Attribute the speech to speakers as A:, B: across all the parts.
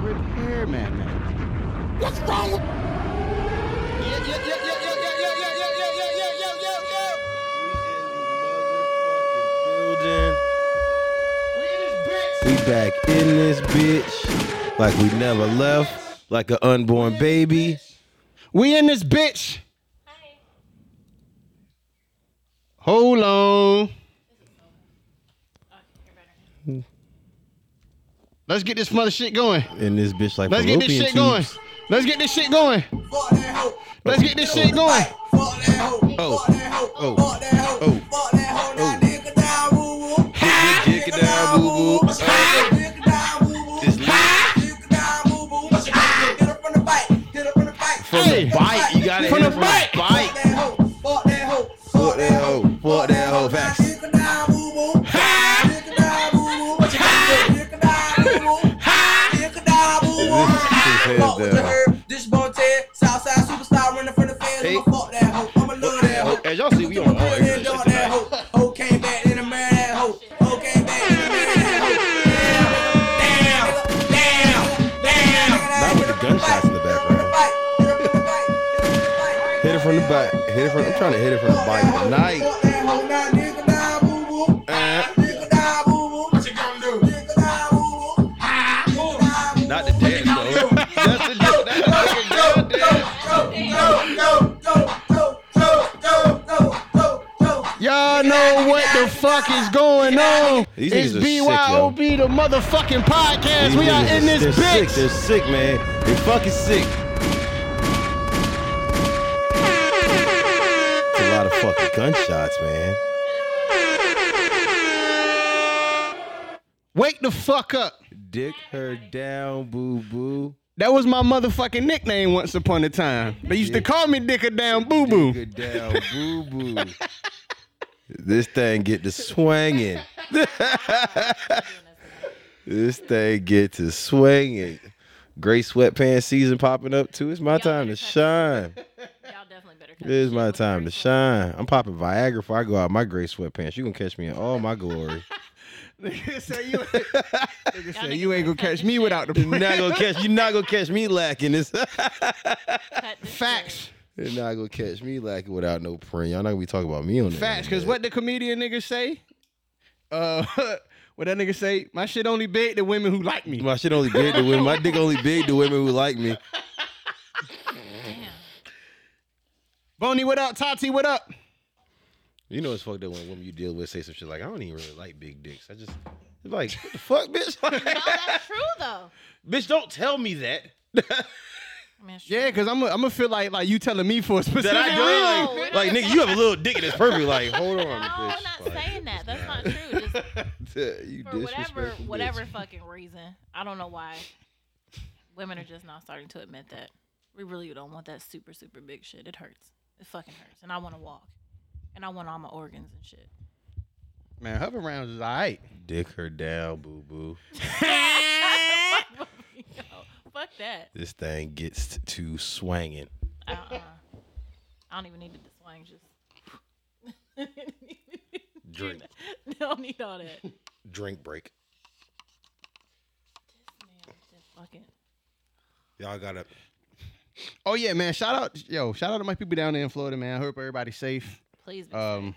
A: Repairman man.
B: What's wrong with... Yeah, yeah, yeah, yeah, yeah, yeah, yeah, yeah, yeah, yeah, yeah, yeah, yeah, yeah, yeah.
C: We back in this bitch like we never left, like an unborn baby.
A: We in this bitch. Hold on. Let's get this mother shit going.
C: In this bitch like
A: Let's get this
C: fallopian
A: shit going.
C: tubes.
A: Let's get this shit going.
D: Fuck that hoe.
A: Let's get this shit going.
D: Fuck that hoe.
C: Oh.
D: Fuck that hoe.
C: Oh.
D: Fuck that hoe.
C: Oh.
D: Fuck that hoe. That nigga die woo woo.
C: Dick, dick, dick, da, boo, boo.
D: Nigga die woo woo.
C: This
D: Nigga die woo woo. Get up on the bike. Get up on the bike.
C: From
A: Hey.
C: the bike, you gotta
A: From
C: hit it
A: the
C: from the
D: Fuck
C: bike.
D: that hoe. Fuck that hoe.
C: Fuck that hoe. Fuck that hoe. Facts.
D: Nigga die woo woo. Nigga die woo woo. Nigga die woo woo. Nigga die woo woo.
C: This is his head
D: Fuck what you
C: down.
D: heard. This Bonte, Southside superstar running from the fans.
C: Hey.
D: I'ma fuck that hoe. I'ma love that hoe.
C: As y'all see, we on all extra shit tonight.
D: Hoe came back in a man that hoe. Hoe came back in a man that hoe. Damn, damn, damn, damn.
C: Not with the gunshots in the background. Hit it from the back. Hit it from. I'm trying to hit it from the bike tonight.
D: Eh.
C: Not the dance though. That's the That's the dance.
A: Y'all know what the fuck is going on.
C: These
A: it's
C: niggas are sick, yo.
A: BYOB, the motherfucking podcast. we are in
C: They're
A: this
C: sick.
A: bitch.
C: They're sick, man. They're fucking sick. It's a lot of fucking gunshots, man.
A: Wake the fuck up.
C: Dick her down, boo boo.
A: That was my motherfucking nickname once upon a time. They used to call me Dicker Down Boo
C: Dick her
A: Boo.
C: down, boo boo. This thing get to swinging. this thing get to swinging. Gray sweatpants season popping up too. It's my time to shine.
E: Y'all definitely better cut
C: It is
E: this
C: my
E: shit
C: time to
E: before
C: shine. I'm popping Viagra before I go out in my gray sweatpants. You gonna catch me in all my glory.
A: Nigga say you, nigga say
E: niggas
A: you ain't gonna
E: better cut
A: catch
E: this
A: me
E: shit.
A: without the
C: You're
A: print.
C: not gonna catch. You're not gonna catch me lacking this.
E: we cut this
A: Facts.
C: You're not gonna catch me lacking without no print. Y'all not gonna be talking about me on the
A: Facts. Cause
C: internet.
A: what the comedian niggas say? Uh what that nigga say, my shit only big to women who like me.
C: My shit only big to women. My dick only big to women who like me.
A: Boney, what up? Tati, what up?
C: You know it's fucked up when women you deal with say some shit like, I don't even really like big dicks. I just it's like, what the fuck, bitch? Like,
E: No, that's true though.
C: bitch, don't tell me that.
E: I mean, it's
A: Yeah, cause I'm i I'm gonna feel like like you telling me for a specific
C: That I
A: reason.
C: don't
E: No,
C: like,
E: we're
C: like
E: not-
C: nigga, you have a little dick and it's perfect. Like, hold on,
E: true. No,
C: bitch.
E: I'm not
C: Like,
E: saying that. That's not true. Just
C: you
E: for whatever,
C: disrespectful bitch.
E: whatever fucking reason, I don't know why women are just not starting to admit that we really don't want that super, super big shit. It hurts. It fucking hurts, and I want to walk, and I want all my organs and shit.
A: Man, hover rounds is alright.
C: Dick her down, boo boo.
E: Fuck that.
C: This thing gets to swanging.
E: Uh-uh. I don't even need the swing. Just
C: Drink,
E: don't need all that.
C: drink break.
E: Just fucking.
C: Y'all gotta.
A: Oh yeah, man. Shout out yo, shout out to my people down there in Florida, man. I hope everybody's safe.
E: Please be
A: Um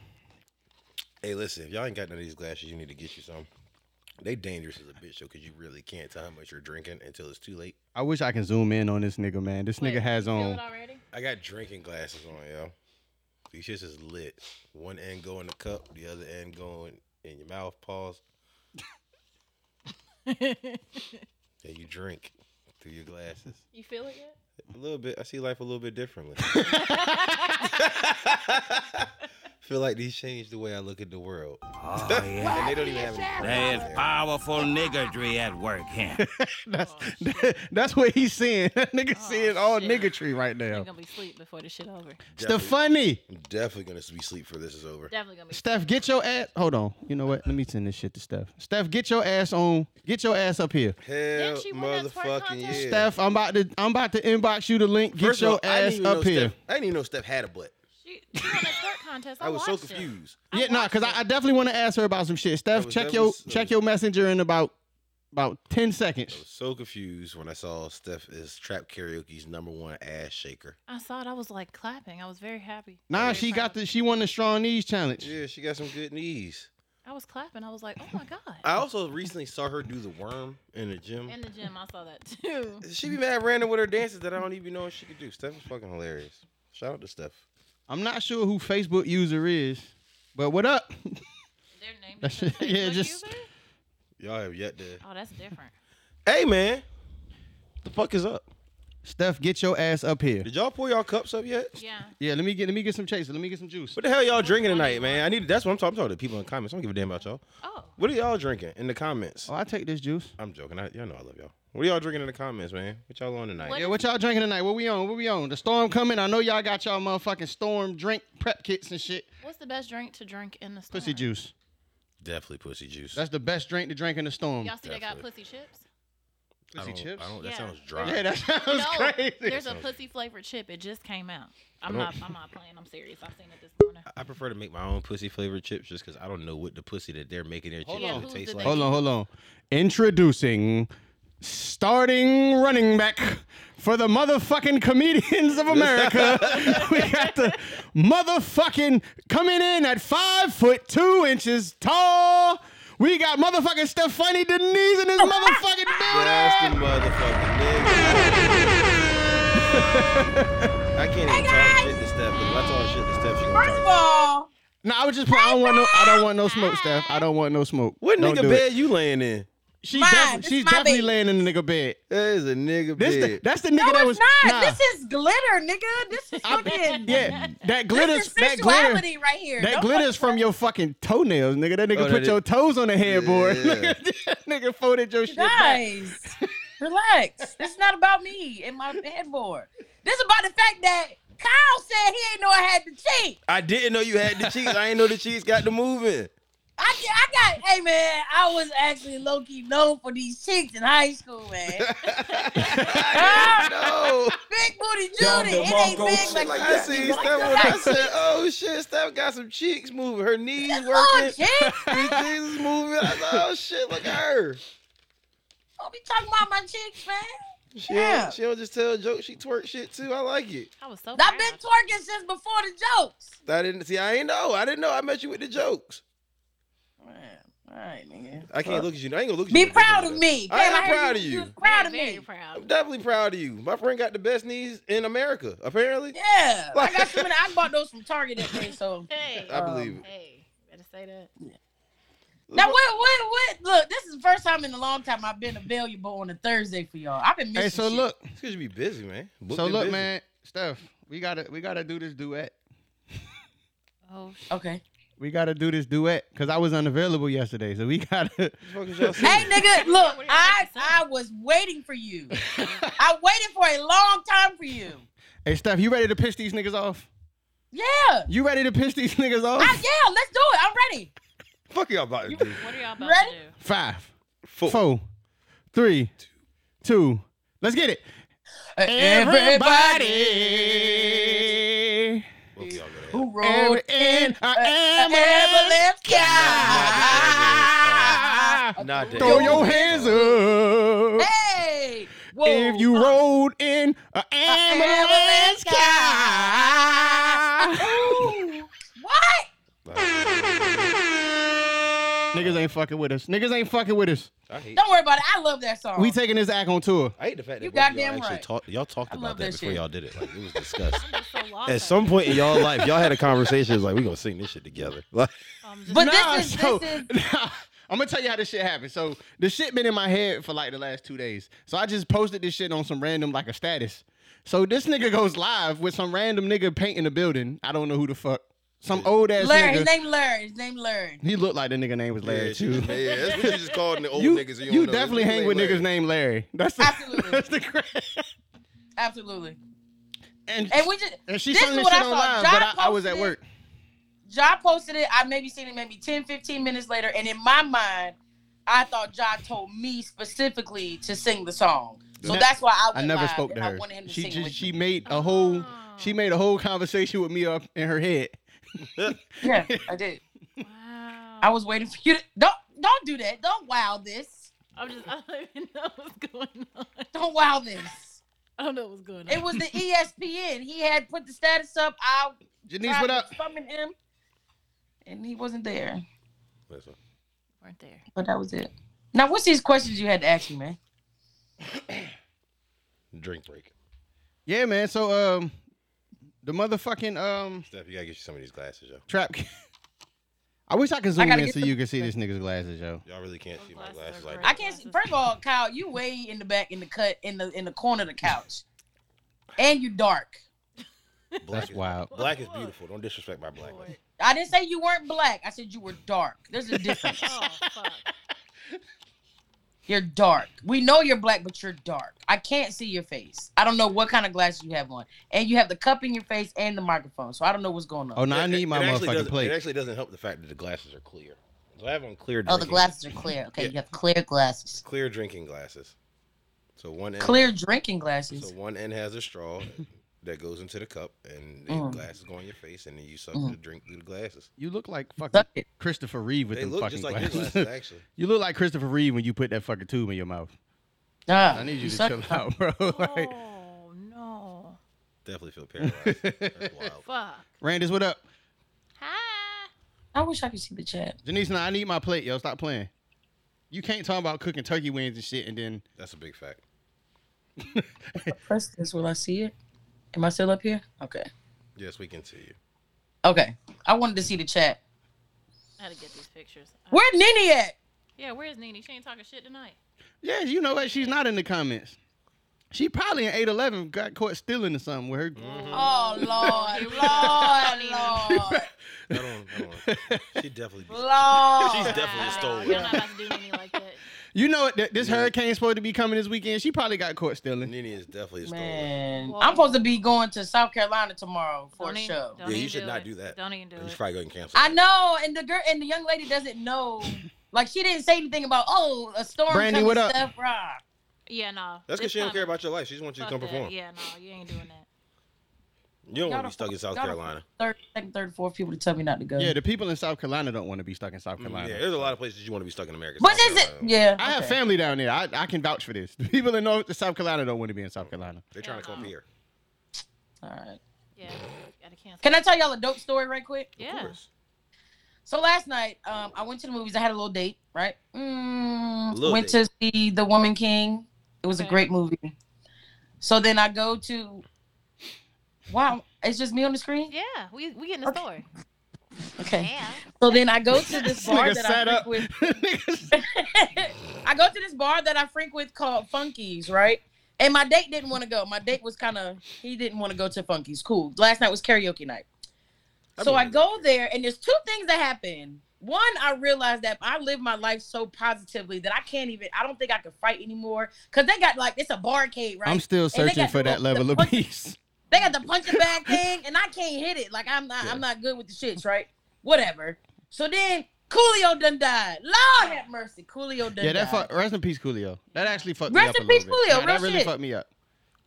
C: Hey, listen. If y'all ain't got none of these glasses, you need to get you some. They dangerous as a bitch though, cause you really can't tell how much you're drinking until it's too late.
A: I wish I can zoom in on this nigga, man. This
E: Wait,
A: nigga has
E: you feel
A: on
E: it already?
C: I got drinking glasses on, yo. These shits is lit. One end go in the cup, the other end going in your mouth. Pause. and you drink through your glasses.
E: You feel it yet?
C: A little bit. I see life a little bit differently. Feel like these changed the way I look at the world.
F: Oh,
C: and they don't even have any friends
F: There's
C: there.
F: powerful niggardry at work here.
A: That's that's what he's saying. That nigga
E: Oh,
A: seeing all
E: shit.
A: niggatry right
E: You're
A: now.
E: gonna be asleep before this shit over.
C: Definitely-
A: Stefani,
C: I'm definitely gonna be sleep for this is over.
E: Definitely gonna be.
A: Steph, get your ass. Hold on. You know what? Let me send this shit to Steph. Steph, get your ass on. Get your ass up here.
C: Hell,
E: she win that twerk
C: motherfucking
E: contest?
C: yeah.
A: Steph, I'm about to I'm about to inbox you the link. Get
C: First of
A: your
C: all, I didn't
A: ass
C: even know
A: up here.
C: Steph- I didn't even know Steph had a butt.
E: She, she won a twerk contest. I,
C: I, was so
E: watched it.
C: confused.
E: I
A: yeah, nah,
E: watched
A: cause I,
E: it.
A: I definitely want to ask her about some shit. Steph,
C: was-
A: check
C: that
A: your
C: was-
A: check your messenger in about about ten
C: I was
A: seconds.
C: so confused when I saw Steph is Trap Karaoke's number one ass shaker.
E: I saw it. I was like clapping. I was very happy.
A: Nah,
E: Very
A: she
E: proud.
A: got the she won the strong knees challenge.
C: Yeah, she got some good knees.
E: I was clapping. I was like, oh my god.
A: Um,
C: I also recently saw her do the worm in the gym.
E: In the gym, I saw that too.
C: She be mad random with her dances that I don't even know what she could do. Steph is fucking hilarious. Shout out to Steph.
A: I'm not sure who Facebook user is, but what up?
E: Their name.
A: That's
E: is a
A: it. Yeah,
E: Facebook
A: just-
E: user?
C: Y'all have yet to.
E: Oh, that's different.
C: Hey man, the fuck is up?
A: Steph, get your ass up here.
C: Did y'all pour y'all cups up yet?
E: Yeah.
A: Yeah, let me get let me get some chaser. Let me get some juice.
C: What the hell y'all drinking tonight, man? I need. That's what I'm talking. I'm talking to people in the comments. I don't give a damn about y'all.
E: Oh,
C: What are y'all drinking in the comments?
A: Oh, I take this juice.
C: I'm joking. I, y'all know I love y'all. What are y'all drinking in the comments, man? What y'all on tonight?
E: What-
A: Yeah, what y'all drinking tonight? What we on? What we on? The storm coming. I know y'all got y'all motherfucking storm drink prep kits and shit.
E: what's the best drink to drink in the storm?
A: Pussy juice.
C: Definitely pussy juice.
A: That's the best drink to drink in the storm.
E: Y'all see they got
C: Definitely.
E: pussy chips?
C: I
A: Pussy
C: don't-
A: chips.
C: I don't-
E: Yeah.
C: That sounds dry.
A: Yeah, that sounds
E: no,
A: crazy.
E: there's a pussy flavored chip. It just came out. I'm
C: I
E: not.
C: don't-
E: I'm not playing. I'm serious. I've seen it this morning.
C: I prefer to make my own pussy flavored chips just because I don't know what the pussy that they're making their
A: Hold
C: chips
A: on.
C: to
E: Who's
C: taste
E: the
C: like.
A: Hold on, hold on. Introducing starting running back for the motherfucking comedians of America. we got the motherfucking coming in at five foot two inches tall. We got motherfucking Stefani Denise in this motherfucking
C: That's
A: building.
C: the motherfucking nigga. I can't even talk shit to Steph. 'cause If I talk shit to Steph, she gonna
D: First of
C: talk.
D: all,
A: No, I was just playing. I don't want no. I don't want no smoke, Steph. I don't want no smoke.
C: What
A: Don't
C: nigga
A: do it.
C: bed you laying in?
A: She
D: Mine.
A: defi-
D: This
A: she's
D: my
A: definitely
D: baby.
A: laying in the nigga bed.
C: That is a nigga
A: This
C: bed.
A: the, that's the
D: no,
A: nigga that was.
D: it's not.
A: nah.
D: This is glitter, nigga. This is
A: I-
D: fucking.
A: yeah, that
D: This
A: glitters.
D: is
A: That glitter.
D: sensuality right here.
A: That
D: Don't
A: glitters from your fucking toenails, nigga. That nigga
C: Oh,
A: put
C: that
A: your
C: is-
A: toes on the headboard.
C: Yeah.
A: That nigga folded your shit back.
D: Guys, relax. This is not about me and my headboard. This is about the fact that Kyle said he ain't know I had to cheat.
C: I didn't know you had the cheese. I ain't know the cheese got the moving.
D: I, get- I got, hey man, I was actually low key known for these cheeks in high school, man.
C: No.
D: big booty
B: Y'all
D: Judy,
B: know
D: it
B: Mongo
D: ain't big like,
B: shit like
C: I
D: that.
C: see
D: Like
C: Steph
D: that.
C: when I said, oh shit, Steph got some cheeks moving. Her knees
D: That's all
C: working.
D: shit.
C: Her knees is moving. I thought, oh shit, look at her.
D: Don't be talking about my cheeks, man.
C: She,
D: Yeah.
C: don't, she don't just tell jokes, she twerk shit too. I like it.
E: I was so.
D: I've
E: proud.
D: been twerking since before the jokes.
C: I didn't see I ain't know. I didn't know I met you with the jokes.
D: Man, all right, nigga.
C: I can't look at you. I ain't gonna look at you.
D: Be
C: with that
D: proud
C: though.
D: of me.
C: I
D: Damn,
C: am
D: heard
C: proud of you.
D: was Proud of
E: Very
D: me.
C: I'm
E: proud.
C: definitely proud of you. My friend got the best knees in America, apparently.
D: Yeah, I got some. in- I bought those from Target that day. So
E: Hey.
C: I believe it.
E: Hey. Better say that.
D: now, what, what, what? Look, this is the first time in a long time I've been available on a Thursday for y'all. I've been missing.
A: Hey, so
D: shit.
A: look,
C: It's because you be busy, man. Booked
A: so
C: and
A: look,
C: busy.
A: man, Steph, we gotta we gotta do this duet.
E: Oh. sh-
D: Okay.
A: We gotta do this duet because I was unavailable yesterday, so we gotta.
C: What the fuck is y'all saying?
D: Hey, nigga, look,
E: What do you
D: I
E: like to say?
D: I was waiting for you. I waited for a long time for you.
A: hey, Steph, you ready to piss these niggas
C: Oh.
A: off?
D: Yeah.
A: You ready to piss these niggas off?
D: I, yeah, let's do it. I'm ready.
C: Fuck y'all about to do.
E: What are y'all about
D: Ready?
E: to do?
A: Five,
C: Four.
A: four, three, two. Let's get it. Everybody.
C: Fuck y'all with that.
D: who rolled
A: Every, in I
C: Not
A: am
D: uh, ambulance guy.
C: Not that.
A: Throw your hands up
D: Hey, whoa,
A: if you
D: uh,
A: rolled in an
D: ambulance
A: ambulance car.
D: ooh, what?
A: Niggas ain't fucking with us. Niggas ain't fucking with us.
C: I hate.
D: Don't worry about it. I love that song.
A: We taking this act on tour.
C: I hate the fact that
D: You
C: both of
D: goddamn
C: y'all actually
D: right.
C: talked. Y'all talked
D: I
C: about
D: love
C: that
D: that
C: before
D: shit.
C: y'all did it. Like it was discussed.
E: I'm just so lost.
C: At some point in y'all life, y'all had a conversation. It's like we gonna sing this shit together. Like
E: I'm just
D: But
A: Nah,
D: this is
A: so-
D: this is
A: I'm gonna tell you how this shit happened. So the shit been in my head for like the last two days. So I just posted this shit on some random like a status. So this nigga goes live with some random nigga painting the building. I don't know who the fuck. Some old ass
D: Larry. His
A: nigga.
D: name Larry. His name Larry.
A: He looked like the nigga name was Larry
C: yeah,
A: too.
C: yeah, that's what you just calling the old
A: You,
C: niggas.
A: you definitely hang with niggas named Larry. That's the,
D: Absolutely.
A: That's the cra-
D: Absolutely.
A: and,
D: And we just
A: and she
D: this
A: sung
D: is
A: this
D: what
A: shit
D: I
A: on
D: saw.
A: live,
D: John
A: but I, I was at
D: posted it.
A: work.
D: Ja posted it. I maybe seen it maybe 10, 15 minutes later. And in my mind, I thought Ja told me specifically to sing the song. So
A: Ne-
D: that's why I,
A: I
D: went
A: never
D: live
A: spoke to
D: and
A: her.
D: I wanted him to
A: She
D: sing
A: just
D: with
A: she
D: me.
A: made a whole
E: Oh.
A: she made a whole conversation with me up in her head.
D: Yeah, I did.
E: Wow.
D: I was waiting for you to don't don't do that. Don't wow this.
E: I'm just, I don't even know what's going on.
D: Don't wow this.
E: I don't know what's going on.
D: It was the E ESPN. He had put the status up. I
A: Janice, what
D: tried to
A: up?
D: Summon him, and he wasn't there.
C: Listen,
E: weren't there.
D: But that was it. Now, what's these questions you had to ask me, man?
C: drink break.
A: Yeah, man. So um, the motherfucking um
C: Steph, you gotta get you some of these glasses, yo.
A: trap. I wish I could zoom
D: gotta
A: in
D: get
A: so
D: the-
A: you could see this nigga's glasses, yo.
C: Y'all really can't
E: Those
C: see my
E: glasses
C: glasses
E: are
C: like
E: great.
D: I can't. See, first of all, Kyle, you way in the back, in the cut, in the in the corner of the couch, and you dark.
C: that. black.
A: That's
C: is-
A: wild.
C: Black is beautiful. Don't disrespect my blackness.
E: Lord.
D: I didn't say you weren't black. I said you were dark. There's a difference.
E: Oh, fuck.
D: You're dark. We know you're black, but you're dark. I can't see your face. I don't know what kind of glasses you have on. And you have the cup in your face and the microphone. So I don't know what's going on.
A: Oh, no, I
C: It-
A: need
C: it
A: my
C: actually
A: motherfucking
C: doesn't- It
A: plate.
C: actually doesn't help the fact that the glasses are clear. So I have on clear.
D: Oh,
C: Drinking,
D: the glasses are clear. Okay,
C: Yeah.
D: you have clear glasses.
C: Clear drinking glasses. So one end.
D: Clear drinking
C: So
D: glasses.
C: one end has a straw that goes into the cup, and the
D: Mm.
C: glasses go on your face, and then you suck
D: Mm.
C: the drink through the glasses.
A: You look like fucking
D: Suck it.
A: Christopher Reeve with
C: they
A: them
C: look
A: fucking
C: just like your
A: glasses.
C: glasses, eh? actually.
A: you look like Christopher Reeve when you put that fucking tube in your mouth.
D: Nah,
A: I need you, to
D: suck
A: chill
D: it.
A: out, bro. like,
E: Oh, no.
C: Definitely feel paralyzed. That's wild.
E: Fuck.
A: Randis, what up?
E: Hi.
D: I wish I could see the chat.
A: Janice, nah, I need my plate, yo. Stop playing. You can't talk about cooking turkey wings and shit, and then
C: That's a big fact.
D: Press this. Will I see it? Am I still up here? Okay.
C: Yes, we can see you.
D: Okay. I wanted to see the chat.
E: I had to get these pictures. Uh,
D: Where Nini at?
E: yeah, where's Nene? She ain't talking shit tonight.
A: yeah, you know what? She's not in the comments. She probably in eight eleven got caught stealing or something with her.
C: Mm-hmm.
D: Oh, Lord. Lord. Lord.
C: Hold on, hold on. She definitely. Be-
D: Lord.
C: She's definitely a stolen.
E: You're not about to do Nene like that.
A: You know what? th- This
C: Yeah.
A: hurricane's supposed to be coming this weekend. She probably got caught stealing.
C: Nene is definitely a stolen.
D: Man,
E: Well-
D: I'm supposed to be going to South Carolina tomorrow for a
E: Don't even-
D: show.
E: don't
C: Yeah, you
E: even
C: should not
E: it.
C: do that.
E: Don't even do
C: You
E: it.
C: should probably go ahead and cancel.
D: I
C: that.
D: know, and the girl and the young lady doesn't know. Like she didn't say anything about oh a storm
A: Brandy,
D: coming,
A: what up?
D: Steph, rah.
E: Yeah, no.
C: That's
E: This
C: because she don't
E: time,
C: care about your life. She just wants you to
E: fuck
C: come
E: that.
C: perform.
E: Yeah, no, you ain't doing that.
C: You don't
D: Y'all
C: want to be
D: the
C: stuck in
D: fuck-
C: South
D: y'all the
C: Carolina.
D: Third, second, third, fourth people to tell me not to go.
A: Yeah, the people in South Carolina don't want to be stuck in South
C: Mm,
A: Carolina.
C: Yeah, there's a lot of places you want to be stuck in America.
D: but
C: South
D: is it?
C: Carolina.
D: Yeah,
A: I have
D: okay.
A: family down there. I, I can vouch for this. The people in North South Carolina don't want to be in South Carolina.
C: They're trying to come up here.
D: All right.
E: Yeah, gotta cancel.
D: Can I tell y'all a dope story right quick?
E: yeah.
D: So last night, um, I went to the movies. I had a little date, right? Mm,
C: Little
D: went
C: date.
D: to see The Woman King. It was a
E: Okay.
D: great movie. So then I go to. Wow, it's just me on the screen.
E: Yeah, we we in the
D: Okay.
E: store.
D: Okay.
E: Yeah.
D: So then I go to this
A: This
D: bar
A: nigga
D: that
A: sat
D: I
A: up.
D: frequent.
A: Niggas-
D: I go to this bar that I frequent called Funky's, right? And my date didn't want to go. My date was kind of he didn't want to go to Funky's. Cool. Last night was karaoke night.
C: I
D: So I
C: believe
D: go
C: that.
D: there and there's two things that happen. One, I realized that I live my life so positively that I can't even I don't think I can fight anymore cuz they got like it's a barcade, right?
A: I'm still
D: And they
A: searching
D: got
A: for that
D: the-
A: level
D: the
A: of
D: punch-
A: peace.
D: They got the punching bag thing, and I can't hit it. Like I'm not, I'm not good with the shits, right? Whatever. So then Coolio done died. Lord have mercy, Coolio done
A: Yeah, that
D: died.
A: fuck. Rest in peace, Coolio. That actually fucked me
D: Rest
A: up
D: in
A: a
D: peace,
A: little bit.
D: Coolio,
A: Nah, that
D: real
A: really
D: shit.
A: fucked me up.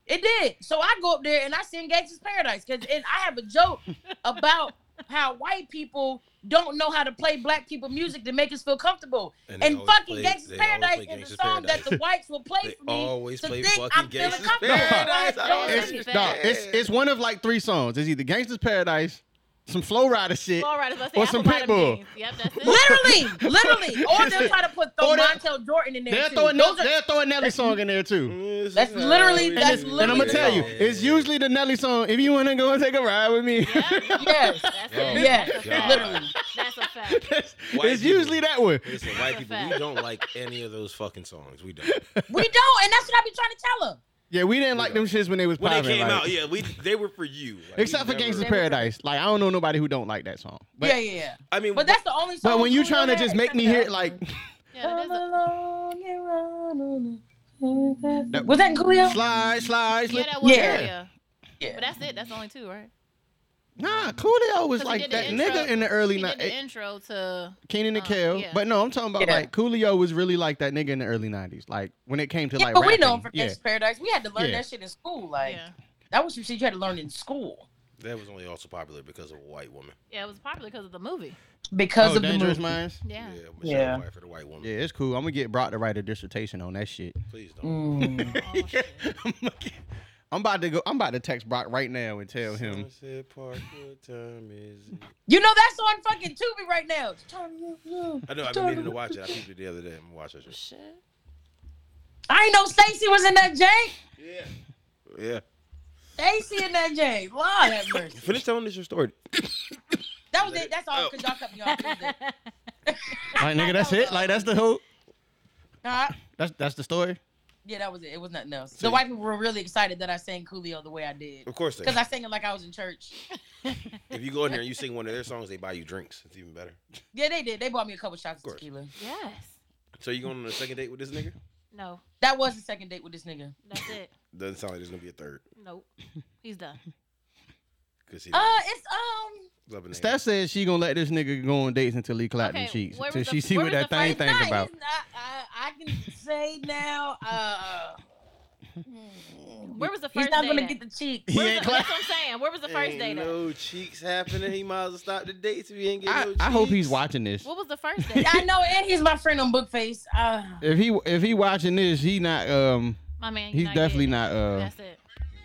D: It did. So I go up there and I sing Gangsta's Paradise because and I have a joke about how white people don't know how to play black people music to make us feel comfortable.
C: And
D: And,
C: they always
D: fucking
C: play-
D: Gangsta's
C: they always
D: Paradise
C: play
D: is
C: Gangsta's
D: a song
C: Paradise.
D: that the whites will play
C: They
D: for me
C: always
D: to
C: play
D: think
C: fucking
D: I'm feeling
C: Gangsta's
D: comfortable.
C: Paradise.
D: I
C: I
D: don't
A: It's,
E: It's-
D: think-
A: no, it's
C: bad.
A: it's one of like three songs. It's either Gangsta's Paradise, some Flow Rider shit,
E: All right, let's
A: Or
E: say
A: some
E: apple bottom
A: Pitbull.
E: jeans. Yep, that's it.
D: Literally, literally. Or they'll try to put
A: Or
D: the
A: they'll-
D: Montel Jordan in there.
A: They'll
D: too.
A: throw, a,
D: Those are-
A: they'll throw a Nelly song in there too.
C: This
D: That's
C: is how
D: literally-
C: we
D: that's
C: do
A: And I'm
D: literally-
A: gonna
C: it.
A: tell you, it's usually the Nelly song. If you wanna go and take a ride with me,
E: Yeah,
D: Yes.
E: that's
C: Oh,
E: it.
D: yeah,
E: That's a
C: God.
E: fact.
D: literally.
E: That's a fact.
C: White
A: it's
C: people.
A: usually that one.
C: Listen,
E: That's
C: white
E: a
C: people, we
E: fact.
C: don't like any of those fucking songs. We don't.
D: We don't, and that's what I be trying to tell them.
A: Yeah, we didn't like them shits when they was
C: When
A: popping.
C: they came
A: like-
C: out, yeah, we they were for you. Like,
A: Except
C: we
A: for
C: never-
A: Gangsta's
D: They were-
A: Paradise, like I don't know nobody who don't like that song. But,
D: yeah, yeah, yeah.
C: I mean,
D: But that's the only.
A: but
D: song
A: when you
D: Coolio
A: trying to
D: had,
A: just make me
D: except
A: hear
D: that
A: it, like
E: Yeah, it is a,
D: was that in Coolio?
A: slide, slide,
E: yeah,
A: slip.
E: that was
D: Yeah.
E: yeah. But that's it. That's the only two, right?
A: Nah, Coolio was
E: 'Cause he
A: like
E: did the
A: that
E: intro.
A: nigga in the
E: He
A: early
E: did the
A: nineties.
E: intro to
A: Keenan and
E: uh,
A: Kel.
E: yeah.
A: But no, I'm talking about
D: Yeah.
A: like Coolio was really like that nigga in the early nineties. Like when it came to
D: yeah,
A: like
D: but we know
A: rapping.
D: him from
A: yeah.
D: Gangsta's Paradise. We had to learn
A: Yeah.
D: that shit in school. Like
E: yeah.
D: that was some shit you had to learn in school.
C: That was only also popular because of a white woman.
E: Yeah, it was popular because of the movie.
D: because
A: oh,
D: of the
A: Dangerous
D: movie.
A: Minds.
E: Yeah.
C: Yeah, Michelle
D: Yeah.
C: Pfeiffer, the white woman.
A: Yeah, it's cool. I'm gonna get brought to write a dissertation on that shit.
C: Please don't.
D: Mm.
E: Oh, shit.
A: I'm about to go. I'm about to text Brock right now and tell him.
C: Sunset Park, what time is it?
D: You know that's on fucking Tubi right now.
C: I know. I've been meaning to watch it. I peeped it the other day. I'm gonna watch that shit.
E: Shit.
D: I ain't know Stacy was in that Jake.
C: Yeah. Yeah.
D: Stacy in that Jake. Lord have mercy.
C: Finish telling us your story.
D: That was it. That's
A: Oh.
D: all. Cause y'all kept me off. Tuesday.
A: Like nigga, that's it. Like that's the whole.
D: Huh?
A: That's that's the story.
D: Yeah, that was it. It was nothing else.
C: See.
D: The white people were really excited that I sang Coolio the way I did.
C: Of course, they.
D: Cause I sang it like I was in church.
C: if you go in there and you sing one of their songs, they buy you drinks. It's even better.
D: Yeah, they did. They bought me a couple shots of
C: course.
D: tequila.
E: Yes.
C: So you going on a second date with this nigga?
E: No,
D: That was the second date with this nigga.
E: that's it.
C: Doesn't sound like there's gonna be a third.
E: Nope. He's done.
C: Cause
A: Oh,
C: he
D: Uh, it's um.
C: loving that.
A: Steph says she gonna let this nigga go on dates until he clap and
E: Okay,
A: cheeks.
E: where
A: Until
E: was
A: she
E: the-
A: see
E: where
A: what
E: was
A: that
E: the
A: thing
E: first
A: think
D: Nah,
A: about.
D: it's not- I, I, I can say now. Uh, mm,
E: Where was the
D: he's
E: first
D: not
E: date
D: gonna
E: at?
D: get the cheek.
A: He
E: Where was
A: ain't
E: the-
A: clap.
E: That's what I'm saying. Where was the first
C: Ain't
E: date at?
C: No cheeks happening. He might as well stop the dates if he ain't getting no
A: I,
C: cheeks.
A: I hope he's watching this.
E: What was the first date?
D: I know, and he's my friend on Bookface. Uh,
A: If he if he watching this, he not um
E: My man,
A: he's
E: you're not
A: definitely
E: getting it.
A: not uh
E: That's it.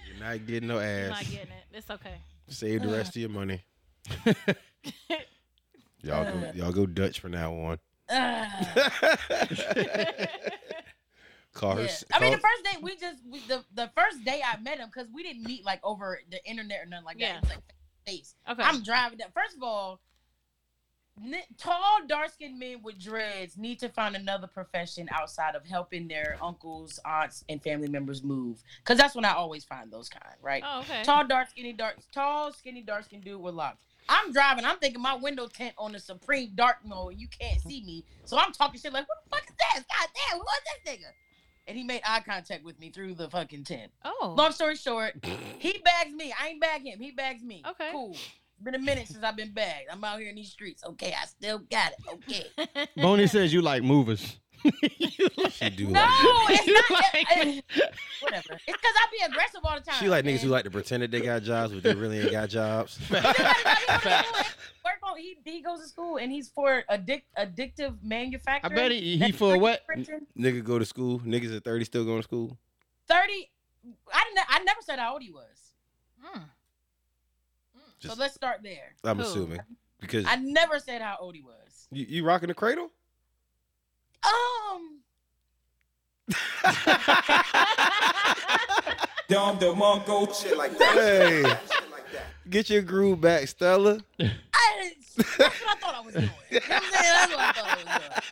C: You're not getting no
E: You're not
C: ass.
E: getting it. It's okay.
C: Save the rest of your money. Y'all go, y'all go Dutch from now on.
D: uh,
C: call her.
D: yeah.
C: s-
D: I mean, the
C: call-
D: first day we just we, the the first day I met him because we didn't meet like over the internet or nothing like that.
E: Yeah.
D: It was like face.
E: Okay.
D: I'm driving down. First of all, ni- tall, dark skinned men with dreads need to find another profession outside of helping their uncles, aunts, and family members move. Because that's when I always find those kind, right?
E: oh, okay.
D: Tall, dark, skinny, dark, tall, skinny, dark skinned dude with locks. I'm driving. I'm thinking my window tint on the supreme dark mode. You can't see me, so I'm talking shit like, "What the fuck is that? God damn, who is this nigga?" And he made eye contact with me through the fucking tent.
E: Oh.
D: Long story short, he bags me. I ain't bag him. He bags me.
E: Okay.
D: Cool. Been a minute since I've been bagged. I'm out here in these streets. Okay, I still got it. Okay.
E: Hmm.
A: Boney says you like movers.
C: she do
D: No,
C: like.
D: it's
A: You
D: not.
A: like-
D: whatever. It's because I be aggressive all the time.
C: She like niggas who
D: man.
C: like to pretend that they got jobs, but they really ain't got jobs.
D: Everybody wanna do it. Work on- he, he goes to school and he's for addic- addictive
A: I
D: manufacturing.
A: bet he he
D: That's
A: for
D: free
A: what?
D: printing.
C: Nigga go to school. Niggas at thirty still going to school.
D: Thirty. I didn't. I never said how old he was. Mm.
E: Mm.
C: Just-
D: so let's start there.
C: I'm
E: Who?
C: assuming because
D: I never said how old he was.
C: you, you rocking the cradle.
D: Um.
G: Dom the Monko, shit like that.
C: Hey, get your groove back, Stella.
D: I, that's what I thought I was doing. You know what I'm saying? That's what I thought I was doing.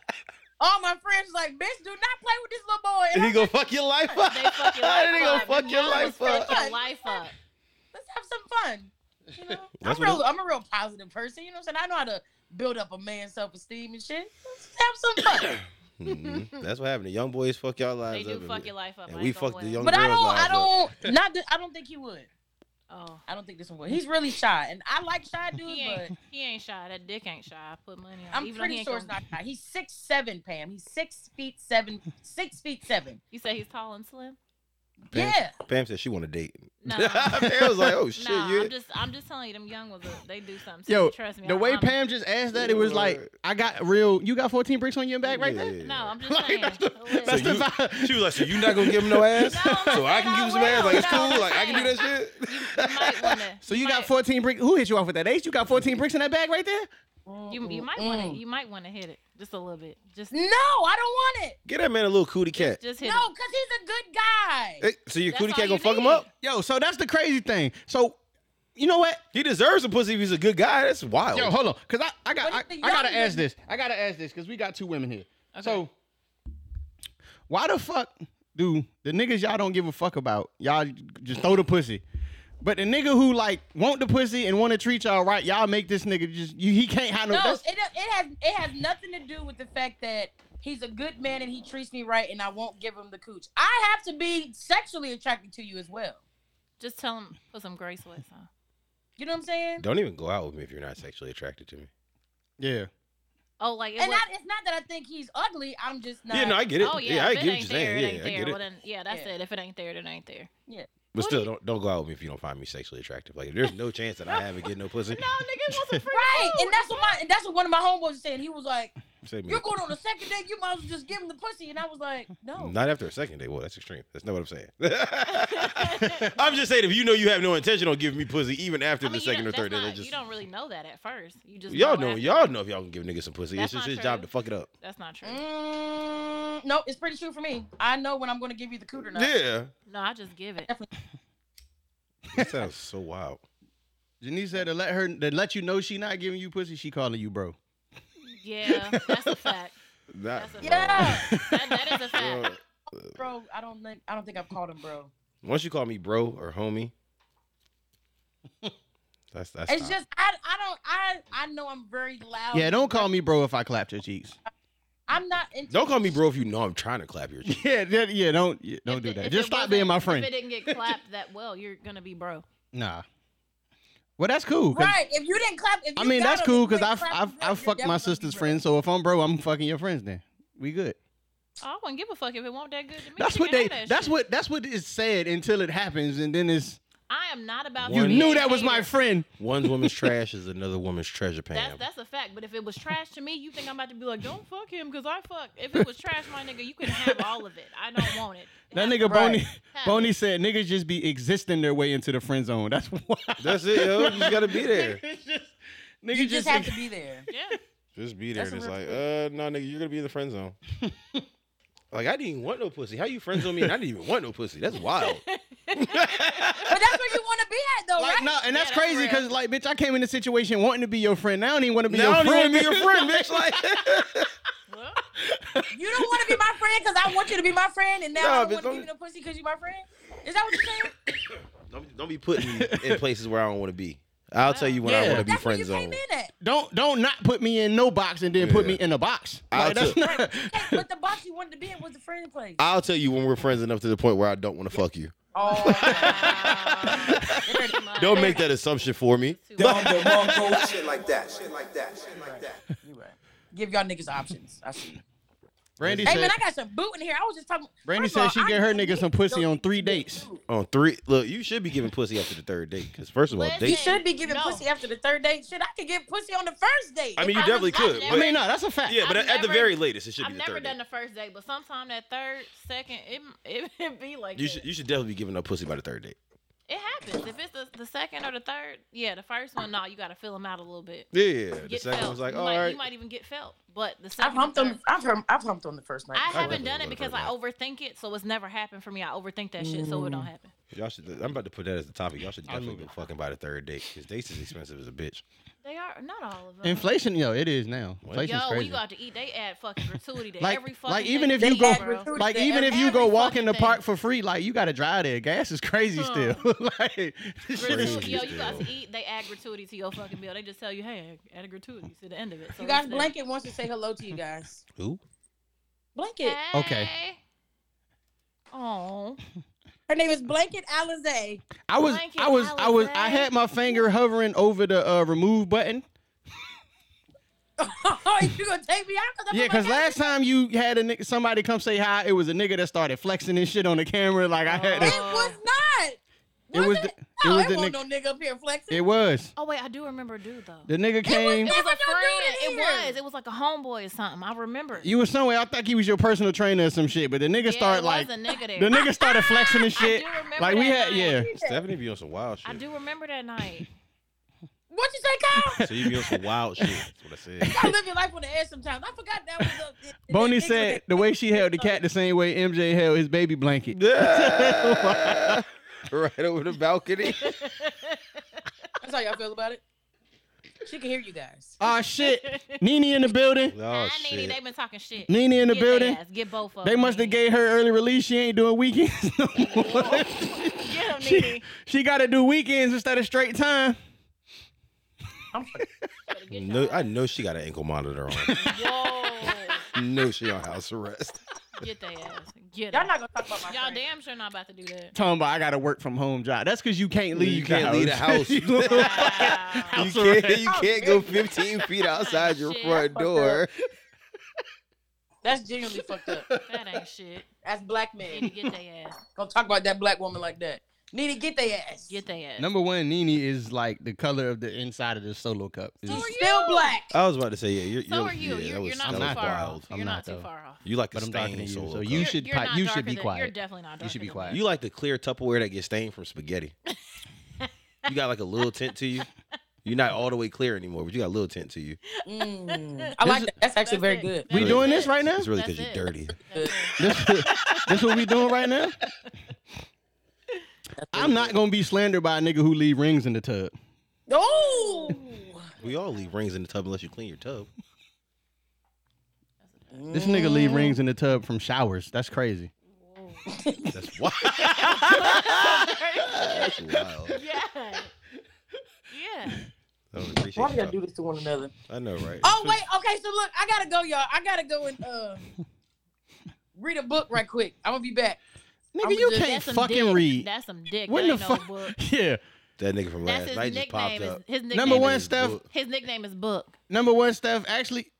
D: All my friends was like, bitch, do not play with this little boy. And
C: He
D: I'm
C: gonna
D: like,
C: fuck your life up.
E: They fuck your
C: He
E: life
C: gonna
E: up.
C: fuck your
E: Y'all
C: life
E: was
C: up.
E: fucking your life up.
D: let's have some fun. You know,
C: That's
D: I'm
C: what
D: real. I'm a real positive person. You know what I'm saying? I know how to build up a man's self esteem and shit. Let's have some fun.
C: Mhm. That's what happened. The young boys fuck y'all
E: They
C: lives
E: do
C: up. and
E: fuck
C: we-
E: your life up.
C: and
E: I
C: we
E: ain't gonna
C: fucked the
E: lie.
C: young-
D: But I
C: Oh, Girls'
D: don't. I
C: lives
D: don't. Not. That, I don't think he would.
E: Oh.
D: I don't think this one would. He's really shy, and I like shy dudes,
E: He
D: but
E: ain't, he ain't shy. That dick ain't shy. I put money on. it.
D: I'm
E: Even though he
D: pretty
E: ain't
D: sure
E: gonna-
D: it's not shy. He's six seven, Pam. He's six feet seven. Six feet seven.
E: You say he's tall and slim?
C: Pam,
D: Yeah.
C: Pam said she want a date.
E: No.
C: Pam was like, oh shit,
E: Nah,
C: you.
E: I'm just, I'm just telling you, them young ones, uh, they do something.
A: Yo,
E: trust me.
A: The
E: I'm-
A: way
E: I'm-
A: Pam just asked that, it was like
C: Word.
A: I got real. You got 14 bricks on your back right
C: Yeah,
A: there.
C: yeah,
E: No,
C: yeah.
E: I'm just saying.
A: that's the,
E: Listen.
A: that's
C: So
A: the
C: you-
A: vibe.
C: She was like, so you not gonna give him no ass?
E: No, I'm
C: so I
E: not
C: can give him some
E: saying I
C: ass. Like it's
E: will.
C: cool.
E: No,
C: Like I can do that
E: I'm
C: shit.
E: you might wanna.
A: So you got
E: might-
A: 14 bricks. Who hit you off with that ace? You got 14 bricks in that bag right there.
E: You, you might wanna,
A: Mm.
E: you might wanna hit it just a little bit. Just,
D: No, I don't want it.
C: Get that man a little cootie cat.
E: just hit
D: No,
E: it.
D: because he's a good guy.
C: Hey, so your
E: That's
C: cootie
E: all
C: cat
E: you
C: gonna fuck him
E: need.
C: up?
A: Yo, so that's the crazy thing. So, you know what?
C: He deserves a pussy if he's a good guy. That's wild.
A: Yo, hold on, cause I I got I,
D: But it's the
A: I gotta
D: young
A: ask this. I gotta ask this, cause we got two women here.
E: Okay.
A: So, why the fuck do the niggas y'all don't give a fuck about y'all just throw the pussy? But the nigga who like want the pussy and want to treat y'all right, y'all make this nigga just you, he can't handle.
D: No,
A: No,
D: it, it has it has nothing to do with the fact that he's a good man and he treats me right, and I won't give him the cooch. I have to be sexually attracted to you as well.
E: Just tell him put some gray sweats on.
D: You know what I'm saying?
C: Don't even go out with me if you're not sexually attracted to me.
A: yeah,
E: Oh, like it
D: and
E: was,
D: I, it's not that I think he's ugly. I'm just not.
C: Yeah, no, I get it.
E: oh yeah,
C: I
E: if
C: get
E: it
C: what you're
E: ain't there,
C: saying.
E: it ain't
C: Yeah, I
E: there.
C: get
E: Well
C: it.
E: then, yeah, that's
D: Yeah.
E: it. If it ain't there, then it ain't there.
C: But
E: What
C: still,
E: do
C: don't don't go out with me if you don't find me sexually attractive. Like, there's no chance that I haven't get no pussy.
E: No, nigga, it wasn't free.
D: Right,
E: food.
D: and that's what my and that's what one of my homeboys was saying. He was like,
C: Save me.
D: "You're going on a second date. You might as well just give him the pussy." And I was like, "No."
C: Not after a second date. Well, that's extreme. That's not what I'm saying. I'm just saying if you know you have no intention on giving me pussy even after
E: I mean,
C: the
E: you
C: second or
E: don't-
C: third
E: that's
C: date,
E: not-
C: that's
E: you
C: just
E: don't really know that at first. You just
C: y'all know
E: after-
C: y'all know if y'all can give niggas some pussy.
E: That's
C: it's just
E: not
C: his
E: true.
C: job to fuck it up.
E: That's not
A: Mm.
E: true.
D: Mm, no, it's pretty true for me. I know when I'm going to give you the coot or not.
C: Yeah.
E: No, I just give it.
C: That sounds so wild.
A: Janice said to let her to let you know she not giving you pussy, she calling you bro.
E: Yeah, that's a fact.
C: That,
E: That's a
D: Yeah,
E: That, that is a fact.
C: Well,
D: bro. I don't think I don't think I've called him bro.
C: once you call me bro or homie, that's that's
D: It's
C: not-
D: just I I don't I I know I'm very
E: Oh.
D: loud.
A: Yeah, don't call me bro if I clapped your cheeks.
D: I'm not into.
C: don't call me bro if you know I'm trying to clap your cheek.
A: Yeah, yeah, yeah don't yeah, don't
E: If
A: do
E: it-
A: that.
E: if
A: Just
E: it
A: stop being
E: wasn't-
A: my friend.
E: If it didn't get clapped that well, you're gonna be bro.
A: Nah. Well, that's cool. 'cause-
D: Right, if you didn't clap, if
A: I
D: you
A: mean,
D: got
A: that's
D: him,
A: cool
D: if you
A: because I've
D: didn't clap,
A: I've,
D: you're
A: I've fucked
D: definitely
A: my
D: gonna be
A: sister's
D: bro.
A: friends. So if I'm bro, I'm fucking your friends. Then we good.
E: Oh, I wouldn't give a fuck if it won't that good to me.
A: That's
E: You
A: what
E: can
A: they.
E: have that
A: That's
E: shit.
A: what that's what is said until it happens, and then it's
E: I am not about.
A: you
C: One-
E: being
A: knew that was my
E: hater.
A: friend.
C: One woman's trash is another woman's treasure, Pam.
E: That's that's a fact. But if it was trash to me, you think I'm about to be like, don't fuck him because I fuck. If it was trash, my nigga, you can have all of it. I don't want it.
A: That
E: Have-
A: nigga Boney
E: have
A: Boney
E: it.
A: said niggas just be existing their way into the friend zone. That's why.
C: That's it, yo. You just gotta be there.
A: Niggas just, niggas
D: You just have to
A: ex-
D: be there.
E: Yeah.
C: Just be there.
D: That's
C: and it's
D: a real
C: like, uh, no, nigga, you're gonna be in the friend zone. like, I didn't even want no pussy. How you friend zone me? And I didn't even want no pussy. That's wild.
D: But that's where you want to be at, though,
A: Like
D: right?
A: no, and that's
E: Yeah, that's
A: crazy
E: real.
A: because like, bitch, I came in a situation wanting to be your friend. Now I don't even want to be
C: now I
A: your
C: don't even wanna be your
A: friend.
C: friend, bitch. Like,
E: Well,
D: You don't want to be my friend because I want you to be my friend, and now
C: Nah,
D: I don't
C: bitch,
D: want to
C: don't-
D: give you no pussy because you my friend. Is that what you're saying?
C: don't, don't be putting me in places where I don't want to be. I'll tell you when I
A: Yeah.
C: want to be
D: That's where
C: friend
D: you
C: zone.
D: came in at.
A: Don't don't not put me in no box and then put
C: Yeah.
A: me in a box.
C: I'll
A: Like, that's
C: tell-
A: not,
D: Hey, but the box you wanted to be in was the friend place.
C: I'll tell you when we're friends enough to the point where I don't want to fuck you.
D: Oh,
E: uh,
C: Don't make that assumption for me.
G: Dumb, the Mongo, shit like that. Shit like that. Shit like that.
D: you right. Give y'all niggas options. I see.
A: Brandy
D: Hey
A: said.
D: man, I got some boot in here. I was just talking.
A: Brandy
D: First of all,
A: said she
D: I
A: get her
D: need
A: nigga some
D: to
A: pussy
D: go
A: on
D: get
A: three
D: you
A: dates.
D: food.
C: On three, look, you should be giving pussy after the third date because first of all,
E: Listen.
D: You
C: dates.
D: should be giving
E: No.
D: pussy after the third date. Shit, I could get pussy on the first date.
C: I mean, you
E: I
C: definitely
E: was- I
C: could.
E: never-
A: I
C: but-
A: mean, no, that's a fact.
C: yeah, but
E: I've
C: at the
E: never-
C: very latest, it should be
E: I've
C: the
E: never
C: third
E: done
C: date.
E: the first date, but sometime that third, second, it it, it be like
C: You
E: that.
C: should, you should definitely be giving up pussy by the third date.
E: It happens. If it's the, the second or the third, yeah, the first one, no, you gotta fill them out a little bit.
C: Yeah, the
E: Get
C: second
E: felt.
C: one's like,
E: you
C: all
E: might,
C: right.
E: you might even get felt, but the
D: I've
E: second, and
D: humped on.
E: third-
D: I've hum- I've humped on the first night.
E: I haven't
C: definitely
E: done it
C: would've
E: because
C: heard
E: I overthink it, so it's never happened for me. I overthink that shit, so it don't happen.
C: Y'all should. I'm about to put that as the topic. Y'all should
A: I'll
C: definitely
A: move
C: go fucking by the third date because dates is expensive as a bitch.
E: They are not all of them.
A: Inflation, yo, it is now. Inflation's
E: Yo, when
A: crazy.
E: you go out to eat, they add fucking gratuity to
A: Like-
E: every fucking.
A: like,
E: thing
A: even if
E: they
A: you
E: eat,
A: go-
E: bro.
D: Gratuity.
A: Like
D: Every
A: even if you go
E: fucking
A: walk in the
E: thing.
A: park for free, like you gotta drive there. Gas is crazy
E: Huh.
A: still. like this shit is
E: Gratuity, yo, you got
C: Still.
E: to eat. They add gratuity to your fucking bill. They just tell you, hey, add a gratuity to the end of it. So
D: You guys,
E: it's there.
D: blanket wants to say hello to you guys.
C: Who?
D: Blanket.
A: Okay.
E: Oh,
D: Her name is Blanket Alizé.
A: I was
E: Blanket,
A: I was I was I
E: Alizé.
A: had my finger hovering over the uh, remove button.
D: oh, you gonna take me out? Cause I'm
A: Yeah,
D: on my
A: cause last time you had a nigga, somebody come say hi, it was a nigga that started flexing and shit on the camera. Like I had
D: couch?
A: to,
D: It was not.
A: It was the-
D: no,
A: it was
D: it
A: the
D: wasn't
A: nigga-
D: no nigga up here flexing.
A: it was
E: oh wait, I do remember a dude though.
A: the nigga came.
E: It was a
D: Never no
E: friend.
D: dude in
E: It
D: here.
E: was. It was like a homeboy or something. I remember.
A: You was somewhere. I think he was your personal trainer or some shit. But the nigga
E: yeah,
A: started
E: it
A: like
E: was a nigga there.
A: the nigga started flexing and shit.
E: do remember
A: Like we had
E: that night.
A: yeah.
C: Stephanie be on some wild shit.
E: I do remember that night.
D: What you say, Kyle?
C: So you be on some wild shit. That's what I said.
D: Y'all live your life on the edge sometimes. I forgot that was up. in- in
A: Boney
D: that picture
A: said
D: that-
A: the way she held the cat the same way MJ held his baby blanket.
C: Yeah. right over the balcony.
D: That's how y'all feel about it. She can hear you guys.
A: Ah shit. Nene in the building.
C: Oh
E: I Nene,
C: shit.
E: they been talking shit.
A: Nene in the
E: Get their
A: building.
E: ass, Get both of
A: They
E: them,
A: must have
E: Oh, Nene.
A: gave her early release. She ain't doing weekends no more.
E: Get them,
A: she
E: Nene.
A: she got to do weekends instead of straight time.
E: Get
C: No,
E: y'all-
C: I know she got an ankle monitor on.
E: Whoa.
C: no, she on house arrest.
E: Get their ass. Get
D: Y'all
E: them.
D: not gonna talk about my
E: Y'all
D: friend.
E: damn sure not about to do that.
A: Talking about I got to work from home job. That's because you can't leave.
C: You can't leave the house.
A: You look like
E: Wow.
A: house
C: you can't.
A: arrest.
C: You can't go 15 feet outside your
E: Oh, Shit,
C: front door.
D: That's genuinely fucked up.
E: That ain't shit.
D: That's black
E: Need to
D: man.
E: get their ass.
D: Gonna talk about that black woman like that. Need to get their ass.
E: Get they ass.
A: Number one, Nini is like the color of the inside of the solo cup. It's-
E: So are
D: He's still
E: you.
D: black.
A: Uh,
C: I was about to say, yeah, you're,
E: so
C: you're,
E: are you.
C: yeah, that
E: you're,
C: was,
E: you're
C: that
E: not too
C: was
E: far
C: wild.
E: off. You're
A: I'm
E: not,
A: not,
E: too
A: though.
E: far off.
C: You like the
A: But I'm talking to
C: stained
A: you,
C: solo
A: so
C: cup.
A: you
E: You're-
A: should
E: you're
A: pi-
E: not
A: you should
E: darker
A: be
E: than- You're
A: quiet.
E: definitely not.
A: You should be
E: darker than
A: quiet.
E: me.
C: You like the clear Tupperware that gets stained from spaghetti. you got like a little tint to you. You're not all the way clear anymore, but you got a little tint to you.
D: Mm, I like that. That's actually
E: That's
D: very
E: it.
D: good.
A: We
E: That's
A: doing
E: it.
A: this right now?
C: It's really
E: That's
C: because you're
E: it.
C: dirty.
E: That's it.
A: This, this what we doing right now? I'm not gonna be slandered by a nigga who leave rings in the tub.
D: Oh,
C: We all leave rings in the tub unless you clean your tub.
A: This nigga leave rings in the tub from showers. That's crazy.
C: That's wild. That's wild.
E: Yeah. Yeah.
C: I don't appreciate
D: why
C: you
D: we gotta do
C: talking-
D: this to one another?
C: I know, right?
D: Oh wait, okay. So look, I gotta go, y'all. I gotta go and uh read a book right quick. I'm gonna be back.
A: Nigga,
E: I'm
A: you
E: good.
A: can't
E: That's some
A: fucking
E: dick.
A: read.
E: That's some dick.
A: When
E: That
A: the
E: ain't no
A: fuck?
E: book.
A: Yeah.
C: That nigga from
E: That's
C: last
E: his
C: night just popped
E: nickname. Is,
C: up.
E: his nickname.
A: Number one,
E: is,
A: Steph.
C: book.
E: His nickname is Book.
A: Number one, Steph. Actually,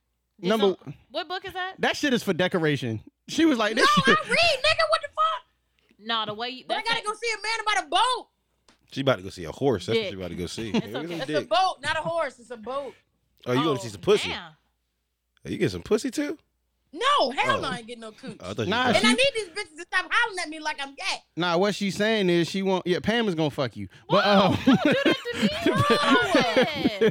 E: Did
A: Number-
E: some- what book is that?
A: that shit is for decoration. She was like,
D: No,
A: this
D: I
A: shit.
D: read, nigga. What the fuck?
E: No, the way you.
D: But I
E: that's
D: gotta
E: it.
D: go see a man about a boat.
C: She about to go see a horse. That's what
E: Dick.
C: she about to go see.
E: It's
C: Look at
E: okay.
C: them
D: It's a
C: dick.
D: boat, not a horse. It's a boat.
C: Oh, you going to see some pussy?
E: damn.
C: Oh, you get some pussy too?
D: No, hell no,
C: Oh.
D: I ain't getting no cooch.
C: Oh, I thought you
A: Nah,
C: was-
A: she-
D: and I need these bitches to stop hollering at me like I'm gay.
A: Nah, what she's saying is she want. Yeah, Pam is gonna fuck you. But
E: Whoa,
A: um,
E: don't do that to me. Whoa.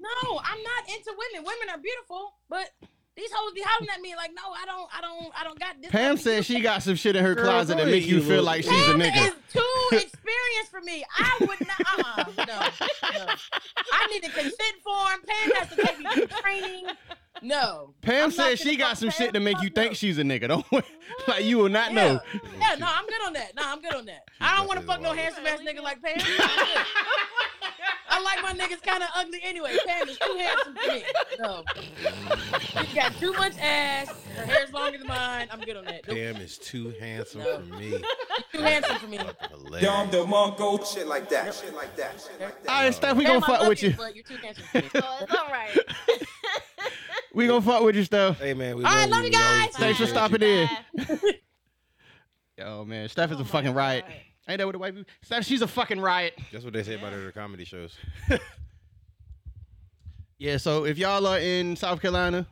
D: No, I'm not into women. Women are beautiful, but these hoes be hollering at me like, no, I don't, I don't, I don't got this.
A: Pam
D: nothing to
A: said
D: you.
A: she got some shit in her
C: Girl,
A: closet
C: go
A: that
C: ahead,
A: make
C: you
A: you feel
C: little-
A: like she's a
D: Pam
A: nigga.
D: is too experienced for me. I would not. Uh, no, no. I need a consent form. Pam has to take me through training. No.
A: Pam
D: I'm not
A: said
D: gonna
A: she got
D: fuck
A: some
D: Pam.
A: shit to make you
D: Fuck
A: think
D: no.
A: she's a nigga. Don't worry. like you will not
D: Yeah.
A: know.
D: Yeah, no, I'm good on that. No, I'm good on that. I don't want
C: definitely
D: to fuck no
C: wild.
D: handsome ass nigga like Pam. I'm good. I like my niggas kind of ugly anyway. Pam is too handsome for me. No. She got too much ass. Her hair's longer than mine. I'm good on that. Nope,
C: Pam is too handsome
D: No.
C: for me.
D: Too handsome for me.
C: Hilarious.
G: Shit like that. Shit like that. Shit like that.
A: All right, Steph, we
D: Pam,
A: gonna
D: I
A: fuck
D: love
A: with you.
D: but you're too handsome for me. All
E: Oh, it's all right.
A: We gonna fuck with you, Steph.
C: Hey man, we
D: All
C: love
D: right, love
C: we
D: you guys.
A: Thanks for
C: appreciate
A: stopping
C: you.
A: in.
E: Bye.
A: Oh man, Steph is
E: Oh,
A: a
E: my
A: fucking riot.
E: God.
A: Ain't that what the white people? Steph, she's a fucking riot.
C: That's what they say about other comedy shows.
A: Yeah. So if y'all are in South Carolina,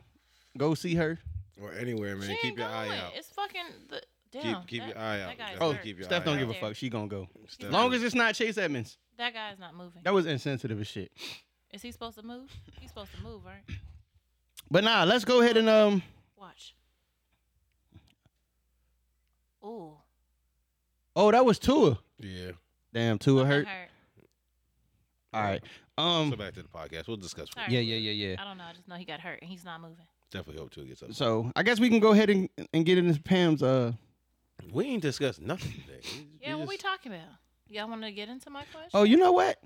A: go see her.
C: Or anywhere, man.
E: She
C: keep
E: ain't
C: your
E: going.
C: eye out.
E: It's fucking the. Damn,
C: Keep keep
E: that,
C: your eye
E: that
C: out.
E: guy's
A: Oh,
E: hurt.
C: Keep your
A: Steph
C: eye
A: don't give
C: out.
A: a fuck. She gonna go.
C: Steph
A: Long
C: is-
A: as it's not Chase Edmonds.
E: That guy's not moving.
A: That was insensitive as shit.
E: Is he supposed to move? He's supposed to move, right?
A: But nah, let's go ahead and um.
E: Watch. Ooh.
A: Oh, that was Tua.
C: Yeah.
A: Damn, Tua
E: that
A: hurt.
E: hurt.
A: All right.
C: So
A: Um.
C: back to the podcast. We'll discuss.
E: All right.
A: Yeah, yeah, yeah, yeah.
E: I don't know. I just know he got hurt and he's not moving.
C: Definitely hope Tua gets up.
A: So I guess we can go ahead and, and get into Pam's uh
C: We ain't discussed nothing today. We-
E: Yeah, what we
C: just-
E: talking about? Y'all want to get into my question?
A: Oh, you know what?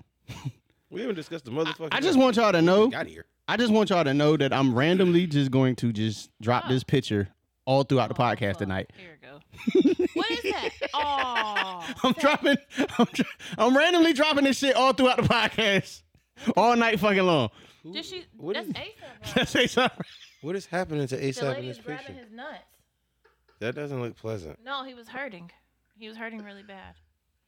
C: We haven't discussed the motherfucker.
A: I just want y'all to know.
C: Got here.
A: I just want y'all to know that I'm randomly just going to just drop
E: Oh.
A: this picture all throughout the
E: Oh,
A: podcast
E: fuck.
A: tonight.
E: Here we go. what is that? Oh,
A: I'm dropping I'm, dr- I'm randomly dropping this shit all throughout the podcast. All night fucking long.
E: did she?
C: What
E: that's
C: is-
E: ASAP.
A: Let's
E: Right?
A: say something.
C: What is happening to
E: The
C: ASAP in
E: lady
C: this
E: is
C: picture?
E: grabbing his nuts.
C: That doesn't look pleasant.
E: No, he was hurting. He was hurting really bad.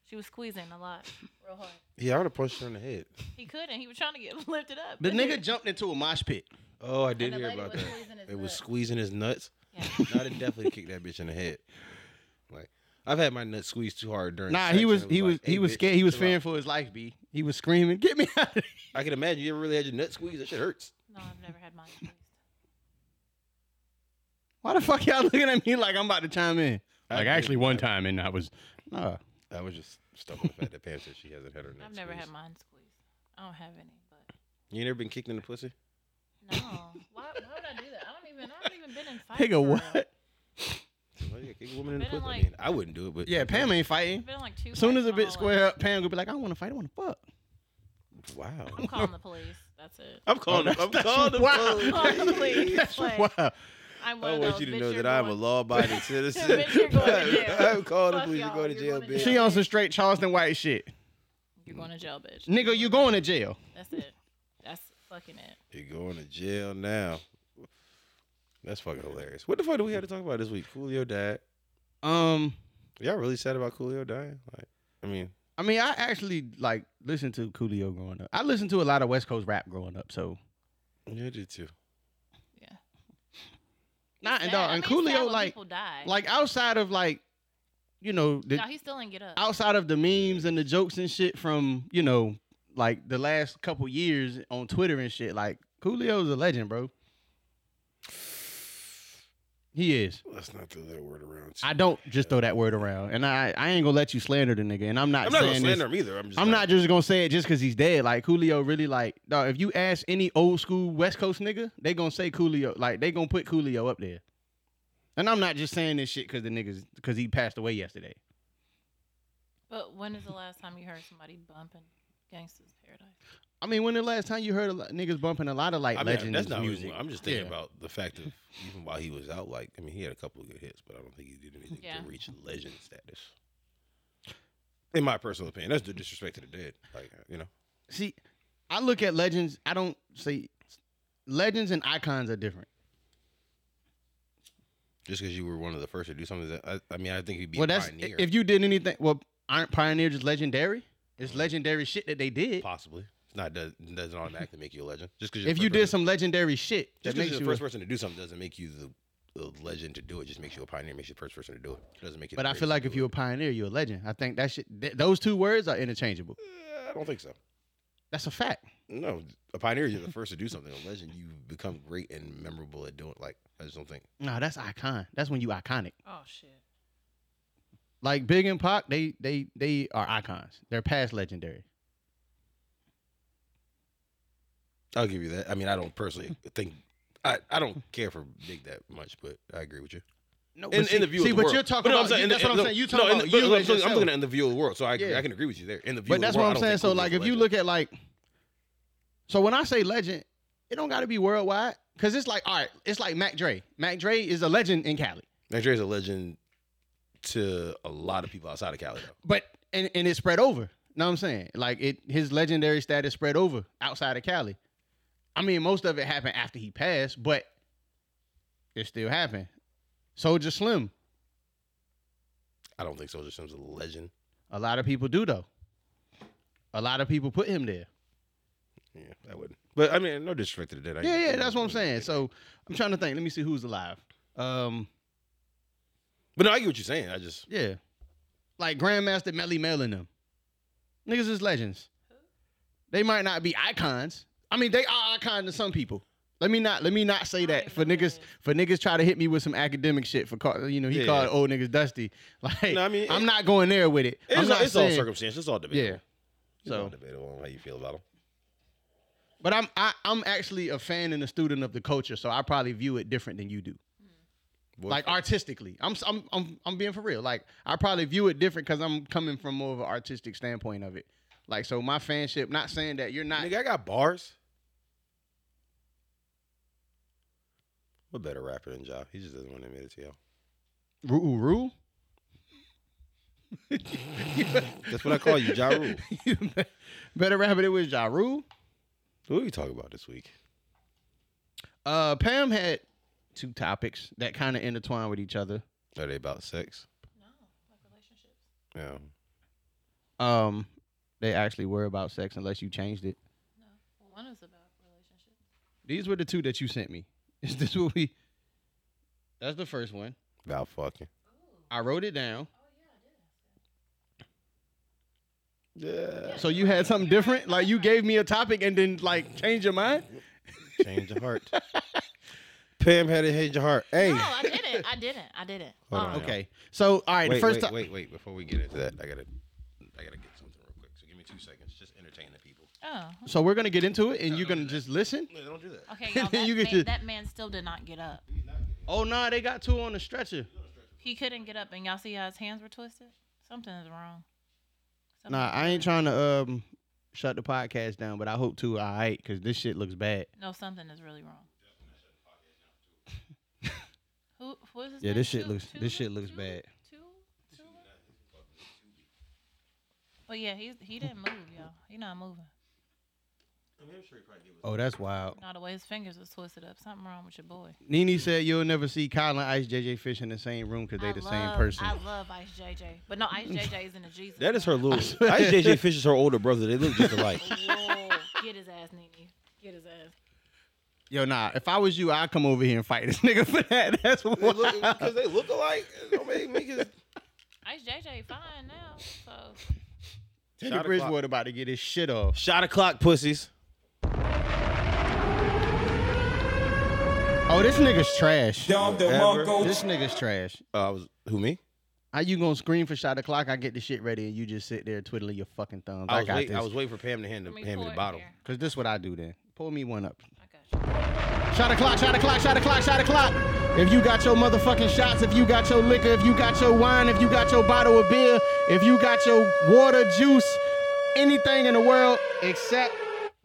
E: She was squeezing a lot, real hard.
C: Yeah, I would have punched her in the head.
E: He couldn't. He was trying to get lifted up.
A: The nigga jumped into a mosh pit.
C: Oh, I
E: And
C: did
E: the
C: hear
E: lady
C: about
E: was
C: that.
E: squeezing his
C: It was
E: nuts.
C: squeezing his nuts.
E: Yeah.
C: I'd have definitely kicked that bitch in the head. Like I've had my nuts squeezed too hard during.
A: Nah,
C: sex,
A: he was
C: and it
A: he was
C: like,
A: he
C: "Hey,
A: was
C: bitch,
A: scared. He was
C: chill out."
A: fearing for his life, B. He was screaming, "Get me out of here."
C: I can imagine you ever really had your nut squeezed. That shit hurts.
E: No, I've never had mine squeezed.
A: Why the fuck y'all looking at me like I'm about to chime in?
C: I
A: Like
C: did.
A: actually one time and I was nah.
C: I was just stuck on the fact that Pam said she hasn't had her nuts.
E: I've never had
C: squeezed.
E: mine squeezed. I don't have any, but
C: You ain't never been kicked in the pussy?
E: no. why, why would I do that? I don't even. I haven't even been in fights. for
A: Nigga,
E: real.
A: what?
C: Well, yeah, kick a woman in the
E: Been in,
C: pussy. I
E: like-
C: mean, I wouldn't do it, but
A: Yeah, Pam ain't fighting.
E: I've been in like two.
A: As soon
E: fights
A: as a
E: my
A: bit
E: whole
A: square
E: life.
A: up, Pam gonna be like, I don't want to fight. I want to fuck.
C: Wow.
E: I'm calling the police. That's it.
C: I'm calling.
A: Oh,
C: the- I'm
A: that's-
C: calling the
A: wow.
C: police.
E: Calling the police. Like,
A: Wow.
E: I'm one
C: I
E: of
C: want
E: those,
C: you to
E: "Bitch,
C: know
E: you're
C: that I'm a
E: going-
C: law-abiding citizen.
E: Bitch, you're going to jail.
C: I'm calling the
E: Fuck
C: police. You're
E: y'all.
C: going to
E: You're
C: jail,
E: going to
C: bitch.
A: She on some straight Charleston White shit.
E: You're going to jail, bitch.
A: Nigga, you going to jail.
E: That's it. That's fucking it.
C: You're going to jail now. That's fucking hilarious. What the fuck do we have to talk about this week? Coolio died.
A: Um,
C: Y'all really sad about Coolio dying? Like, I mean,
A: I mean, I actually like listened to Coolio growing up. I listened to a lot of West Coast rap growing up, so
C: Yeah, I did too.
A: not and
E: Sad.
A: dog and
E: I mean, it's sad
A: Coolio
E: when
A: like
E: people die.
A: like outside of like you know the,
E: no, he still didn't get up.
A: outside of the memes and the jokes and shit from you know like the last couple years on Twitter and shit. Like Coolio's a legend, bro. He is.
C: Let's not throw that word around.
A: I don't just throw that word around, and I I ain't gonna let you slander the nigga. And I'm not.
C: I'm not gonna
A: saying this-
C: slander him either. I'm just.
A: I'm
C: not
A: not just gonna say it just because he's dead. Like Coolio, really like dog. If you ask any old school West Coast nigga, they gonna say Coolio. Like they gonna put Coolio up there. And I'm not just saying this shit because the niggas because he passed away yesterday.
E: But when is the last time you heard somebody bumping Gangsta's Paradise?
A: I mean, when the last time you heard a lot, niggas bumping a lot of like
C: I mean,
A: legends
C: that's not
A: music?
C: music. I'm just thinking
A: Yeah.
C: about the fact of even while he was out, like I mean, he had a couple of good hits, but I don't think he did anything
E: Yeah.
C: to reach legend status. In my personal opinion, that's the disrespect to the dead. Like you know,
A: See, I look at legends. I don't say legends and icons are different.
C: just because you were one of the first to do something, that I, I mean, I think he'd be
A: well,
C: a
A: that's
C: pioneer.
A: if you did anything. Well, aren't pioneer just legendary? It's
C: Mm-hmm.
A: legendary shit that they did.
C: possibly, it's not does, doesn't automatically make you a legend. Just because
A: If you did some legendary shit,
C: just
A: that
C: because
A: makes
C: you're
A: you.
C: the first
A: a-
C: person to do something doesn't make you the. The legend to do it just makes you a pioneer. Makes you the first person to do it. it doesn't make you. the
A: but I feel
C: greatest
A: like
C: to
A: if
C: do
A: you're a
C: it.
A: pioneer, you're a legend. I think that shit. Th- those two words are interchangeable.
C: Eh, I don't think so.
A: That's a fact.
C: No, a pioneer, you're the first to do something. A legend, you become great and memorable at doing. Like I just don't think.
A: No, that's icon. That's when you iconic.
E: Oh shit.
A: Like Big and Pac, they they they are icons. They're past legendary.
C: I'll give you that. I mean, I don't personally think. I, I don't care for Big that much, but I agree with you.
A: No,
C: In,
A: but see,
C: in the view
A: see,
C: of the
A: but
C: world.
A: you're talking
C: But no,
A: about. you-
C: in
A: that's
C: the-
A: what I'm
C: no,
A: saying. You
C: no,
A: talking
C: in
A: about
C: the-
A: you
C: but
A: as
C: I'm, talking, I'm
A: yourself.
C: looking at in the view of the world, so I, agree-
A: Yeah.
C: I can agree with you there. In the view
A: But
C: of
A: that's
C: the
A: what
C: world,
A: I'm
C: I
A: saying.
C: don't
A: So
C: think
A: like, if
C: Kobe's a
A: you
C: legend.
A: look at like, so when I say legend, it don't got to be worldwide because it's like, all right, it's like Mac Dre. Mac Dre is a legend in Cali,
C: Mac Dre's a legend to a lot of people outside of Cali, though.
A: but and and it spread over. Know what I'm saying? Like it, his legendary status spread over outside of Cali. I mean, most of it happened after he passed, but it still happened. Soldier Slim,
C: I don't think Soldier Slim's a legend.
A: a lot of people do though. A lot of people put him there.
C: Yeah, I wouldn't. But I mean, no disrespect to the dead. I-
A: Yeah, yeah, that's what I'm saying.
C: Yeah.
A: So I'm trying to think. Let me see who's alive. Um,
C: but no, I get what you're saying. I just
A: Yeah. Like Grandmaster Melly Mel and them. Niggas is legends. They might not be icons. I mean, they are icons to some people. Let me not let me not say that
E: even
A: for
E: know who that
A: niggas
E: is.
A: for niggas try to hit me with some academic shit for call, you know he
C: Yeah.
A: called old niggas dusty like
C: No,
A: I
C: I mean,
A: am
C: it-
A: not going there with it I'm
C: It's,
A: not
C: all, it's all
A: saying,
C: circumstantial. It's all debatable.
A: yeah
C: It's all
A: So-
C: debatable on how you feel about them.
A: but I'm I, I'm actually a fan and a student of the culture so I probably view it different than you do like artistically. I'm, I'm I'm I'm being for real. Like I probably view it different because I'm coming from more of an artistic standpoint of it. Like so, my fanship. Not saying that you're not.
C: nigga, I got bars. What better rapper than Ja? He just doesn't want to admit it to y'all.
A: Roo roo.
C: That's what I call you, Ja Rule.
A: Better rapper than with Ja Rule.
C: What are we talking about this week?
A: Uh, Pam had two topics that kind of intertwine with each other.
C: Are they about sex?
E: No, like relationships.
C: Yeah.
A: Um, they actually were about sex unless you changed it.
E: No, well, one is about relationships.
A: These were the two that you sent me. Is this what we? That's the first one.
C: About fucking.
A: I wrote it down.
C: Yeah.
A: So you had something different? Like you gave me a topic and then like change your mind?
C: Change your heart. Pam had to change your heart. Hey.
E: No, I didn't. I didn't. I didn't.
C: Hold
E: Um,
C: on.
A: Okay. So all right,
C: wait,
A: the
C: wait,
A: first time
C: wait, wait. Before we get into that, I gotta, I gotta get something real quick. So give me two seconds. Just entertain the people.
E: Oh.
A: So we're gonna get into it and you're gonna just listen?
C: No, don't do that.
E: Okay, y'all, that,
A: You get
E: man,
A: your-
E: that man still did not get up.
A: Oh nah, they got two on the stretcher.
E: He couldn't get up, and y'all see how his hands were twisted. Something is wrong. Something-
A: Nah, I ain't trying to um shut the podcast down, but I hope to all right, because this shit looks bad.
E: No, something is really wrong. Who? What is his
A: Yeah,
E: name?
A: this shit
E: Tu-
A: looks- this
E: Tuba?
A: shit looks
E: Tu-
A: bad.
E: Tu- Tuba? But yeah, he's he didn't move, y'all. He not moving.
A: Oh, that's wild.
E: Not the way his fingers was twisted up. Something wrong with your boy.
A: Nini said you'll never see Colin Ice JJ Fish in the same room because they
E: I
A: the
E: love-
A: same person.
E: I love Ice JJ, but no, Ice JJ is in a Jesus.
C: That is her little.
A: swear.
C: I JJ Fish is her older brother. They look just alike.
E: Whoa, get his ass, Nene. Get his ass.
A: Yo, nah. If I was you, I'd come over here and fight this nigga for that. That's what.
C: They look- Because they look alike. Don't make me just-
E: Ice JJ fine now, so
A: Teddy
C: Shot
A: Bridgewater about to get his shit off.
C: Shot o'clock pussies.
A: Oh, this nigga's trash.
C: Ever.
A: This nigga's trash.
C: Uh, I was who me?
A: How you gonna scream for shot o'clock? I get the shit ready and you just sit there twiddling your fucking thumbs.
C: I
A: I,
C: was,
A: got
C: wait,
A: this.
C: I was waiting for Pam to hand, the,
E: let me
C: hand me
E: pour
C: the
E: it
C: bottle.
E: here.
A: Cause this what I do then. Pull me one up.
E: I got you.
A: Shot o'clock, shot o'clock, shot o'clock, shot o'clock. If you got your motherfucking shots, if you got your liquor, if you got your wine, if you got your bottle of beer, if you got your water, juice, anything in the world except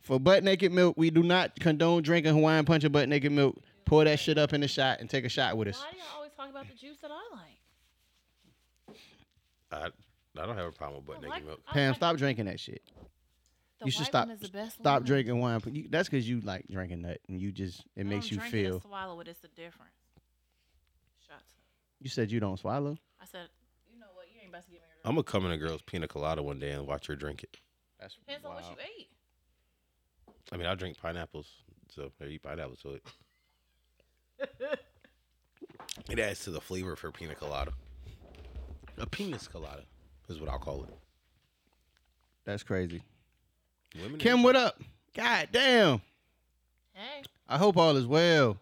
A: for butt naked milk, we do not condone drinking Hawaiian punch or butt naked milk. Pour that shit up in the shot and take a shot with us.
E: Why do y'all always talk about the juice that I like?
C: I, I don't have a problem with butt
E: I
C: naked
E: like
C: milk.
E: I
A: Pam,
E: like-
A: stop drinking that shit.
E: the
A: You should
E: white
A: stop.
E: one is the best
A: Stop
E: one.
A: drinking wine. but you- That's because you like drinking that, and you just it
E: I
A: makes
E: don't
A: you
E: drink it, I
A: feel.
E: swallow it. It's the difference. Shots.
A: You said you don't swallow.
E: I said, you know what? You ain't about to get married.
C: I'm gonna come in a girl's pina colada one day and watch her drink it.
A: That's
E: Depends on what you ate.
C: I mean, I drink pineapples, so I eat pineapples, so it. it adds to the flavor of her pina colada. A penis colada is what I'll call it.
A: That's crazy.
C: Women
A: Kim, what up? God damn.
E: Hey,
A: I hope all is well.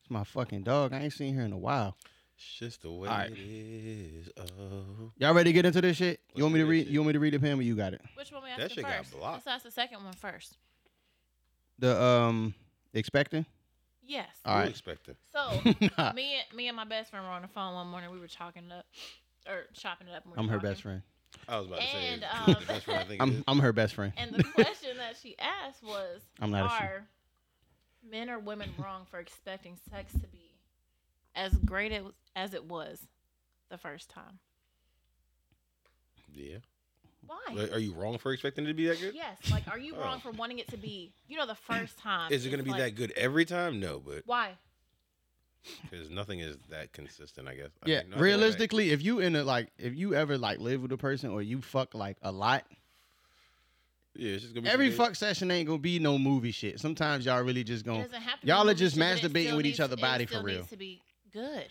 A: It's my fucking dog. I ain't seen her in a while.
C: it's just the way
A: Alright.
C: it is. Oh,
A: Y'all ready to get into this shit?
C: Let's
A: You want me
C: do
A: to
C: this
A: read?
C: shit.
A: You want me to read it, Pam, or you got it?
E: which one we
C: That
E: asking
C: shit got
E: first?
C: blocked.
E: Let's ask the second one first.
A: The um, expecting.
E: Yes.
A: All right.
C: expecting.
E: So
A: Nah,
E: me and me and my best friend were on the phone one morning. We were talking it up or chopping it up. and we were
A: I'm her
E: talking.
A: best friend.
C: I was about to say.
E: And,
C: it's
E: um,
C: the best friend I think it
A: I'm
C: is.
A: I'm her best friend.
E: And the question that she asked was,
A: I'm not a she.
E: are men or women wrong for expecting sex to be as great it, as it was the first time?
C: Yeah.
E: Why?
C: Like, Are you wrong for expecting it to be that good?
E: Yes. Like, are you wrong
C: Oh.
E: for wanting it to be, you know, the first time?
C: Is it gonna be that good every time? No, but
E: Why?
C: because nothing is that consistent, I guess. I
A: Yeah,
C: mean, nothing like that-
A: realistically, if you in a like, if you ever like live with a person or you fuck like a lot,
C: yeah, it's just gonna be
A: every
C: some
A: fuck session ain't gonna be no movie shit. Sometimes y'all really just
E: It
A: gonna
E: doesn't have to be
A: y'all are
E: movie
A: just
E: shit, but it
A: masturbating
E: still
A: with
E: needs-
A: each other
E: it
A: body
E: still
A: for real.
E: Needs to be good.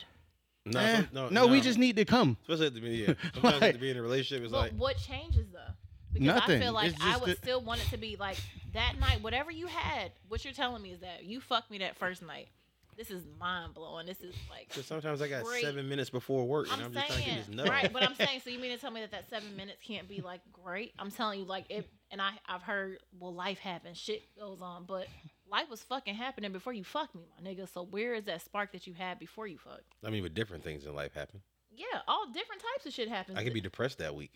C: good- No,
A: Eh,
C: some- no,
A: no, we just need to come.
C: Especially at the be- yeah. Sometimes
A: Like-
C: to be in a relationship, it's
E: But
C: like
E: what changes though? Because
A: Nothing.
E: I feel like
A: It's
E: I
A: just
E: would
A: that-
E: still want it to be like that night, whatever you had, what you're telling me is that you fucked me that first night. This is mind blowing. This is like
C: Because sometimes I got
E: Great.
C: seven minutes before work, and
E: I'm,
C: I'm, just trying to
E: saying
C: get this nut.
E: right,
C: Right,
E: but I'm saying so you mean to tell me that that seven minutes can't be like great? I'm telling you like it, and I I've heard well life happens, shit goes on, but life was fucking happening before you fucked me, my nigga. So where is that spark that you had before you fucked?
C: I mean, but different things in life happen.
E: Yeah, all different types of shit happens.
C: I could be depressed that week.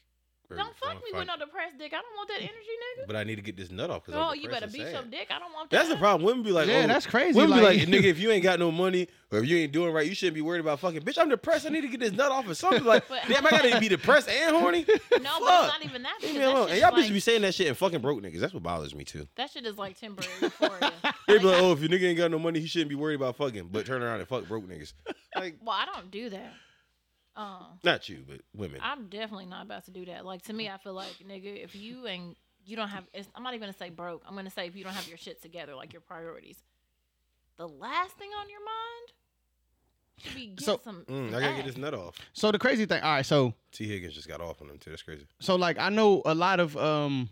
C: or
E: don't fuck me
C: fine.
E: with no depressed dick. I don't want that energy, nigga.
C: But I need to get this nut off. Cause
E: Oh,
C: I'm
E: you better
C: depressed
E: beat
C: and
E: your
C: sad.
E: dick. I don't want that.
C: That's the problem. Women be like,
A: Yeah,
C: oh,
A: that's crazy,
C: Women
A: like-
C: be like, nigga, if you ain't got no money or if you ain't doing right, you shouldn't be worried about fucking. Bitch, I'm depressed. I need to get this nut off or something. Like,
E: But-
C: damn, I gotta be depressed and horny.
E: No, but it's
C: Fuck.
E: not even that.
C: Leave
E: Because
C: me
E: that,
C: alone.
E: shit
C: And
E: is
C: y'all
E: like,
C: bitches be saying that shit and fucking broke niggas. That's what bothers me too.
E: that shit is like temporary euphoria.
C: They be
E: Like,
C: like, oh, if your nigga ain't got no money, he shouldn't be worried about fucking. But turn around and fuck broke niggas. Like,
E: well, I don't do that. Um,
C: not you, but women.
E: I'm definitely not about to do that. Like to me, I feel like nigga, if you and you don't have, it's, I'm not even gonna say broke. I'm gonna say if you don't have your shit together, like your priorities. The last thing on your mind should be get
A: So-
E: some.
C: Mm,
E: some
C: I gotta get
E: ass.
C: this nut off.
A: So the crazy thing, all right, so
C: T. Higgins just got off on them too. That's crazy.
A: so like I know a lot of um,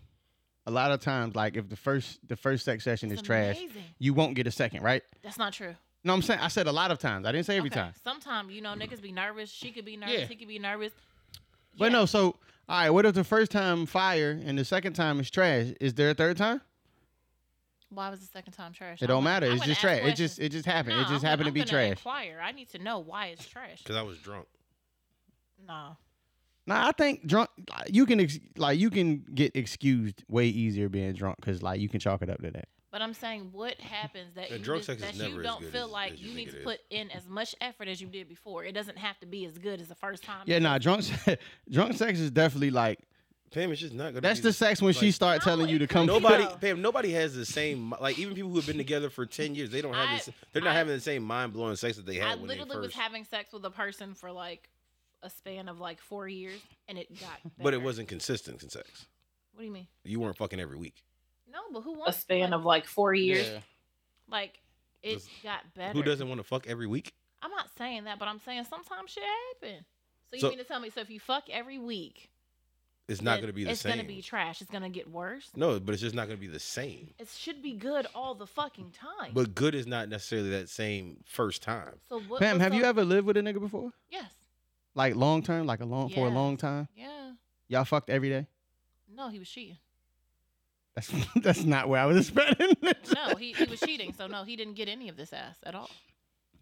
A: a lot of times like if the first the first sex session
E: It's
A: is trash,
E: amazing.
A: you won't get a second, right?
E: That's not true.
A: No, I'm saying I said a lot of times. I didn't say every
E: Okay.
A: time.
E: Sometimes you know niggas be nervous. She could be nervous.
A: Yeah.
E: He could be nervous.
A: But no, so all right, what if the first time fire and the second time is trash? Is there a third time?
E: Why was the second time trash?
A: It
E: I
A: don't
E: wouldn't-
A: matter.
E: I
A: It's
E: wouldn't
A: just
E: ask
A: trash. It just
E: questions.
A: it just happened.
E: No,
A: it just
E: I'm
A: happened
E: gonna-
A: to be
E: I'm gonna
A: trash.
E: Inquire. I need to know why it's trash.
C: Cause I was drunk.
E: No,
A: Nah, I think drunk like, you can ex- like you can get excused way easier being drunk because like you can chalk it up to that.
E: but I'm saying what happens that
C: Yeah,
E: you,
C: drug
E: just-
C: sex is
E: that
C: never
E: you
C: as
E: don't
C: good
E: feel
C: as-
E: like
C: as you
E: you
C: think
E: need to
C: it
E: put in as much effort as you did before. It doesn't have to be as good as the first time.
A: Yeah, nah, drunk se- drunk sex is definitely like
C: Pam is just not gonna.
A: That's
C: be
A: the sex when she
C: like-
A: start
E: No,
A: telling you to
E: it's
A: come.
E: not.
C: Nobody,
E: No.
C: Pam. Nobody has the same like. Even people who have been together for ten years, they don't have.
E: I-
C: this, they're not
E: I-
C: having the same mind blowing sex that they had
E: I
C: when
E: literally
C: they first.
E: was having sex with a person for like a span of like four years, and it got.
C: but it
E: better.
C: wasn't consistent in sex.
E: What do you mean?
C: You weren't fucking every week.
E: No, but who
D: A
E: wants
D: span
E: like,
D: of like four years.
E: Like it
C: Does-
E: got better.
C: Who doesn't want to fuck every week?
E: I'm not saying that, but I'm saying sometimes shit happen. So you
C: So-
E: mean to tell me? So if you fuck every week,
C: It's not
E: then
C: gonna be the
E: It's
C: same.
E: gonna be trash. It's gonna get worse.
C: no, but it's just not gonna be the same.
E: It should be good all the fucking time.
C: But good is not necessarily that same first time.
E: so what?
A: Pam,
E: what's
A: have you
E: up-
A: ever lived with a nigga before?
E: Yes.
A: Like long term, like a long for a
E: Yes.
A: long time.
E: Yeah.
A: Y'all fucked every day.
E: No, he was cheating.
A: That's that's not where I was expecting. this.
E: No, he, he was cheating. So no, he didn't get any of this ass at all.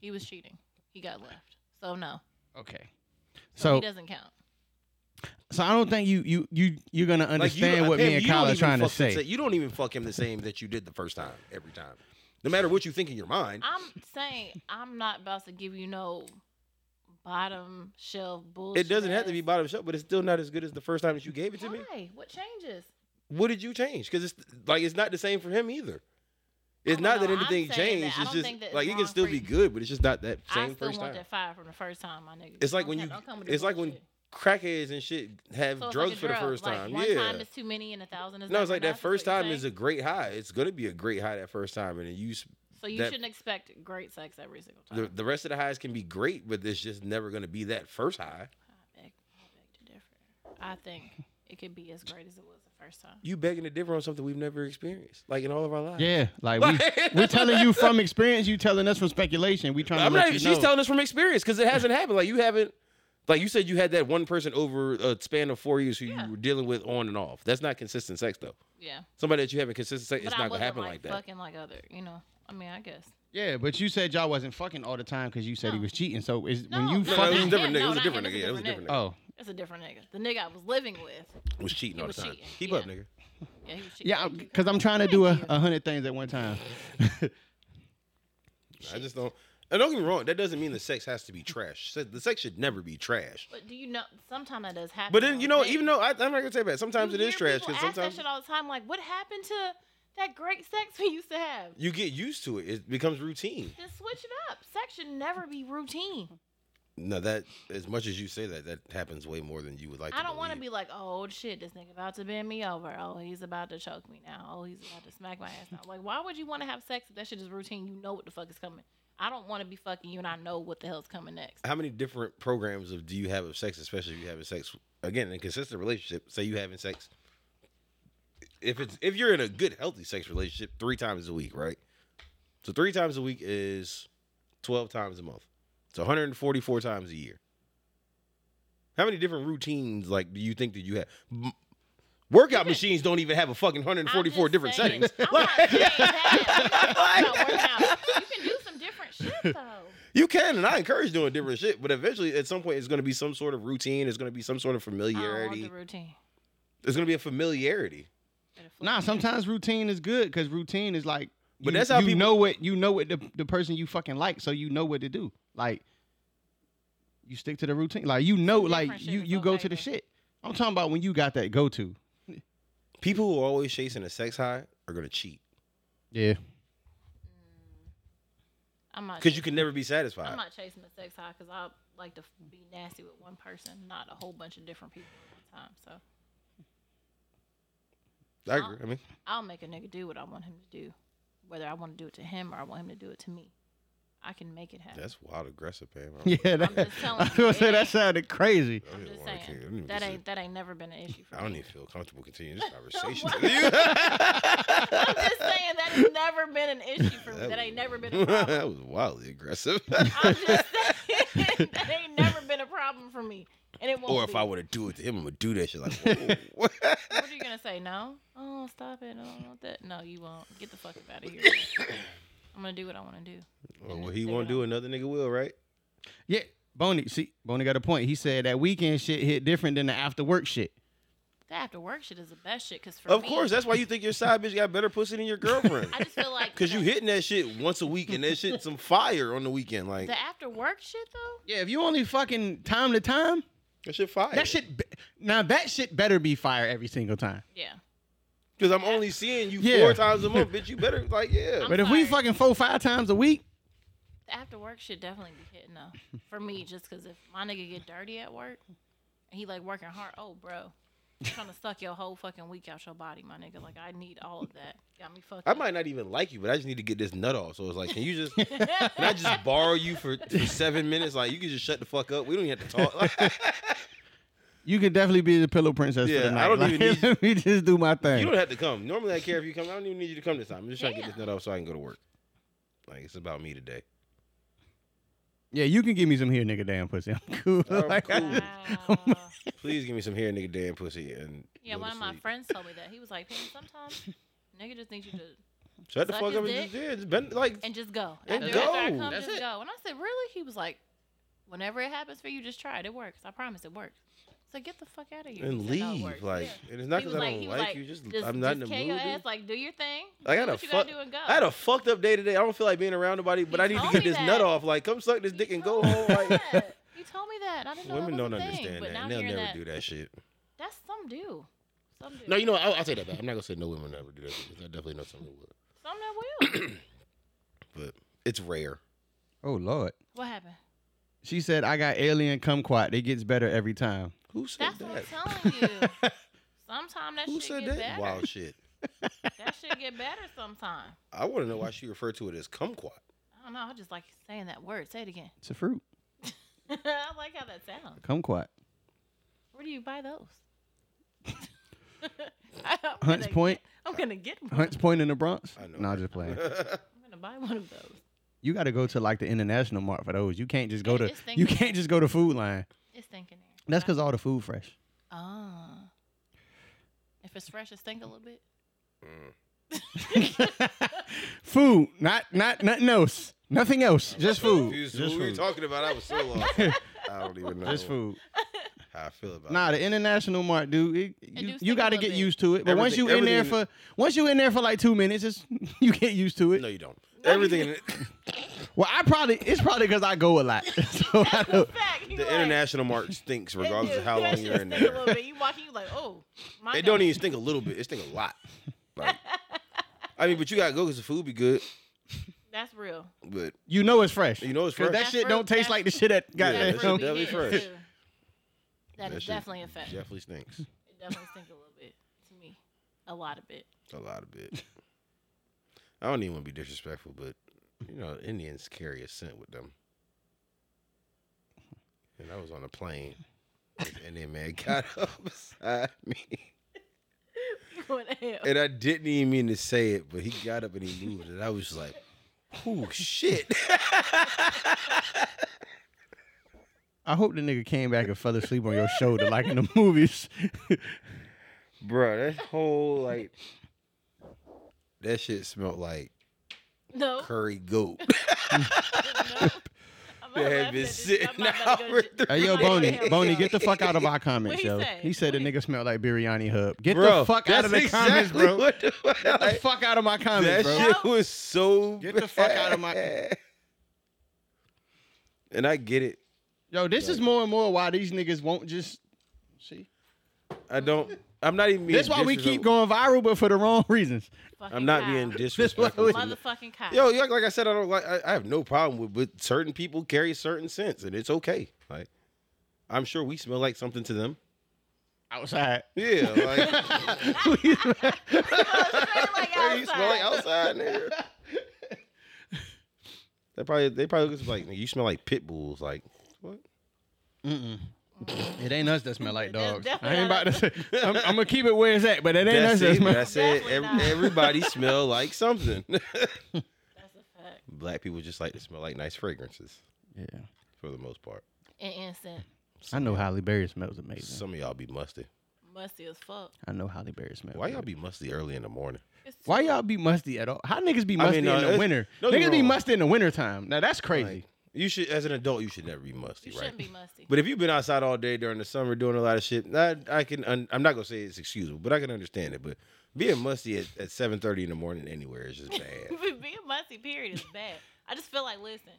E: He was cheating. He got left. So no.
A: Okay.
E: So, he
A: So
E: doesn't count.
A: so I don't think you you you uh, you're gonna
C: Like, you
A: understand
C: don't-
A: what
C: Pam,
A: me and
C: you don't
A: Kyle are
C: even
A: trying to
C: fuck the
A: say.
C: sa- You don't even fuck him the same that you did the first time every time. No matter what you think in your mind.
E: I'm saying I'm not about to give you no bottom shelf bullshit.
C: It doesn't have to be bottom shelf, but it's still not as good as the first time that you gave it to me.
E: Why? What changes?
C: What did you change? Because it's like it's not the same for him either. It's
E: don't
C: not that
E: know. Oh, I'm
C: anything
E: saying that.
C: changed.
E: I
C: It's
E: don't think
C: just
E: that it's
C: like it can
E: wrong
C: still
E: for
C: be
E: you.
C: good, but it's just not that
E: I
C: same
E: still
C: first
E: want
C: time.
E: that fire from the first time, my nigga.
C: It's like
E: Don't
C: when
E: have-
C: you-
E: don't come with
C: It's
E: the
C: like when
E: bullshit.
C: crackheads and shit have
E: So it's
C: drugs
E: like a
C: for the
E: drug,
C: first
E: like,
C: time.
E: One
C: yeah.
E: time is too many, and a thousand is
C: no,
E: not
C: it's like
E: enough.
C: that
E: That's what
C: first
E: you're
C: time is a
E: saying?
C: great high. It's gonna be a great high that first time, and then you s-
E: So you
C: that-
E: shouldn't expect great sex every single time.
C: the, the rest of the highs can be great, but it's just never gonna be that first high.
E: I beg, I beg to differ. I think it could be as great as it was the first time.
C: You begging to differ on something we've never experienced, like in all of our lives.
A: yeah, like we we're telling you from experience. You telling us from speculation. We trying to
C: I'm
A: let
C: not.
A: you
C: She's
A: know.
C: telling us from experience because it hasn't happened. Like you haven't. Like you said, you had that one person over a span of four years who
E: Yeah.
C: you were dealing with on and off. That's not consistent sex, though.
E: Yeah,
C: Somebody that you haven't consistent sex,
E: but
C: it's
E: I
C: not
E: wasn't
C: gonna happen
E: like,
C: like that.
E: fucking like other. You know, I mean, I guess.
A: yeah, but you said y'all wasn't fucking all the time because you said he
E: No.
A: was cheating. So is
E: No,
A: when you
C: No,
E: no,
C: it was a
A: fucking.
E: not
C: different
E: him.
C: nigga.
E: No,
C: It was a
E: not
C: different
E: him.
C: nigga.
E: It's
C: Yeah,
E: a
C: It was a
E: different
C: different nigga.
A: Oh
E: It's a different nigga. The nigga I was living with.
C: Was cheating
E: He
C: all the
E: was
C: time.
E: cheating,
C: Keep
E: yeah.
C: up, nigga.
E: Yeah, he was cheating.
A: yeah,
E: Thank you.
A: because I'm trying to do a,
E: Thank you.
A: a hundred things at one time.
C: I just don't. And don't get me wrong. That doesn't mean the sex has to be trash. Se- The sex should never be trash.
E: But do you know? Sometimes that does happen.
C: But then you know,
E: though.
C: even though I, I'm not gonna say that. Sometimes
E: You
C: it is
E: hear
C: trash
E: people
C: because
E: ask
C: sometimes
E: that shit all the time. Like, what happened to that great sex we used to have?
C: you get used to it. It becomes routine.
E: Just switch it up. Sex should never be routine.
C: No, that as much as you say that, that happens way more than you would like.
E: I don't
C: want
E: want to be like, oh shit, this nigga about to bend me over. Oh, he's about to choke me now. Oh, he's about to smack my ass now. Like, why would you want to have sex if that shit is routine? You know what the fuck is coming. I don't want to be fucking you, and I know what the hell's coming next.
C: How many different programs of do you have of sex, especially if you having sex again in a consistent relationship? Say you having sex. If it's if you're in a good healthy sex relationship, three times a week, right? So three times a week is twelve times a month. It's 144 times a year. How many different routines like do you think that you have? M- Workout machines don't even have a fucking 144
E: I'm just
C: different
E: saying-
C: settings.
E: I'm not saying that. I'm not talking about working out. You can do some different shit though.
C: You can, and I encourage doing different shit. But eventually, at some point, it's going to be some sort of routine. It's going to be some sort of
E: I don't want
C: familiarity.
E: Oh, the routine.
C: It's going to be a familiarity.
E: Better flip
A: Nah,
E: it.
A: sometimes routine is good because routine is like.
C: But
A: you-
C: that's how
A: you
C: people-
A: know what you know what the, the person you fucking like, so you know what to do. Like you stick to the routine. Like you know,
E: Some
A: like
E: different shit
A: you
E: is
A: you go to the
E: okay,
A: shit. I'm talking about when you got that go to.
C: People who are always chasing a sex high are going to cheat
A: Yeah.
E: I'm not
C: because you
E: chasing-
C: can never be
E: I'm
C: satisfied.
E: not chasing the sex high because I like to f- be nasty with one person, not a whole bunch of different people at one time. So
C: I agree. I mean,
E: I'll make a nigga do what I want him to do, whether I want to do it to him or I want him to do it to me. I can make it happen.
C: that's wild aggressive, man. I don't
A: Yeah. That,
E: just telling
A: I was
E: you,
A: gonna say
E: it
A: that
E: ain't-
A: sounded crazy.
C: I don't
E: I'm
C: even
E: just
C: wanna care. I don't
E: saying
C: even
E: that
C: dis-
E: ain't that ain't never been an issue for
C: I don't
E: me.
C: even feel comfortable continuing this conversation.
E: Why?
C: with you.
E: I'm just saying that has never been an issue for me.
C: That
E: That
C: was-
E: ain't never been a problem.
C: that was wildly aggressive.
E: I'm just saying that ain't never been a problem for me, and it won't.
C: or if
E: be.
C: I were to do it to him, I'm gonna do that shit. Like, whoa.
E: What are you gonna say? No? Oh, stop it! I don't want that. No, you won't. Get the fuck up out of here. I'm gonna do what I want to do.
C: well, what he won't do, another nigga will, right?
A: Yeah. Boney, see, Boney got a point. He said that weekend shit hit different than the after work shit.
E: The after work shit is the best shit. Cause for
C: Of
E: me,
C: course, that's why you think your side bitch got better pussy than your girlfriend.
E: I just feel like
C: Cause you
E: the-
C: hitting that shit once a week, and that shit some fire on the weekend. Like
E: the after work shit though.
A: Yeah, if you only fucking time to time,
C: That shit fire.
A: That shit. be- Now that shit better be fire every single time.
E: Yeah.
C: Because I'm only seeing you
A: Yeah.
C: four times a month, bitch. You better like yeah.
E: I'm
A: But if we
E: sorry.
A: fucking four five times a week,
E: The after work should definitely be hitting though. For me, just because if my nigga get dirty at work and he like working hard, oh bro, I'm trying to suck your whole fucking week out your body, my nigga. Like I need all of that. Got me fucking.
C: I might not even like you, but I just need to get this nut off. So it's like, can you just can I just borrow you for, for seven minutes? Like you can just shut the fuck up. We don't even have to talk.
A: you can definitely be the pillow princess for
C: Yeah,
A: the
C: I
A: night.
C: don't even
A: Like,
C: need-
A: let me just do my
C: you
A: thing.
C: don't have to come. Normally I care if you come. I don't even need you to come this time. I'm just trying to get this
E: Damn.
C: nut off so I can go to work. Like it's about me today.
A: yeah, you can give me some here, nigga, damn pussy. I'm cool.
C: Oh, I'm
A: Like, I
C: cool.
A: just-
E: Wow.
C: Please give me some hair, nigga, damn pussy, and
E: yeah,
C: go to
E: one of my
C: sleep.
E: friends told me that he was like, "Pam, sometimes nigga just thinks you to
C: Shut the
E: suck
C: fuck
E: his
C: up and
E: dick.
C: just, yeah, just bend, like
E: and just go.
C: And
E: after, after I
C: go.
E: come,
C: That's
E: just
C: it.
E: go. And I said, really? He was like, whenever it happens for you, just try it. It works. I promise, it works. So get the fuck out of here.
C: and
E: He said, "No, it
C: leave.
E: works."
C: Like
E: Yeah.
C: and it's not
E: He
C: because
E: was
C: I
E: he
C: don't
E: was
C: like, you. Just,
E: just
C: I'm not
E: just
C: in
E: kill
C: the
E: your
C: mood.
E: ass,
C: dude.
E: like do your thing.
C: I
E: do
C: got a
E: what you gotta
C: fuck.
E: do and go.
C: I had a fucked up day today. I don't feel like being around nobody, but I need to
E: told
C: get
E: me
C: this nut
E: that.
C: off. Like, come suck this
E: He
C: dick and go
E: told
C: home.
E: me
C: Like,
E: that. He told me that. I didn't know.
C: women
E: that was
C: don't
E: a thing,
C: understand
E: but
C: that.
E: now
C: and They'll
E: hearing
C: never
E: that,
C: do that shit.
E: That's some do. Some do.
C: No, you know, what? I'll, I'll say that back. I'm not gonna say no women never do that. Because I definitely know some who would,
E: Some that will.
C: but it's rare.
A: oh Lord.
E: what happened?
A: She said, "I got alien kumquat. It gets better every time."
C: Who said
E: That's
C: that?
E: what I'm telling you. Sometime that
C: Who
E: shit
C: said
E: get
C: that?
E: better.
C: Wild shit.
E: That shit get better sometime.
C: I want to know why she referred to it as kumquat.
E: I don't know. I just like saying that word. Say it again.
A: It's a fruit,
E: I like how that sounds.
A: kumquat.
E: Where do you buy those? I'm
A: Hunts
E: gonna
A: Point.
E: get- I'm gonna get one.
A: Hunts Point in the Bronx.
C: I know.
A: No, I'm just playing.
E: I'm gonna buy one of those.
A: You got to go to like the international mart for those. You can't just go
E: Yeah,
A: to
E: it's
A: you
E: thinking.
A: can't just go to Food Line.
E: It's thinking there.
A: That's because all the food fresh.
E: Ah. If it's fresh, it stink a little bit.
A: Food, not not nothing else. Nothing else. Just food.
C: Confused
A: Just
C: who we were
A: food.
C: talking about? I was so lost. I don't even know
A: Just food.
C: how I feel about
A: Nah,
C: it.
A: the international mart, dude. it- you
E: do
A: you
E: stink a
A: got to
E: little
A: get
E: bit.
A: used to it. But once you
C: Everything-
A: in there for
C: everything-
A: once you in there for like two minutes, it's, you get used to it.
C: No, you don't. Everything in it-
A: Well, I probably it's probably because I go a lot. so I know.
E: Fact, you
C: the
E: like,
C: international mark stinks
E: it
C: regardless
E: do.
C: of how
E: That
C: long
E: shit
C: you're in
E: stink a
C: there.
E: little bit. You walk in, you like, oh, my.
C: It don't
E: God.
C: even stink a little bit. It stink a lot. Like, I mean, but you gotta go because the food be good.
E: That's real.
C: But
A: You know it's fresh.
C: You know it's
A: 'Cause
C: fresh.
A: That
E: That's
A: shit
E: fruit.
A: don't taste
E: That's-
A: like the shit that
C: Yeah,
A: goddamn.
C: that
E: Real
C: shit
E: be
C: definitely
E: hidden,
C: fresh.
E: too.
C: that
E: that is
C: shit
E: definitely a fact.
C: Definitely stinks
E: It definitely stink a little bit to me. A lot of it.
C: a lot of it. I don't even want to be disrespectful, but you know, Indians carry a scent with them. And I was on a plane. This Indian man got up beside me.
E: Going to hell.
C: and I didn't even mean to say it, but he got up and he moved, and I was just like, "Oh shit!"
A: I hope the nigga came back and fell asleep on your shoulder like in the movies.
C: Bro, that whole like that shit smelled like
A: Oh.
E: No.
C: curry goat.
E: no. I'm
C: that had been sitting out for three
A: hey yo,
E: Like,
A: Boney,
E: hell
A: Boney,
E: no.
A: get the fuck out of our comments,
E: What he
A: yo.
E: say?
A: He said the
E: What he-
A: nigga smelled like biryani hub. Get
C: bro,
A: the fuck out
C: that's
A: of the comments,
C: exactly
A: bro.
C: What the fuck?
A: Get the
C: Like,
A: fuck out of my
C: that
A: comments, bro.
C: shit was so.
A: Get the fuck out of my-
C: bad. And I get it.
A: Yo, this is more and more why these niggas won't just see.
C: I don't. I'm not even. Being
A: That's why we keep
C: disrespectful.
A: going viral, but for the wrong reasons.
C: I'm not being disrespectful.
A: we-
C: to you.
E: Motherfucking cow.
C: Yo, yeah, like I said, I don't like. I, I have no problem with, but certain people carry certain scents, and it's okay. Like, I'm sure we smell like something to them.
A: Outside.
C: Yeah, like
E: like
C: hey, you smell like
E: outside.
C: outside, nigga. They probably they probably look at us like nigga, you smell like pit bulls. Like what?
A: It ain't us that smell like
E: That's
A: dogs. I
E: definitely
A: ain't about
E: not
A: to say. I'm, I'm gonna keep it where it's at, but it ain't
C: That's
A: us that
C: it.
A: smell.
C: But I said
E: Definitely
C: ev-
E: not.
C: everybody smell like something.
E: That's a fact.
C: Black people just like to smell like nice fragrances
A: Yeah,
C: for the most part.
E: And instant.
A: I know Holly Berry smells amazing.
C: Some of y'all be musty.
E: Musty as fuck.
A: I know Holly Berry smells.
C: Why
A: good.
C: y'all be musty early in the morning?
E: It's
A: Why y'all be musty at all? How niggas be
C: I
A: musty
C: mean, no,
A: in the
C: it's-
A: winter?
C: don't get me
A: Niggas be
C: wrong.
A: musty in the winter time. Now that's crazy.
C: Like, you should, as an adult, you should never be musty,
E: You
C: right?
E: shouldn't be musty.
C: But if you've been outside all day during the summer doing a lot of shit, I, I can. Un, I'm not gonna say it's excusable, but I can understand it. But being musty at, at 7:30 in the morning anywhere is just bad.
E: Being musty, period, is bad. I just feel like, listen,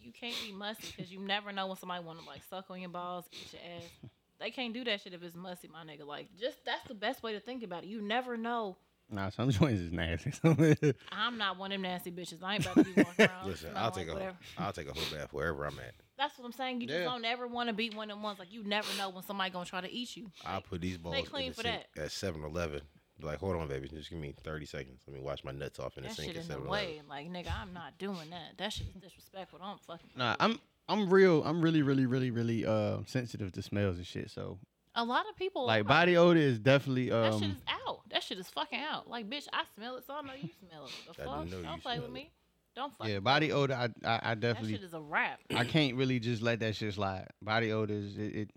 E: you can't be musty because you never know when somebody want to like suck on your balls, eat your ass. They can't do that shit if it's musty, my nigga. Like, just that's the best way to think about it. You never know.
A: Nah, some joints is nasty. Some-
E: I'm not one of them nasty bitches. I ain't about to be walking around.
C: Listen,
E: smelling
C: I'll take
E: like
C: a
E: Oh, whatever.
C: I'll take a whole bath wherever I'm at.
E: That's what I'm saying. You just
C: Yeah.
E: don't ever want to be one of them ones. Like, you never know when somebody gonna try to eat you.
C: I'll
E: Like,
C: put these balls
E: clean
C: in the
E: for
C: sink at 7-Eleven. Be Like, hold on, baby, just give me thirty seconds. Let me wash my nuts off in the
E: that
C: sink
E: shit
C: at
E: in the
C: 7-Eleven.
E: way. Like, nigga, I'm not doing that. That shit is disrespectful. Don't fucking.
A: nah, I'm I'm real. I'm really, really, really, really uh sensitive to smells and shit. So
E: A lot of people
A: like
E: are.
A: body odor is definitely
E: That shit
A: um
E: is out. That shit is fucking out. Like, bitch, I smell it, so I know you smell it. The
C: I
E: fuck?
C: know you
E: Don't play
C: smell
E: with
C: it.
E: me. Don't fuck.
A: yeah body odor. I I, I
E: that
A: definitely
E: shit is a wrap.
A: I can't really just let that shit slide. Body odors it. it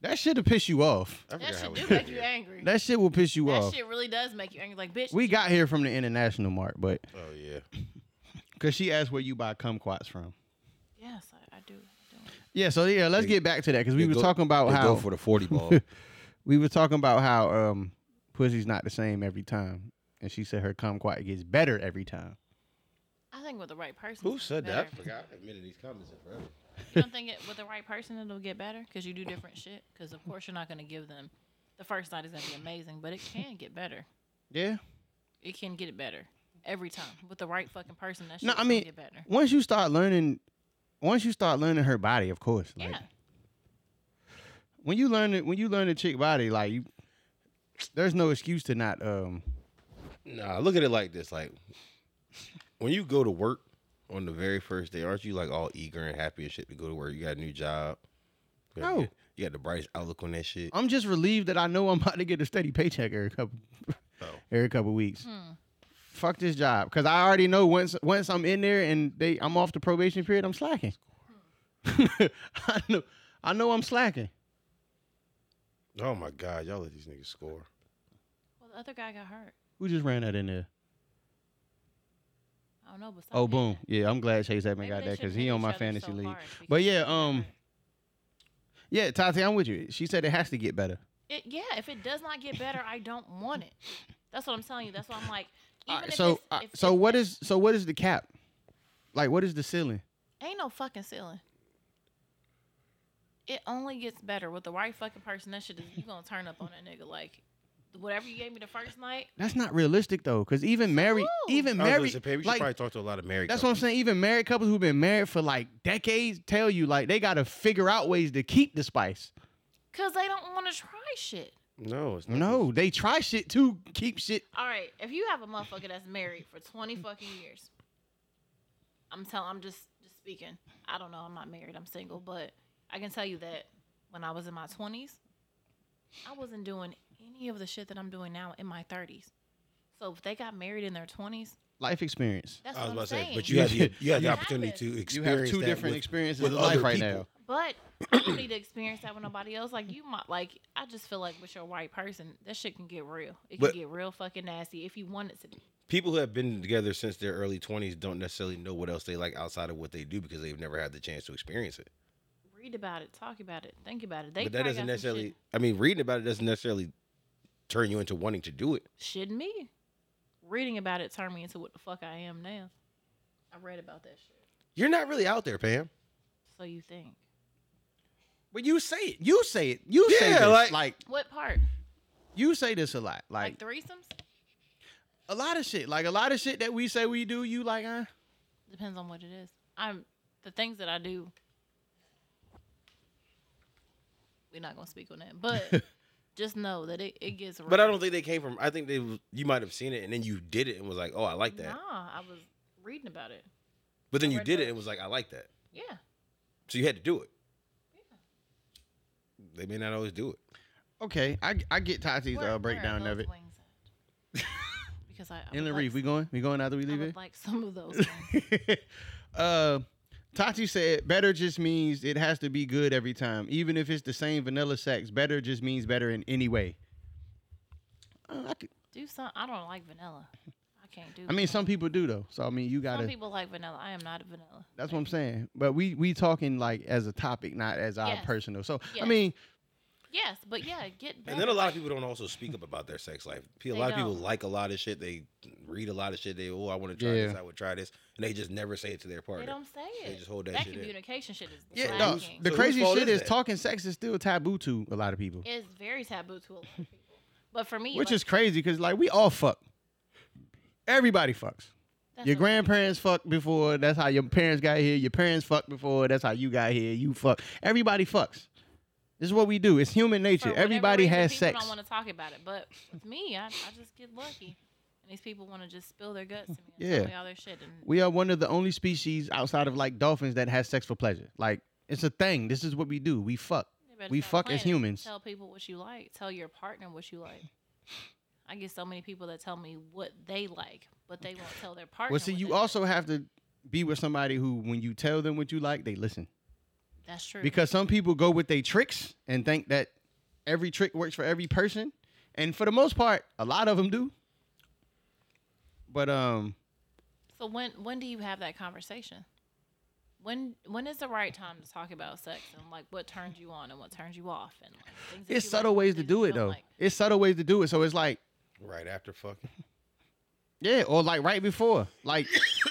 A: that shit'll piss you off.
C: I
E: That
C: forgot how
E: shit
C: we
E: do
C: got
E: make you
C: here.
E: angry. That,
A: That shit will piss you off.
E: shit really does make you angry. Like, bitch,
A: We got here from the international mark, but
C: Oh yeah.
A: because she asked where you buy kumquats from.
E: yes, I, I do. I do.
A: Yeah, so yeah, let's get back to that because we
C: They
A: were
C: go-
A: talking about
C: they
A: how
C: go for the forty ball.
A: we were talking about how um pussy's not the same every time, and she said her kumquat gets better every time.
E: I think with the right person.
C: Who
E: it's
C: said that? I
E: better.
C: forgot. I've been in these comments in forever.
E: You don't think it with the right person it'll get better because you do different shit. Because of course you're not gonna give them. The first night is gonna be amazing, but it can get better.
A: Yeah.
E: It can get better every time with the right fucking person. That shit
A: No, I mean,
E: can get better.
A: once you start learning, once you start learning her body, of course. Like,
E: yeah.
A: When you learn it, when you learn the chick body, like you, there's no excuse to not um.
C: Nah, look at it like this: like when you go to work on the very first day, aren't you like all eager and happy and shit to go to work? You got a new job. You got-
A: No.
C: you got the brightest outlook on that shit.
A: I'm just relieved that I know I'm about to get a steady paycheck every couple
C: Oh.
A: every couple weeks.
E: Hmm.
A: Fuck this job, cause I already know once once I'm in there and they I'm off the probation period, I'm slacking. I know I know I'm slacking.
C: Oh my god, y'all let these niggas score.
E: Well, the other guy got hurt.
A: Who just ran that in there?
E: I don't know, but stop
A: Oh
E: doing
A: boom,
E: that.
A: yeah, I'm glad Chase Edmond
E: Maybe
A: got
E: they
A: that because
E: shouldn't
A: he
E: hit
A: on
E: each
A: my
E: other
A: fantasy
E: so
A: league.
E: hard
A: But
E: because
A: yeah,
E: they
A: um, yeah, Tati, I'm with you. She said it has to get better.
E: It, yeah, if it does not get better, I don't want it. That's what I'm telling you. That's why I'm like, even
A: Alright,
E: if
A: so
E: it's,
A: uh,
E: if
A: so
E: it's-
A: what is so what is the cap? Like what is the ceiling?
E: Ain't no fucking ceiling. It only gets better with the right fucking person. That shit is you gonna turn up on that nigga like. Whatever you gave me the first night,
A: That's not realistic though, because even married,
E: who?
A: even
C: I was gonna
A: married,
C: say, babe, you should
A: like
C: probably talk to a lot of married.
A: that's what I'm saying. Even married couples who've been married for like decades tell you like they gotta figure out ways to keep the spice.
E: cause they don't want to try shit.
C: I'm saying. No, it's not
A: No, they try shit to keep shit.
E: All right, if you have a motherfucker that's married for twenty fucking years, I'm telling, I'm just just speaking. I don't know, I'm not married, I'm single, but I can tell you that when I was in my twenties, I wasn't doing any of the shit that I'm doing now in my thirties. So if they got married in their twenties,
A: Life experience.
E: that's
C: I was
E: what I'm
C: about to say,
E: saying.
C: but you had the you had the
E: Yeah.
C: opportunity to
A: You have
C: experience
A: two
C: that
A: different
C: with-
A: experiences
C: with
A: of life
C: other
A: right
C: people.
A: now.
E: But I don't need to experience that with nobody else. Like you might like I just feel like with your white person, that shit can get real. It can
C: But-
E: get real fucking nasty if you want it to be.
C: People who have been together since their early twenties don't necessarily know what else they like outside of what they do because they've never had the chance to experience it.
E: Read about it, talk about it, think about it. They
C: but that
E: probably
C: doesn't
E: got some
C: necessarily.
E: shit-
C: I mean, reading about it doesn't necessarily turn you into wanting to do it.
E: shouldn't me. Reading about it turned me into what the fuck I am now. I read about that shit.
C: You're not really out there, Pam.
E: So you think.
A: But you say it. You say it. You say
C: Yeah,
A: this. Like,
C: like-
E: What part?
A: you say this a lot. Like,
E: Like threesomes?
A: a lot of shit. Like a lot of shit that we say we do. You like, huh?
E: Depends on what it is. I'm the things that I do. We're not gonna speak on that. But just know that it, it gets real.
C: But I don't think they came from. I think they was- you might have seen it and then you did it and was like, oh, I like that.
E: Nah, I was reading about it.
C: but then you
E: read
C: did it
E: books.
C: and was like, I like that.
E: Yeah.
C: So you had to do it. They may not always do it.
A: Okay, I, I get Tati's
E: Where- where
A: uh,
E: are
A: breakdown
E: those
A: of it.
E: wings at? because I, I
A: In
E: would
A: the
E: like,
A: reef, we going? We going after we
E: I
A: leave
E: would
A: it?
E: like some of those. wings.
A: uh, Tati said, "Better just means it has to be good every time, even if it's the same vanilla sex. Better just means better in any way." Uh, I, could,
E: do some. I don't like vanilla. I can't
A: I
E: do.
A: mean,
E: vanilla.
A: some people do though. So I mean, you
E: some
A: gotta.
E: people like vanilla. I am not a vanilla.
A: That's what I'm saying. But we we talking like as a topic, not as our
E: Yes.
A: personal. So I
E: Yes.
A: mean,
E: Yes, but yeah, get better.
C: And then a lot of people don't also speak up about their sex life. Pe- A
E: They
C: lot of people
E: don't.
C: like a lot of shit. They read a lot of shit. They oh, I want to try this.
A: Yeah.
C: I would try this, and they just never say it to their
E: They
C: partner.
E: don't say it.
C: They just hold that
E: that
C: shit in.
E: communication shit is
C: Yeah,
A: No,
E: lacking.
C: So
A: the
C: whose
A: crazy
C: fault
A: shit
C: is
A: is,
C: that?
A: talking sex is still taboo to a lot of people,
E: it's very taboo to a lot of people. But for me,
A: which
E: like,
A: is crazy because like we all fuck. Everybody fucks.
E: that's
A: Your
E: a-
A: grandparents fucked before. That's how your parents got here. Your parents fucked before. That's how you got here. You fuck. Everybody fucks. This is what we do. It's human
E: for
A: nature.
E: whatever
A: Everybody
E: reason,
A: has
E: people
A: sex.
E: don't want to talk about it, but with me, I, I just get lucky. And these people want to just spill their guts to me and
A: Yeah.
E: tell me all their shit. And
A: We are one of the only species outside of like dolphins that has sex for pleasure. Like it's a thing. This is what we do. We fuck.
E: they better
A: we
E: start
A: fuck as
E: playing it.
A: humans.
E: Tell people what you like. Tell your partner what you like. I get so many people that tell me what they like, but they won't tell their partner.
A: Well, see,
E: what they
A: you
E: like.
A: also have to be with somebody who, when you tell them what you like, they listen.
E: that's true
A: Because some people go with their tricks and think that every trick works for every person, and for the most part, a lot of them do. But um,
E: So when when do you have that conversation? When when is the right time to talk about sex and like what turns you on and what turns you off and like, things that
A: it's
E: you
A: subtle
E: like,
A: ways to
E: things that
A: do
E: you
A: it
E: don't
A: though.
E: like?
A: It's subtle ways to do it. So it's like
C: Right after fucking.
A: Yeah, or like right before. Like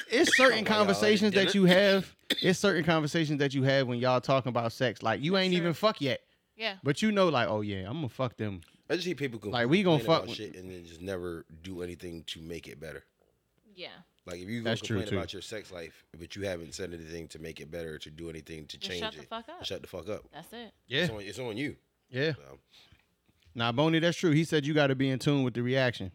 A: it's certain
C: Like, y'all
A: conversations
C: eating
A: that you have. It's certain conversations that you have when y'all talking about sex. Like you ain't
E: Sure.
A: even fuck yet,
E: Yeah,
A: but you know, like, oh yeah, I'm gonna fuck them.
C: I just see people com-
A: Like, we gonna
C: complain
A: fuck
C: about
A: with-
C: shit and then just never do anything to make it better.
E: yeah.
C: Like if you gonna
A: That's true,
C: complain
A: too.
C: about your sex life, but you haven't said anything to make it better, to do anything to
E: Just
C: change
E: shut
C: it,
E: the fuck up.
C: shut the fuck up.
E: That's it.
A: Yeah,
C: It's, on, it's on you.
A: yeah.
C: So,
A: Now, Boney, that's true. He said you got to be in tune with the reaction.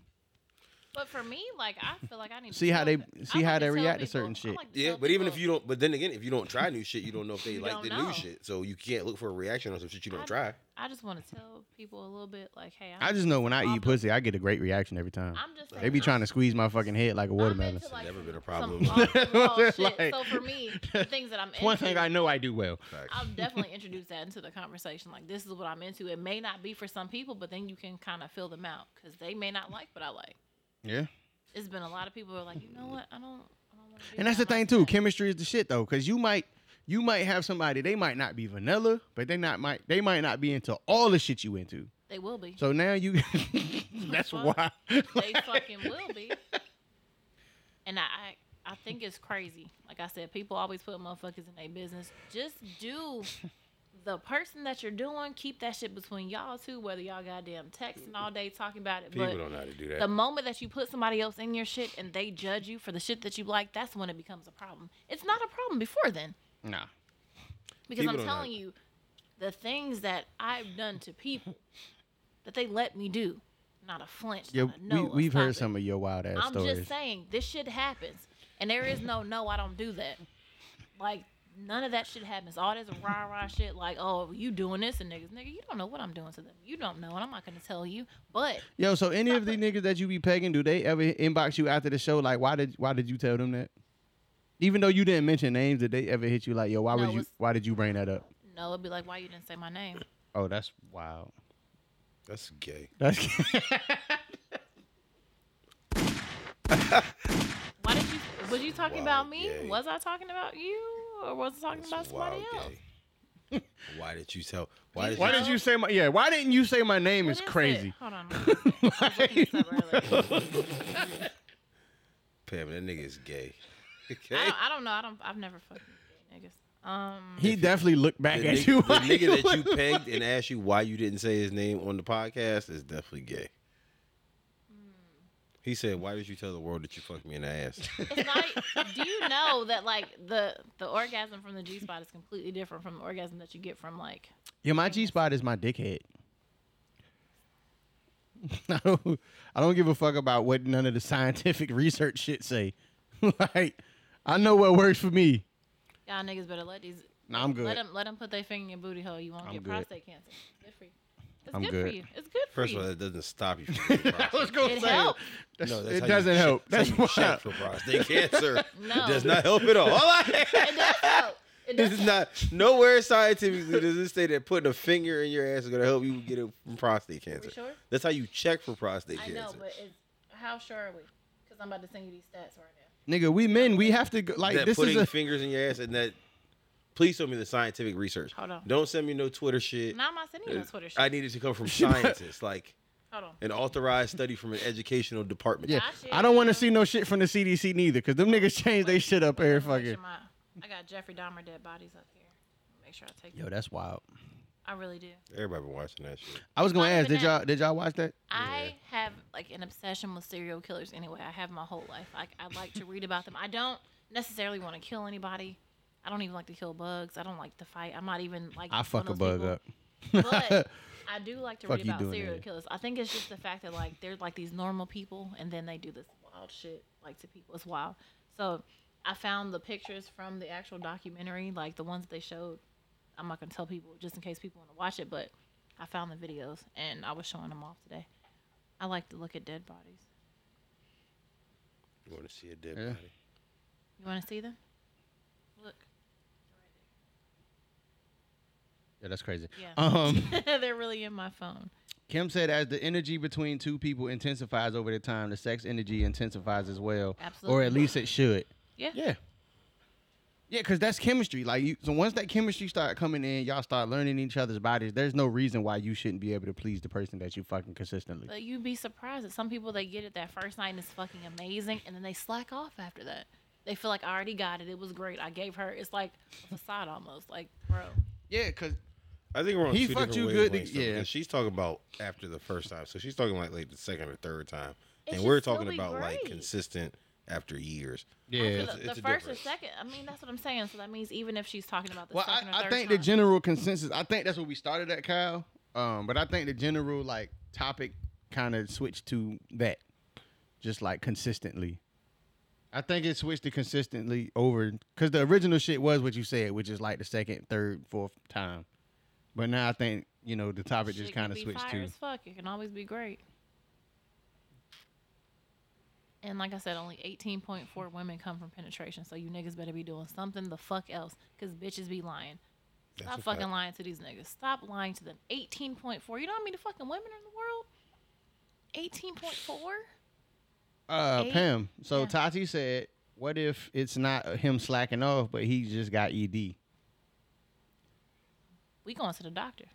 E: But for me, like I feel like I need to
A: See how
E: tell
A: they-
E: them.
A: see
E: I
A: how
E: like
A: they
E: tell
A: react to
E: people-
A: certain
E: I
A: shit.
E: like to
C: yeah,
E: tell
C: but even if
E: people,
C: you don't, but then again, if you don't try new shit, you don't know if they
E: You
C: like
E: don't
C: the
E: know.
C: new shit. So you can't look for a reaction on some shit you don't
E: I-
C: try.
E: I just want to tell people a little bit like, hey, I'm,
A: I just know when I eat
E: I'm-
A: pussy, I get a great reaction every time.
E: I'm just saying,
A: They be
E: I'm-
A: trying to squeeze my fucking head like a
E: I'm
A: watermelon.
E: into, like,
C: Never been a
E: some
C: problem.
E: off-the-wall shit.
A: Like-
E: so for me, the things that I'm
A: One thing
E: into-
A: I know I do well.
E: I'll definitely introduce that into the conversation. Like, this is what I'm into. It may not be for some people, but then you can kind of fill them out because they may not like what I like.
A: Yeah.
E: It's been a lot of people who are like, you know what? I don't. I don't wanna do
A: And that's the
E: that. I
A: thing
E: like
A: too.
E: that."
A: Chemistry is the shit though, because you might you might have somebody they might not be vanilla, but they not might they might not be into all the shit you into.
E: they will be.
A: So now you that's
E: Fuck.
A: why
E: they fucking will be. And I, I, I think it's crazy. Like I said, people always put motherfuckers in their business. Just do the person that you're doing. Keep that shit between y'all two. Whether y'all goddamn texting all day talking about it,
C: People
E: but
C: don't know how to do that.
E: the moment that you put somebody else in your shit and they judge you for the shit that you like, that's when it becomes a problem. It's not a problem before then.
A: Nah.
E: Because
C: People don't
E: I'm telling
C: have-
E: you, the things that I've done to people that they let me do, not a flinch.
A: Yeah,
E: not a no,
A: we, we've heard
E: some
A: some of your wild ass
E: I'm
A: stories.
E: just saying, this shit happens. And there is no, no, I don't do that. Like, none of that shit happens. All this rah rah shit, like, oh, you doing this and niggas. Nigga, you don't know what I'm doing to them. You don't know, and I'm not going to tell you. But
A: Yo, so any of the niggas that you be pegging, do they ever inbox you after the show? Like, why did why did you tell them that? Even though you didn't mention names, did they ever hit you like, yo, why
E: No,
A: was
E: it
A: you
E: was-
A: why did you bring that up?
E: no, it'd be like, why you didn't say my name?
A: Oh, that's wild.
C: That's gay.
A: That's
E: Why did you? Was you talking
C: Wow,
E: about me?
C: gay.
E: Was I talking about you, or was I talking
C: That's
E: about somebody
C: wild
E: else?
C: gay. why did you tell? Why did
A: why
C: you?
A: did you say my yeah, why didn't you say my name
E: What
A: is
E: is it?
A: crazy.
E: Hold on. I was looking this up earlier.
C: Pam, that nigga is gay. Okay.
E: I, don't, I don't know. I don't. I've never fucking niggas. Um,
A: He definitely looked back
C: The,
A: at
C: nigga,
A: you.
C: the
A: like,
C: nigga that you
A: what-
C: pegged and asked you why you didn't say his name on the podcast is definitely gay. He said, "Why did you tell the world that you fucked me in the ass?"
E: it's not. do you know that like the the orgasm from the G spot is completely different from the orgasm that you get from like
A: Yeah, my G spot is my dickhead. I don't, I don't give a fuck about what none of the scientific research shit say. like, I know what works for me.
E: y'all niggas better let these.
A: Nah, I'm
E: Let
A: good.
E: them let them put their finger in your booty hole. You won't
A: I'm
E: get
A: good.
E: prostate cancer. Good for you. It's
A: I'm
E: good, for
A: good.
E: you. It's good for
C: First
E: you.
C: of all, that doesn't stop you. From getting prostate.
A: gonna
E: it helps.
A: that's-
C: No, that's
A: it
C: how you
A: doesn't
C: check-
A: help.
C: that's
A: That's
C: how you
A: why.
C: check for prostate cancer.
E: No.
C: It does not help at all. All I-
E: It does help. It does
C: this is not nowhere scientifically does it say that putting a finger in your ass is gonna help you get it from prostate cancer.
E: sure?
C: That's how you check for prostate
E: I
C: cancer.
E: know, but it's, how sure are we? Because I'm about to send you these stats right now.
A: Nigga, we men, we have to go, like
C: that
A: this
C: putting
A: is a
C: fingers in your ass and that Please send me the scientific research.
E: Hold on.
C: Don't send me no Twitter shit.
E: Now I'm not sending you no
C: Uh,
E: Twitter shit.
C: I need it to come from scientists, like
E: Hold on.
C: an authorized study from an educational department.
A: Yeah,
E: Gotcha.
A: I don't want to see no shit from the CDC neither, cause them niggas change they shit up every
E: I'm gonna picture
A: fucking.
E: my- I got Jeffrey Dahmer dead bodies up here. Make sure I take
A: Yo,
E: them.
A: that's wild.
E: I really do.
C: Everybody been watching that shit.
A: I was gonna
E: Not
A: ask,
E: even
A: did
E: that.
A: y'all did y'all watch that?
E: I have like an obsession with serial killers anyway. I have my whole life. Like I like to read about them. I don't necessarily want to kill anybody. I don't even like to kill bugs. I don't like to fight. I'm not even like
A: I
E: one
A: fuck a
E: of
A: bug
E: those
A: up.
E: people. But I do like to
A: Fuck
E: read
A: you
E: about
A: doing
E: serial
A: there?
E: killers. I think it's just the fact that like they're like these normal people and then they do this wild shit like to people. It's wild. So I found the pictures from the actual documentary, like the ones they showed. I'm not gonna tell people just in case people want to watch it, but I found the videos and I was showing them off today. I like to look at dead bodies.
C: You want to see a dead
A: Yeah.
C: body?
E: You want to see them? Look,
A: Yeah, that's crazy.
E: Yeah.
A: Um,
E: they're really in my phone.
A: Kim said, as the energy between two people intensifies over the time, the sex energy intensifies as well, or
E: Absolutely.
A: at least it should.
E: Yeah.
A: Yeah. Yeah, because that's chemistry. Like, you, so once that chemistry start coming in, y'all start learning each other's bodies. There's no reason why you shouldn't be able to please the person that you fucking consistently.
E: But you'd be surprised at some people they get it that first night and it's fucking amazing, and then they slack off after that. They feel like I already got it. It was great. I gave her. It's like a facade almost. Like, bro,
A: Yeah, because
C: I think we're on
A: He
C: two
A: fucked
C: different
A: you good to-
C: wavelengths, though,
A: yeah.
C: because She's talking about after the first time, so she's talking like like the second or third time,
E: It
C: and
E: should
C: we're
E: still
C: talking
E: be
C: about like
E: great.
C: consistent after years.
A: yeah.
E: the,
C: it's-
E: the
C: it's a
E: first or
C: difference.
E: second. I mean, that's what I'm saying. So that means even if she's talking about the
A: Well,
E: second or
A: I, I
E: third
A: think
E: time,
A: the general consensus. I think that's what we started at, Kyle. Um, but I think the general like topic kind of switched to that, just like consistently. I think it switched to consistently over because the original shit was what you said, which is like the second, third, fourth time. But now I think you know the topic
E: shit
A: just
E: can
A: kind of
E: be
A: switched
E: fire
A: to.
E: as fuck. It can always be great. And like I said, only 18.4 women come from penetration. So you niggas better be doing something the fuck else, cause bitches be lying. Stop
C: a
E: fucking
C: fact.
E: lying to these niggas. Stop lying to them. 18.4. You know how many fucking women are in the world? 18.4.
A: Uh,
E: Eight?
A: Pam. So
E: Yeah.
A: Tati said, "What if it's not him slacking off, but he just got E ED?"
E: We going to the doctor.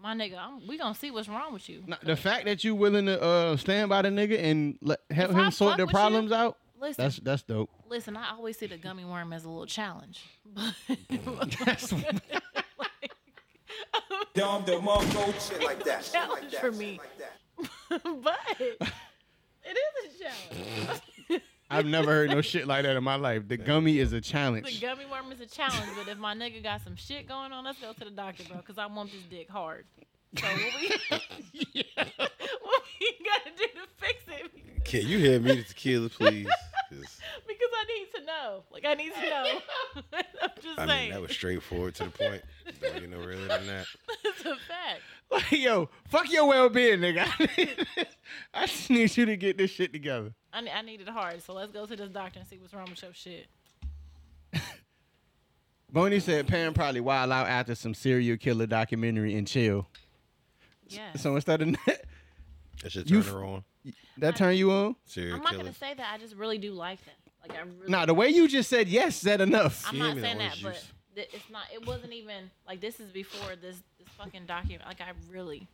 E: My nigga, I'm, we gonna see what's wrong with you.
A: No, the fact that you willing to uh, stand by the nigga and let, help
E: If I
A: him sort
E: fuck
A: their
E: with you,
A: problems out,
E: Listen,
A: that's that's dope.
E: listen. I always see the gummy worm as a little challenge. But
A: That's-
E: like,
G: Dom the Mongo. Shit like that. Shit
E: Challenge
G: like that.
E: for
G: shit
E: me.
G: Like that.
E: but it is a challenge.
A: I've never heard no shit like that in my life. The gummy is a
E: The
A: challenge.
E: gummy worm is a challenge, but if my nigga got some shit going on, let's go to the doctor, bro, because I want this dick hard. So what we, what we gotta do to fix it? Because,
C: Can you hand me the tequila, please? 'Cause,
E: because I need to know. Like I need to know. I'm just
C: I mean,
E: saying.
C: that was straightforward to the point. Don't get no realer than that.
E: it's a fact.
A: Like, yo, fuck your well being, nigga. I, need- I just need you to get this shit together.
E: I, ne- I need it hard, so let's go to this doctor and see what's wrong with your shit.
A: Boney said Pam probably wild out after some serial killer documentary and chill.
E: Yeah.
A: So instead of that,
C: That should
A: You
C: turn her on.
A: that turn you on?
C: Serial
E: I'm not
C: killer.
E: gonna say that. I just really do like them. Like I really.
A: Nah, the way you just said yes said enough.
E: I'm
C: You
E: not
C: gave me the
E: saying that,
C: orange
E: but
C: juice.
E: th- it's not. It wasn't even like this is before this this fucking document. Like I really,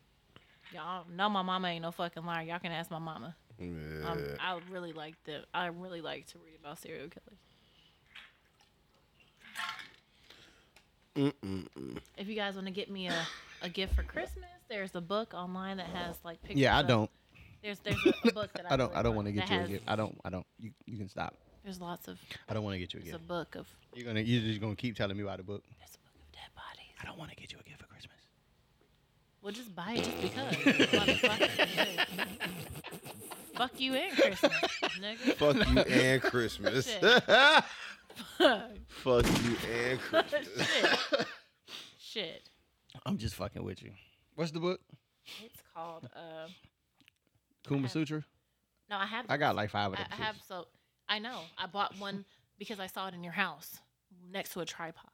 E: y'all know my mama ain't no fucking liar. Y'all can ask my mama. Um,
C: Yeah.
E: I really like the. I really like to read about serial killers. If you guys want to get me a, a gift for Christmas, there's a book online that has like pictures.
A: Yeah, I
E: of-
A: don't.
E: There's there's a, a book that I,
A: I don't.
E: really
A: I don't
E: want
A: want to get
E: that
A: you a
E: has-
A: gift. I don't. I don't. You, you can stop.
E: There's lots of.
A: I don't want to get you a
E: There's
A: gift.
E: a book of.
A: You're gonna you're just gonna keep telling me about the book.
E: There's a book of dead bodies.
A: I don't want to get you a gift for Christmas.
E: Well, just buy it just because. motherfucker. Fuck you and Christmas, nigga.
C: Fuck you and Christmas. Fuck you and Christmas.
E: Shit. Shit.
A: I'm just fucking with you. What's the book?
E: It's called. Uh,
A: Kuma
E: have-
A: Sutra.
E: no, I have.
A: I got like five of
E: I,
A: them.
E: I have so. I know. I bought one because I saw it in your house next to a tripod.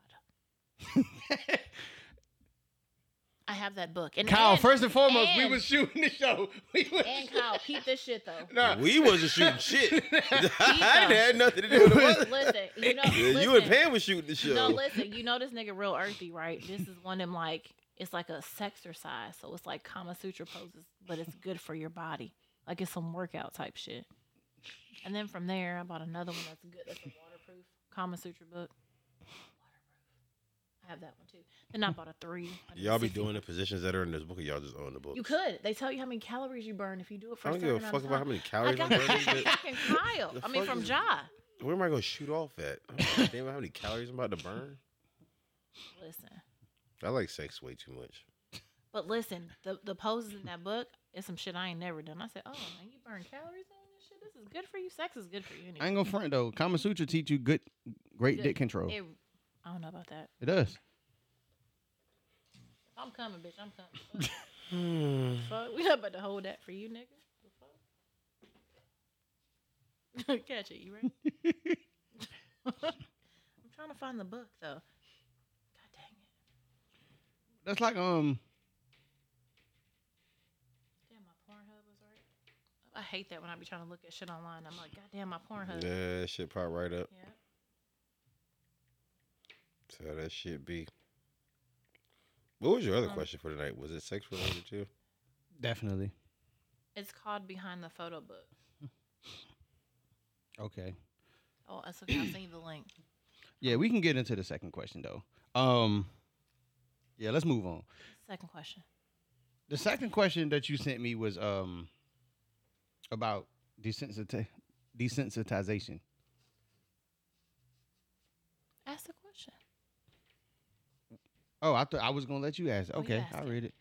E: I have that book. And
A: Kyle,
E: and-
A: first and foremost, we
E: and-
A: was shooting the show. We was,
E: And Kyle, peep this shit though.
A: Nah.
C: We wasn't shooting shit. I
E: dumb.
C: ain't had nothing to do with it.
E: Listen, you know,
C: Yeah,
E: listen,
C: you and Pam was shooting the show.
E: No, listen, you know this nigga real earthy, right? This is one of them like it's like a sexercise, so it's like Kama Sutra poses, but it's good for your body. Like it's some workout type shit. And then from there, I bought another one that's good. That's a waterproof Kama Sutra book. Waterproof. I have that one too. Then I bought a three.
C: y'all be
E: 160
C: doing the positions that are in this book, or y'all just own the book.
E: You could. They tell you how many calories you burn if you do it for
C: I don't give a
E: certain amount
C: fuck
E: of
C: about how
E: time.
C: many
E: I
C: calories I'm
E: got that
C: burning.
E: from
C: but
E: fucking Kyle.
C: The
E: I mean,
C: fuck
E: from
C: is-
E: Ja.
C: Where am I gonna shoot off at? I don't give a damn how many calories I'm about to burn.
E: Listen,
C: I like sex way too much.
E: But listen, the the poses in that book is some shit I ain't never done. I said, oh man, you burn calories on this shit. This is good for you. Sex is good for you.
A: I
E: Anyway.
A: ain't gonna front though. Kama Sutra teach you good, great
E: Good.
A: dick control.
E: It, I don't know about that.
A: it does.
E: If I'm coming, bitch. I'm coming. Fuck. Fuck. We not about to hold that for you, nigga. The fuck? Catch it, you right? I'm trying to find the book though. God dang it.
A: That's like um.
E: Damn, my Pornhub was right. I hate that when I be trying to look at shit online. I'm like, God damn, my Pornhub. Yeah.
C: Yeah, that shit pop right up.
E: yeah.
C: So that shit be. What was your other
E: Um,
C: question for tonight? Was it sex related too?
A: Definitely.
E: It's called Behind the Photo Book.
A: Okay.
E: Oh, that's okay. I'll send you the link.
A: Yeah, we can get into the second question though. Um. Yeah, let's move on.
E: Second question.
A: The second question that you sent me was um about desensiti- desensitization.
E: Ask the question.
A: Oh, I thought I was gonna let you ask.
E: Oh, you
A: Okay,
E: asked
A: I'll
E: it.
A: read it.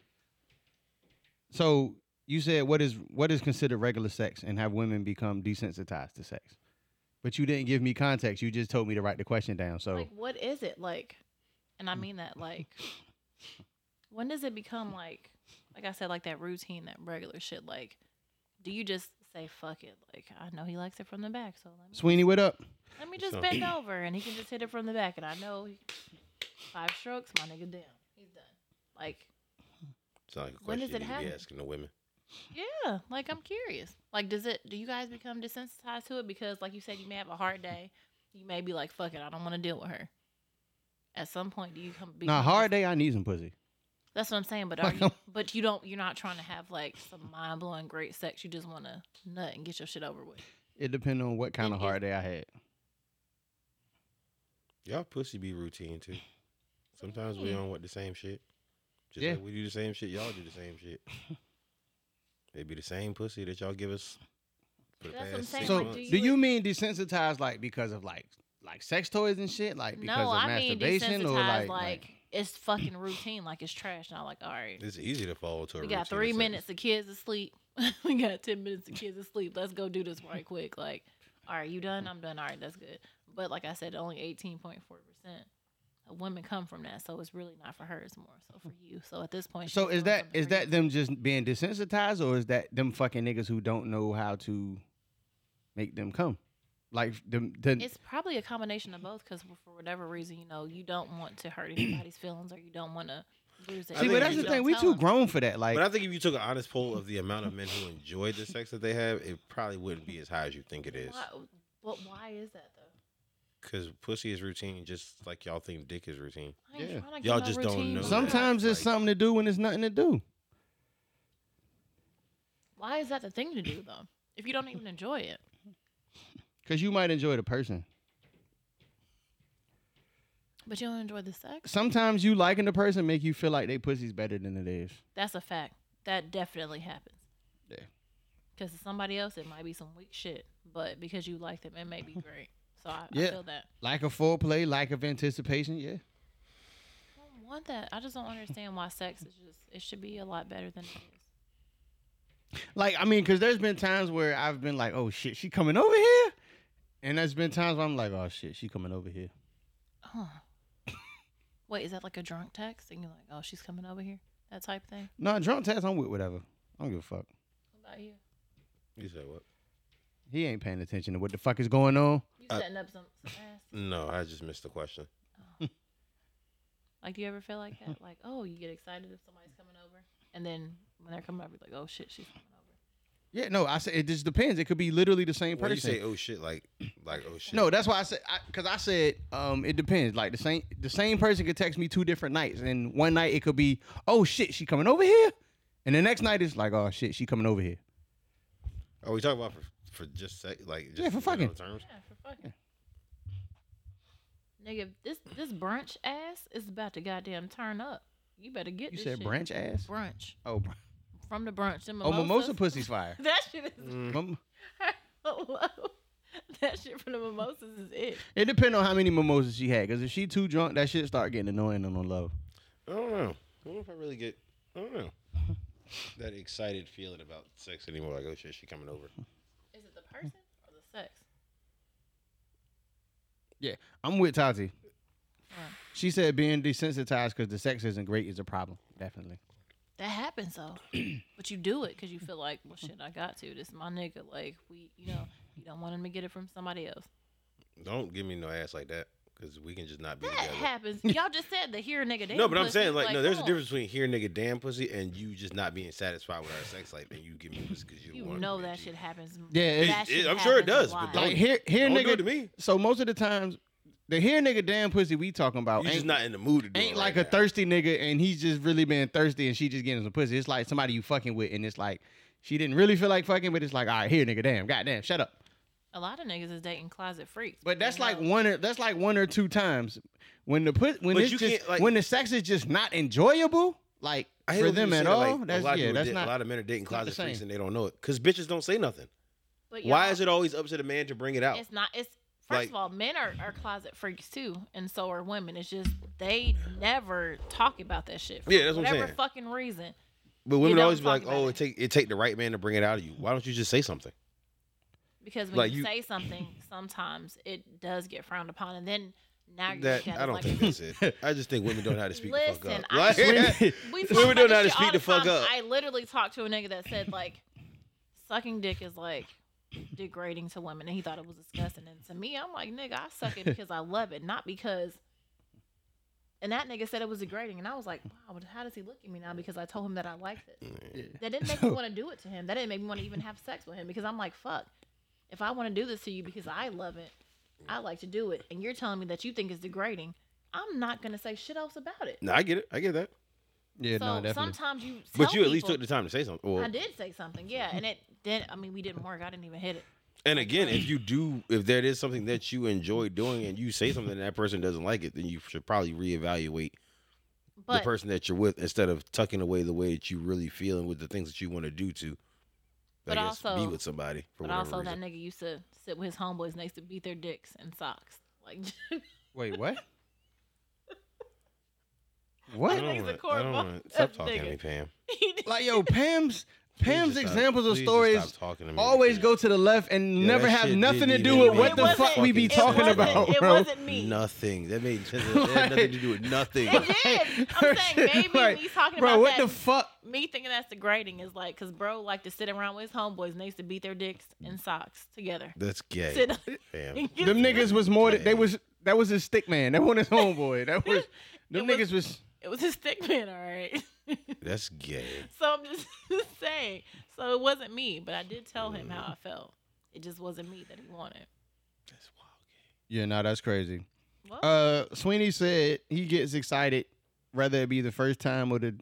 A: So you said what is what is considered regular sex and have women become desensitized to sex. But you didn't give me context. You just told me to write the question down. So
E: Like, what is it like? And I mean that like, when does it become like, like I said, like that routine, that regular shit? Like, do you just say fuck it? Like, I know he likes it from the back, so let me
A: Sweeney, what up?
E: let me just
C: So-
E: bend over and he can just hit it from the back, and I know he, five strokes, my nigga down, he's done. Like,
C: It's not like a question
E: When does it
C: you need to
E: happen?
C: be asking the women.
E: Yeah, like I'm curious. Like, does it? Do you guys become desensitized to it? Because, like you said, you may have a hard day. You may be like, "Fuck it, I don't want to deal with her." At some point, do you come? Be
A: Nah, hard day. I need some pussy.
E: That's what I'm saying. But are you? But you don't. You're not trying to have like some mind blowing great sex. You just want to nut and get your shit over with.
A: It depends on what kind
E: It
A: of
E: is-
A: hard day I had.
C: Y'all pussy be routine too. Sometimes we on what the same shit. Just
A: Yeah.
C: like we do the same shit, y'all do the same shit. it be the same pussy that y'all give us for the
E: That's what I'm
C: past
E: saying,
C: six
A: So
E: like,
C: months.
E: do
A: do you mean desensitized like because of like like sex toys and shit? Like because
E: no,
A: of
E: I mean
A: masturbation
E: desensitized.
A: or
E: Like,
A: like,
E: it's fucking routine. Like it's trash. Not like all right.
C: It's easy to fall into a
E: We got
C: routine
E: three
C: of sex.
E: minutes of kids asleep. we got ten minutes of kids asleep. Let's go do this right quick. Like, all right, you done? I'm done. All right, that's good. But like I said, only eighteen point four percent of women come from that, so it's really not for her. It's more so for you. So at this point,
A: So
E: she's
A: is
E: doing
A: that
E: something
A: is
E: for you.
A: that them just being desensitized, or is that them fucking niggas who don't know how to make them come? Like them, them
E: It's probably a combination of both, because for whatever reason, you know, you don't want to hurt anybody's feelings, or you don't want to lose it.
A: see,
C: think
A: but that's
C: you
A: the thing. We too grown for that. Like,
C: But I think if you took an honest poll of the amount of men who enjoy the sex that they have, it probably wouldn't be as high as you think it is.
E: Why, but why is that though?
C: Because pussy is routine, just like y'all think dick is routine.
E: I ain't
A: Yeah.
E: tryna get
C: Y'all
E: no
C: just don't
E: routine
C: know
E: with
C: that.
E: that.
A: sometimes it's
C: Like-
A: something to do when it's nothing to do.
E: Why is that the thing to do though? If you don't even enjoy it.
A: Cause you might enjoy the person.
E: But you don't enjoy the sex?
A: Sometimes you liking the person make you feel like they pussy's better than it is.
E: That's a fact. That definitely happens.
A: Yeah.
E: Because to somebody else, it might be some weak shit, but because you like them, it may be great. So I,
A: Yeah.
E: I feel that.
A: Like a foreplay, like of anticipation. Yeah.
E: I don't want that. I just don't understand why sex is just, it should be a lot better than it is.
A: Like, I mean, because there's been times where I've been like, oh shit, she coming over here. And there's been times where I'm like, oh shit, she coming over here.
E: Wait, is that like a drunk text? And you're like, oh, she's coming over here? That type of thing?
A: No, drunk test, I'm with whatever. I don't give a fuck.
E: What about you?
C: You said what?
A: He ain't paying attention to what the fuck is going on.
E: You
C: Uh,
E: setting up some, some ass?
C: No, I just missed the question.
E: Like, do you ever feel like that? Like, oh, you get excited if somebody's coming over, and then when they're coming over, you're like, oh shit, she's coming over.
A: Yeah, no, I said it just depends. It could be literally the same
C: When you
A: person.
C: say oh shit, like like oh shit.
A: no, that's why I said because I, said um, it depends. Like the same the same person could text me two different nights, and one night it could be oh shit she coming over here, and the next night it's like oh shit she coming over here.
C: Are we talking about for for just sec, like just
A: Yeah, for
C: in
A: fucking.
C: general terms?
E: Yeah, for fucking. Nigga, this this brunch ass is about to goddamn turn up. You better get
A: You
E: this
A: said
E: shit.
A: branch ass.
E: Brunch
A: Oh, br-
E: from the brunch. Them
A: oh,
E: mimosas.
A: mimosa pussy's fire.
E: That shit is
A: Mim-
E: hello. That shit from the mimosas is it.
A: It depends on how many mimosas she had. Cause if she too drunk, that shit start getting annoying and on love.
C: I don't know. I don't know if I really get. I don't know. That excited feeling about sex anymore. Like, oh shit, she coming over.
E: Is it the person or the sex?
A: Yeah, I'm with Tati.
E: Right.
A: She said being desensitized because the sex isn't great is a problem. Definitely.
E: That happens though, but you do it because you feel like, well, shit, I got to. This is my nigga. Like we, you know, you don't want him to get it from somebody else.
C: Don't give me no ass like that, because we can just not be
E: That
C: together.
E: happens. Y'all just said the here
C: no,
E: nigga. damn
C: but I'm
E: pussy.
C: saying like, no, there's
E: come
C: a
E: on.
C: difference between here nigga damn pussy and you just not being satisfied with our sex life and you give me pussy because you,
E: You
C: want.
E: know
C: me,
E: that
C: G.
E: shit happens.
A: Yeah, it-
E: That
C: it-
E: shit
C: I'm sure it does,
E: happens a
C: but
E: lot.
A: Like
C: Don't-
A: here, here,
C: don't
A: nigga.
C: do it to me.
A: So most of the times, the here nigga damn pussy we talking about
C: You
A: oh, ain't,
C: just not in the mood to do
A: ain't
C: it
A: like
C: right
A: a
C: now.
A: thirsty nigga, and he's just really being thirsty, and she just getting some pussy. It's like somebody you fucking with, and it's like she didn't really feel like fucking, but it's like all right, here nigga, damn, goddamn, shut up.
E: a lot of niggas is dating closet freaks.
A: But that's
E: you
A: like
E: know,
A: one. Or, that's like one or two times when the put when
C: But
A: it's
C: you
A: just
C: can't, like-
A: when the sex is just not enjoyable, like
C: I hate
A: for
C: when people
A: them
C: say
A: at
C: that,
A: all.
C: like, a lot
A: that's
C: of
A: yeah,
C: people
A: that's
C: date-
A: not.
C: a lot of men are dating
A: not the
C: closet freaks
A: same.
C: and they don't know it because bitches don't say nothing.
E: But
C: Why
E: y'all-
C: is it always up to the man to bring it out?
E: It's not. It's first
C: Like-
E: of all, men are, are closet freaks too, and so are women. It's just they never talk about that shit. For
C: Yeah, that's what I'm
E: whatever
C: saying.
E: fucking reason.
C: But women
E: don't
C: always be
E: talk
C: like,
E: about
C: "Oh,
E: it.
C: it take it take the right man to bring it out of you." Why don't you just say something?
E: Because when
C: Like,
E: you,
C: you-
E: say something, sometimes it does get frowned upon, and then now you're
C: That
E: looked
C: I
E: at as
C: don't
E: like,
C: think that's it. I just think women don't know how to speak the
E: Listen,
C: fuck up.
E: I
C: Like,
E: just- we talk
C: Women
E: about
C: don't know how to
E: this shit
C: speak
E: all
C: the fuck
E: time.
C: up.
E: I literally talked to a nigga that said like, sucking dick is like degrading to women, and he thought it was disgusting. And to me, I'm like, nigga, I suck it because I love it, not because. And that nigga said it was degrading, and I was like, wow, but how does he look at me now? Because I told him that I liked it. That didn't make me want to do it to him. That didn't make me want to even have sex with him because I'm like, fuck, if I want to do this to you because I love it, I like to do it, and you're telling me that you think it's degrading. I'm not gonna say shit else about it
C: no, I get it. I get that.
A: yeah,
E: so
A: no, definitely.
E: sometimes you
C: But
E: tell
C: you at least
E: people-
C: took the time to say something. Well,
E: I did say something, yeah, and it then I mean we didn't work. I didn't even hit it.
C: and again, if you do, if that is something that you enjoy doing, and you say something and that person doesn't like it, then you should probably reevaluate the
E: But
C: person that you're with instead of tucking away the way that you really feel and with the things that you want to do to.
E: But
C: I guess be
E: also-
C: with somebody for
E: but
C: whatever
E: also
C: reason.
E: that nigga used to sit with his homeboys and they used to beat their dicks and socks. Like
A: Wait, what?
C: I
A: what?
C: don't
E: nigga's a
C: wanna- I
E: cornball.
C: don't wanna-
E: That
C: Stop talking
E: nigga.
C: to me, Pam.
A: Like yo, Pam's
C: Please
A: Pam's
C: just stop-
A: examples
C: please
A: of
C: just
A: stories
C: stop talking to me,
A: always
C: please.
A: go to the left and
C: Yeah,
A: never
C: that
A: have
C: shit
A: nothing to
C: didn't
A: do
C: even
A: with
C: make
A: what
C: it
A: the
C: wasn't-
A: fuck we be
C: it
A: talking
C: wasn't-
A: about,
E: It
A: bro.
E: wasn't me.
C: Nothing. That made that had nothing to do with nothing.
E: It did. I'm saying maybe
A: Right.
E: me talking
A: bro,
E: about
A: what
E: that.
A: the fuck?
E: me thinking that's degrading is like because bro liked to sit around with his homeboys and they used to beat their dicks and socks together.
C: That's gay.
E: Sit
C: Pam.
E: and get-
A: Them niggas was more. than- They was that was his stick man. That wasn't his homeboy. That was them
E: It was-
A: niggas was.
E: It was his stick man, all right.
C: That's gay.
E: So I'm just saying. So it wasn't me, but I did tell him how I
C: Mm.
E: felt. It just wasn't me that he wanted.
C: That's wild
A: Yeah, no, that's crazy.
E: What?
A: Uh, Sweeney said he gets excited, whether it be the first time or the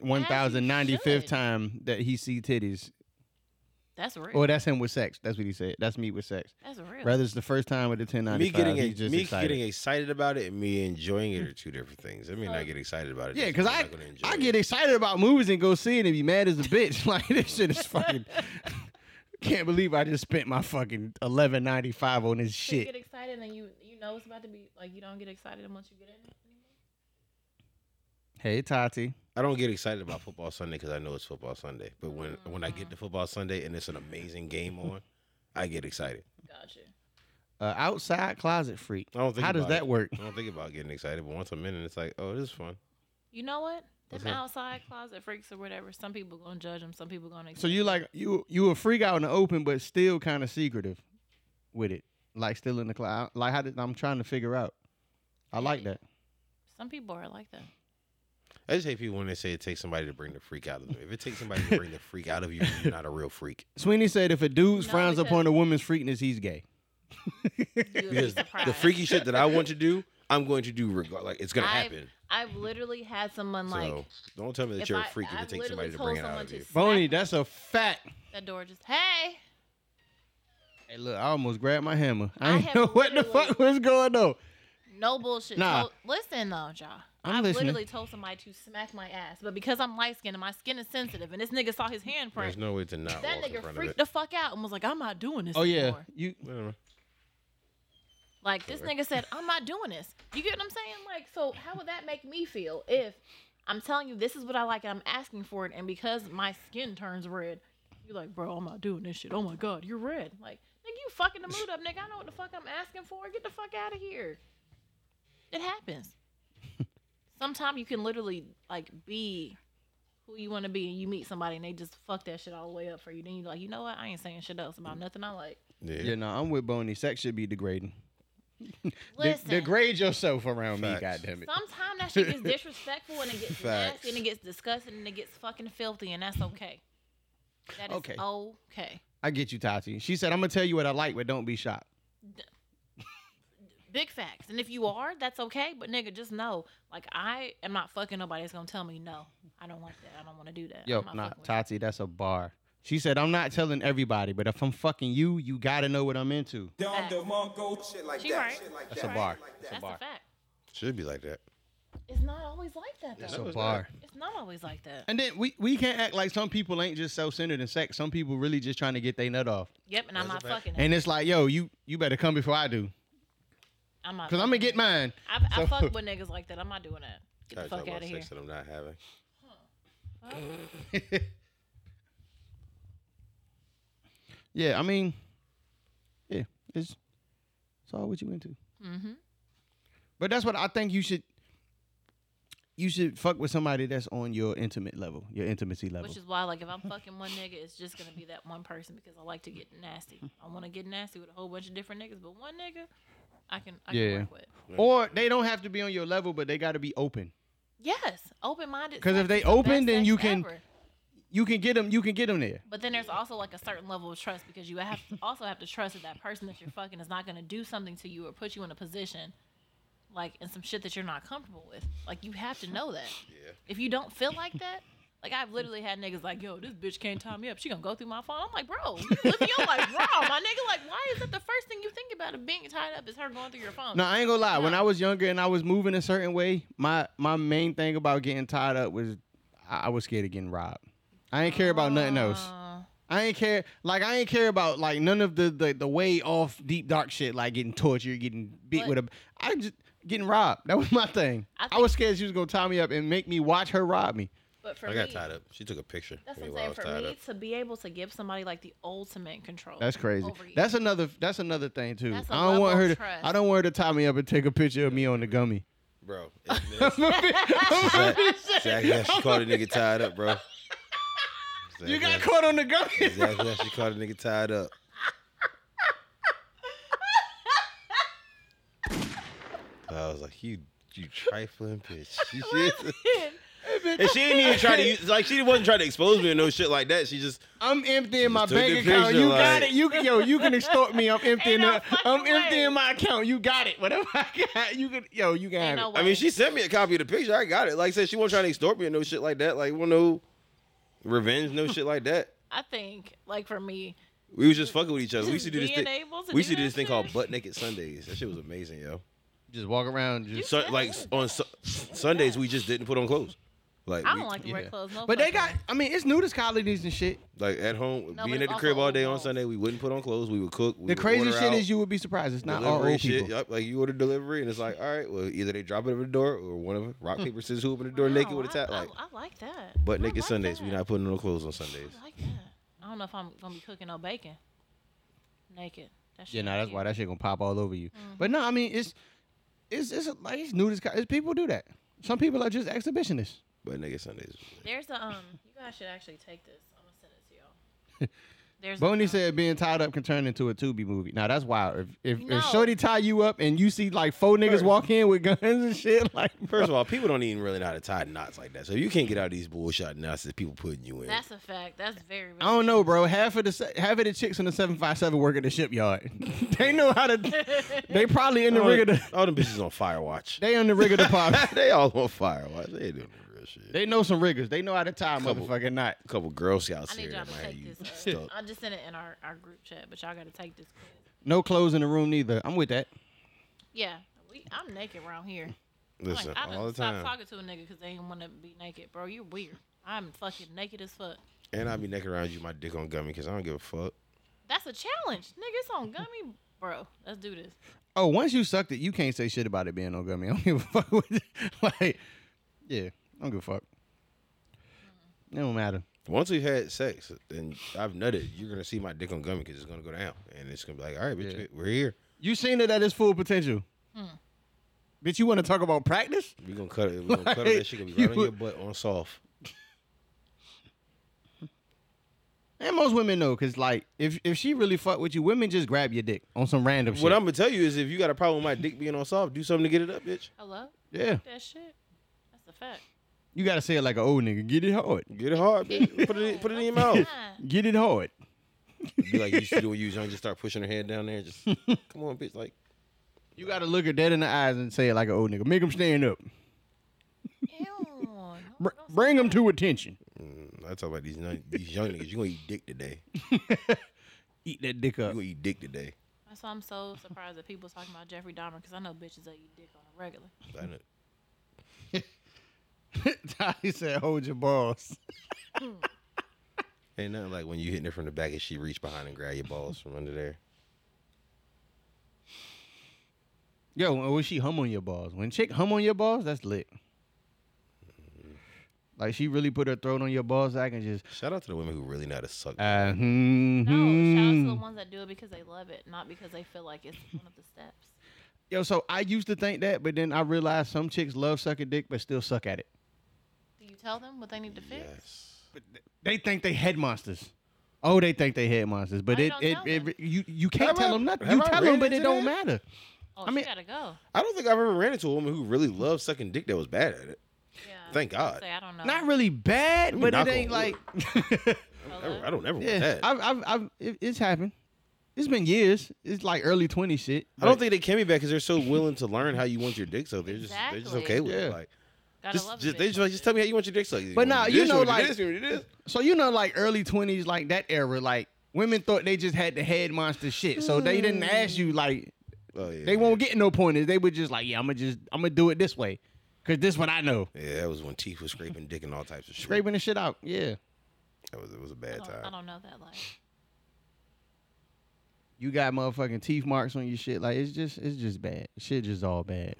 A: one thousand ninety fifth
E: should.
A: time that he see titties.
E: that's real.
A: Or that's him with sex. That's what he said. That's me with sex.
E: that's real.
A: Whether it's the first time or the ten ninety
C: Me
A: five,
C: getting
A: he's
C: it,
A: just
C: me
A: excited.
C: getting excited about it and me enjoying it are two different things. I mean, I get excited about it.
A: yeah,
C: doesn't
A: because
C: mean I'm
A: I
C: not gonna enjoy
A: I get excited about movies and go see it and be mad as a bitch. Like this shit is fucking. Can't believe I just spent my fucking eleven ninety five on this
E: you get
A: shit.
E: excited and you you know it's about to be like you don't get excited once you get in it anymore.
A: Hey Tati,
C: I don't get excited about football Sunday because I know it's football Sunday. But when when I get to football Sunday and it's an amazing game on, I get excited.
E: Gotcha.
A: uh, outside closet freak.
C: I don't think.
A: How does
C: about
A: that
C: it.
A: work?
C: I don't think about getting excited, but once I'm in, it, it's like, oh, this is fun.
E: You know what? Them
C: What's up?
E: outside closet freaks or whatever. Some people gonna judge them. Some people gonna.
A: So you like you you a freak out in the open, but still kind of secretive with it, like still in the cloud. Like how did, I'm trying to figure out. I like that.
E: Some people are like that.
C: I just hate people when they say it takes somebody to bring the freak out of them. If it takes somebody to bring the freak out of you, you're not a real freak.
A: Sweeney said if a dude
E: No,
A: frowns
E: because-
A: upon a woman's freakness, he's gay.
E: You would be
C: Because
E: surprised.
C: the freaky shit that I want to do, I'm going to do regard like it's gonna
E: I've-
C: happen.
E: I've literally had someone like
C: so don't tell me that
E: if
C: you're a
E: I-
C: freak if
E: I've
C: it takes
E: literally
C: somebody to bring
E: told
C: it out
E: someone
C: of
E: to
C: you.
E: smack
A: Boney, that's a fact.
E: that door just hey.
A: Hey, look, I almost grabbed my hammer. I,
E: I
A: ain't
E: have
A: know what the
E: literally-
A: fuck was going on.
E: No bullshit.
A: Nah.
E: Told- listen though, y'all.
A: I'm
E: have
A: listening.
E: literally told somebody to smack my ass, but because I'm light skinned and my skin is sensitive, and this nigga saw his handprint,
C: There's no way to not
E: that
C: walk in
E: nigga
C: front of
E: freaked
C: it.
E: the fuck out and was like, "I'm not doing this."
A: Oh yeah,
E: anymore."
A: you.
C: Whatever.
E: Like this
C: Sorry.
E: nigga said, "I'm not doing this." You get what I'm saying? Like, so how would that make me feel if I'm telling you this is what I like and I'm asking for it, and because my skin turns red, you're like, "Bro, I'm not doing this shit." Oh my god, you're red. Like, nigga, you fucking the mood up, nigga. I know what the fuck I'm asking for. Get the fuck out of here. It happens. Sometimes you can literally like be who you want to be, and you meet somebody and they just fuck that shit all the way up for you. Then you're like, you know what? I ain't saying shit else about nothing I like.
C: Yeah.
A: Yeah, no, I'm with Boney. Sex should be degrading. De-
E: Listen.
A: degrade yourself around
C: Facts.
A: me, goddammit.
E: Sometimes that shit gets disrespectful and it gets
C: Facts.
E: nasty and it gets disgusting and it gets fucking filthy and that's okay. That is
A: Okay.
E: okay. okay.
A: I get you, Tati. She said, "I'm gonna tell you what I like, but don't be shocked."
E: Big facts. And if you are, that's okay. But nigga, just know, like I am not fucking nobody that's gonna tell me no. I don't want that. I don't want to do that.
A: Yo,
E: I'm not
A: nah,
E: fucking with that."
A: Tati, that's a bar. She said, "I'm not telling everybody, but if I'm fucking you, you gotta know what I'm into."
E: Facts.
G: Shit like
E: She
G: that.
E: right.
G: Shit like
A: That's
G: that.
A: a bar.
G: Shit like that.
A: That's a
E: That's a
A: bar.
E: fact.
C: Should be like that.
E: It's not always like that
A: That's
E: though.
A: a
C: No, it's
A: bar.
E: It's not always like that.
A: And then we we can't act like some people ain't just self centered in sex. Some people really just trying to get their nut off.
E: Yep, and I'm
C: That's
E: not
C: a fact.
E: fucking it.
A: And it's like, yo, you you better come before I do,
E: I'm not.
A: cause I'm gonna
E: fucking
A: get
E: it.
A: mine.
E: I, I
A: So-
E: fuck with niggas like that. I'm not doing that. Get the
C: Gotta talk
E: fuck
C: about
E: out of here.
C: sex that I'm not having.
A: Yeah, I mean, yeah, it's it's all what you into.
E: Mhm.
A: But that's what I think you should. You should fuck with somebody that's on your intimate level, your intimacy level.
E: Which is why, like, if I'm fucking one nigga, it's just gonna be that one person because I like to get nasty. I want to get nasty with a whole bunch of different niggas, but one nigga, I can, I
A: Yeah.
E: can work with.
A: or they don't have to be on your level, but they got to be open.
E: Yes, open minded.
A: 'Cause if they open, then you can- You can get them. You can get them there.
E: But then there's also like a certain level of trust because you have to also have to trust that that person that you're fucking is not gonna do something to you or put you in a position, like in some shit that you're not comfortable with. Like you have to know that.
C: Yeah.
E: If you don't feel like that. Like I've literally had niggas like, yo, this bitch can't tie me up. She gonna go through my phone. I'm like, bro, you living your life raw, my nigga. Like, why is that the first thing you think about of being tied up is her going through your phone?
A: No, I ain't gonna lie. When
E: No.
A: I was younger and I was moving a certain way, my my main thing about getting tied up was I, I was scared of getting robbed. I ain't care about nothing else.
E: Uh,
A: I ain't care. Like I ain't care about like none of the the, the way off deep dark shit. Like getting tortured, getting beat
E: But-
A: with a. I just getting robbed. That was my thing.
E: I
A: I, was scared she was gonna tie me up and make me watch her rob me.
E: but for
C: I
E: me,
C: got tied up. She took a picture.
E: That's
C: of
E: what
C: me while
E: I'm
C: I
E: saying.
C: was
E: For
C: tied
E: me
C: up.
E: to be able to give somebody like the ultimate control.
A: That's crazy.
E: over you.
A: That's another. That's another thing too.
E: That's a
A: I don't want
E: level
A: her
E: of
A: to.
E: trust.
A: I don't want her to tie me up and take a picture of me on the gummy.
C: Bro. it's-
A: you
C: Exactly how she caught a nigga tied up, bro. Exactly
A: got
C: how-
A: caught on the gummy.
C: Exactly how she caught a nigga tied up. I was like, you, you trifling bitch. She, and she didn't even try to use, like, she wasn't trying to expose me or no shit like that. She just,
A: I'm emptying my
C: Just took
A: bank
C: the
A: account.
C: picture,
A: You got
C: like-
A: it. You can yo. You can extort me. I'm emptying.
E: no
A: the-
E: fucking
A: I'm
E: way.
A: emptying my account. You got it. Whatever I got, you can. Yo, you can have
E: Ain't no
A: it.
E: way.
C: I mean, she sent me a copy of the picture. I got it. Like I said, she wasn't trying to extort me or no shit like that. Like, well, no revenge, no shit like that.
E: I think, like for me,
C: We was just fucking with each other. We used to do this
E: being
C: thing.
E: able to
C: We used to do
E: that
C: this thing
E: shit.
C: called butt naked Sundays. That shit was amazing, yo.
A: Just walk around. Just
C: So, like on su- Sundays, we just didn't put on clothes. Like
E: I
C: we-
E: don't like to wear
A: yeah.
E: clothes. No
A: But they
E: fucking
A: got,
E: way.
A: I mean, it's nudist colonies and shit.
C: Like at home,
E: No, but
C: being
E: it's
C: at the
E: also
C: crib all day
E: old
C: on
E: laws.
C: Sunday, we wouldn't put on clothes. We would cook. We
A: The
C: would
A: crazy
C: order
A: shit
C: out,
A: is you would be surprised. It's not all
C: delivery
A: old people.
C: Yep, like you order delivery, and it's like, all right, well, either they drop it over the door, or one of them
A: Hmm.
C: rock paper scissors who opened the door naked
E: Wow,
C: with a
E: I-
C: towel.
E: I,
C: Like,
E: I, like that.
C: butt
E: I
C: naked
E: like
C: Sundays,
E: that.
C: we not putting on clothes on Sundays.
E: I like that. I don't know if I'm gonna be cooking no bacon naked. That shit
A: Yeah, no, that's
E: ain't
A: why
E: cute.
A: that shit gonna pop all over you.
E: Mm.
A: But no, I mean, it's it's it's like it's nudist. co- It's people do that. Some people are just exhibitionists.
C: Butt naked Sundays.
E: There's a um. You guys should actually take this. I'm gonna send it to y'all. There's
A: Boney said being tied up can turn into a Tubi movie. Now that's wild. If if,
E: No.
A: if Shorty tie you up and you see like four niggas walk in with guns and shit, like bro,
C: First of all, people don't even really know how to tie knots like that. So you can't get out of these bullshit knots that people putting you in.
E: That's a fact. That's very.
A: I don't know, bro. Half of the se- half of the chicks in the seven five seven work at the shipyard. they know how to. They probably in the
C: all,
A: rig of the.
C: all them bitches on fire watch.
A: They in the rig of the pop.
C: they all on fire watch. They ain't doing the real shit.
A: They know some riggers. They know how to tie a
C: Couple.
A: motherfucking knot.
C: a couple Girl Scouts
E: I need
C: here
E: y'all
C: that
E: to
C: might have
E: take
C: you
E: this. uh,
C: stuck.
E: I just sent it in our, our group chat, but y'all got to take this. quiz.
A: No clothes in the room neither. I'm with that.
E: Yeah, we, I'm naked around here. I'm
C: Listen,
E: like, I
C: all
E: done
C: the
E: stopped
C: time.
E: talking to a nigga because they didn't want to be naked, bro. You're weird. I'm fucking naked as fuck.
C: And I be necking around you, my dick on gummy, because I don't give a fuck.
E: That's a challenge, nigga. It's on gummy, bro. Let's do this.
A: Oh, once you sucked it, you can't say shit about it being no gummy. I don't give a fuck. What like, yeah, I don't give a fuck. It don't matter.
C: Once we've had sex and I've nutted, you're gonna see my dick on gummy because it's gonna go down, and it's gonna be like, all right, bitch,
A: Yeah.
C: we're here.
A: You seen it at its full potential.
E: Hmm.
A: Bitch, you want to talk about practice?
C: We gonna cut it. We gonna cut it. That shit gonna be right on
A: You-
C: your butt on soft.
A: And most women know, cause like if if she really fuck with you, women just grab your dick on some random shit.
C: What I'm gonna tell you is, if you got a problem with my dick being on soft, do something to get it up, bitch.
E: Hello?
A: yeah,
E: That shit? That's a fact.
A: you gotta say it like an old nigga. Get it hard.
C: Get it hard, bitch. Put it, put it in your
E: Fine.
C: mouth.
A: Get it hard.
C: Be like you used to do when you was young. Just start pushing her head down there. and Just come on, bitch. Like
A: You gotta look her dead in the eyes and say it like an old nigga. Make him stand up.
E: Ew. no,
A: Br-
E: don't say
A: bring him
E: that.
A: to attention.
C: I talk about these nun- these young niggas. You gonna eat dick today? You
A: Eat that dick up.
C: gonna eat dick today?
E: That's why I'm so surprised that people talking about Jeffrey Dahmer because I know bitches that eat dick on a regular.
C: I know.
A: he said, "Hold your balls."
C: Ain't nothing like when you hitting her from the back and she reach behind and grab your balls from under there.
A: Yo, when when she hum on your balls, when chick hum on your balls, that's lit. Like she really put her throat on your balls, I can just.
C: Shout out to the women who really know how to suck.
A: Uh,
E: No, shout out to the
A: mhm.
E: ones that do it because they love it, not because they feel like it's one of the steps.
A: Yo, so I used to think that, but then I realized some chicks love sucking dick, but still suck at it.
E: Do you tell them what they need to fix?
C: yes.
A: They think they head monsters. Oh, they think they head monsters, but
E: Why you
A: it
E: don't
A: it,
E: tell
A: it,
E: them?
A: you you can't
C: Have
A: tell
C: I-
A: them nothing.
C: have
A: You
C: I
A: tell
C: ran
A: them, but it
C: into
A: don't
C: that?
A: matter.
E: Oh,
A: I
E: she
A: mean-
E: gotta go.
C: I don't think I've ever ran into a woman who really loved sucking dick that was bad at it.
E: Yeah.
C: Thank God.
E: Say, I don't know.
A: Not really bad,
C: me
A: but
C: knock
A: it
C: on
A: ain't like.
C: wood. I don't ever- I don't ever want
A: yeah,
C: that. I,
A: I've, I've, I've, it, it's happened. It's been years. It's like early twenty shit.
C: don't think they can be bad because they're so willing to learn how you want your dick sucked. They're just they're just
E: Exactly.
C: okay with
A: Yeah.
C: it. Like
E: Gotta
C: just,
E: love
C: just
E: it.
C: they just like just tell me how you want your dick sucked. want
A: But nah,
C: to do
A: you
C: this,
A: know,
C: want to do
A: like-
C: this, you want to do this.
A: So you know, like early twenties, like that era, like women thought they just had the head monster shit. So they didn't ask you, like
C: Oh, yeah,
A: they won't get no pointers. They were just like, yeah, I'm gonna just, I'm gonna do it this way, cause this what I know.
C: Yeah, that was when teeth was scraping dick and all types of shit.
A: Scraping the shit out, yeah.
C: That was it was a
E: I
C: bad
E: don't, I
C: time.
E: don't know that life.
A: You got motherfucking teeth marks on your shit. Like it's just, it's just bad. Shit, just all bad.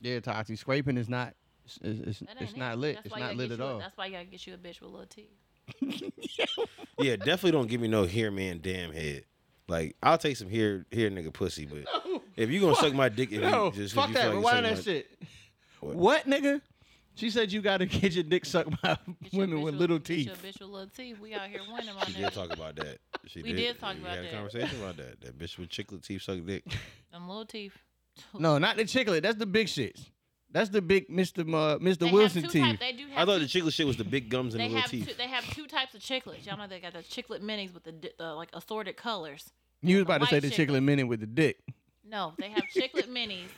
A: Yeah, Toxie, scraping is not, it's, it's,
E: That
A: it's,
E: ain't
A: it's
E: it.
A: not lit.
E: That's
A: It's
E: why you
A: not
E: gotta
A: lit
E: get
A: at
E: you a-
A: all.
E: That's why you gotta get you a bitch with little teeth.
C: Yeah, definitely don't give me no here man damn head. Like I'll take some here here nigga pussy, but if you gonna suck my dick, if
A: No,
C: you just 'cause
A: fuck
C: you
A: that.
C: feel like you
A: Rewind
C: sucking
A: that
C: my-
A: shit.
C: What?
A: What? nigga? She said you gotta get your dick sucked by
E: Get you a
A: women
E: bitch
A: with little
E: get you a
A: teeth.
E: bitch with little teeth. We out here winning right
C: She
E: now.
C: did talk about that. She
E: We did talk about
C: we had
E: that.
C: a conversation about that. That bitch with chiclet teeth suck dick.
E: Them little teeth.
A: No, not the chiclet. That's the big shits. That's the big Mr. Ma- Mr.
E: They have
A: Wilson
E: two
A: teeth.
E: Type, they do have
C: I thought
E: two
C: the chiclet shit was the big gums and
E: They
C: the little
E: have two,
C: teeth.
E: they have two types of chiclets. Y'all know they got the chiclet minis with the, di- the like assorted colors.
A: you was
E: the
A: about to say
E: white
A: the
E: chiclet.
A: chiclet minute with the dick.
E: No, they have chiclet minis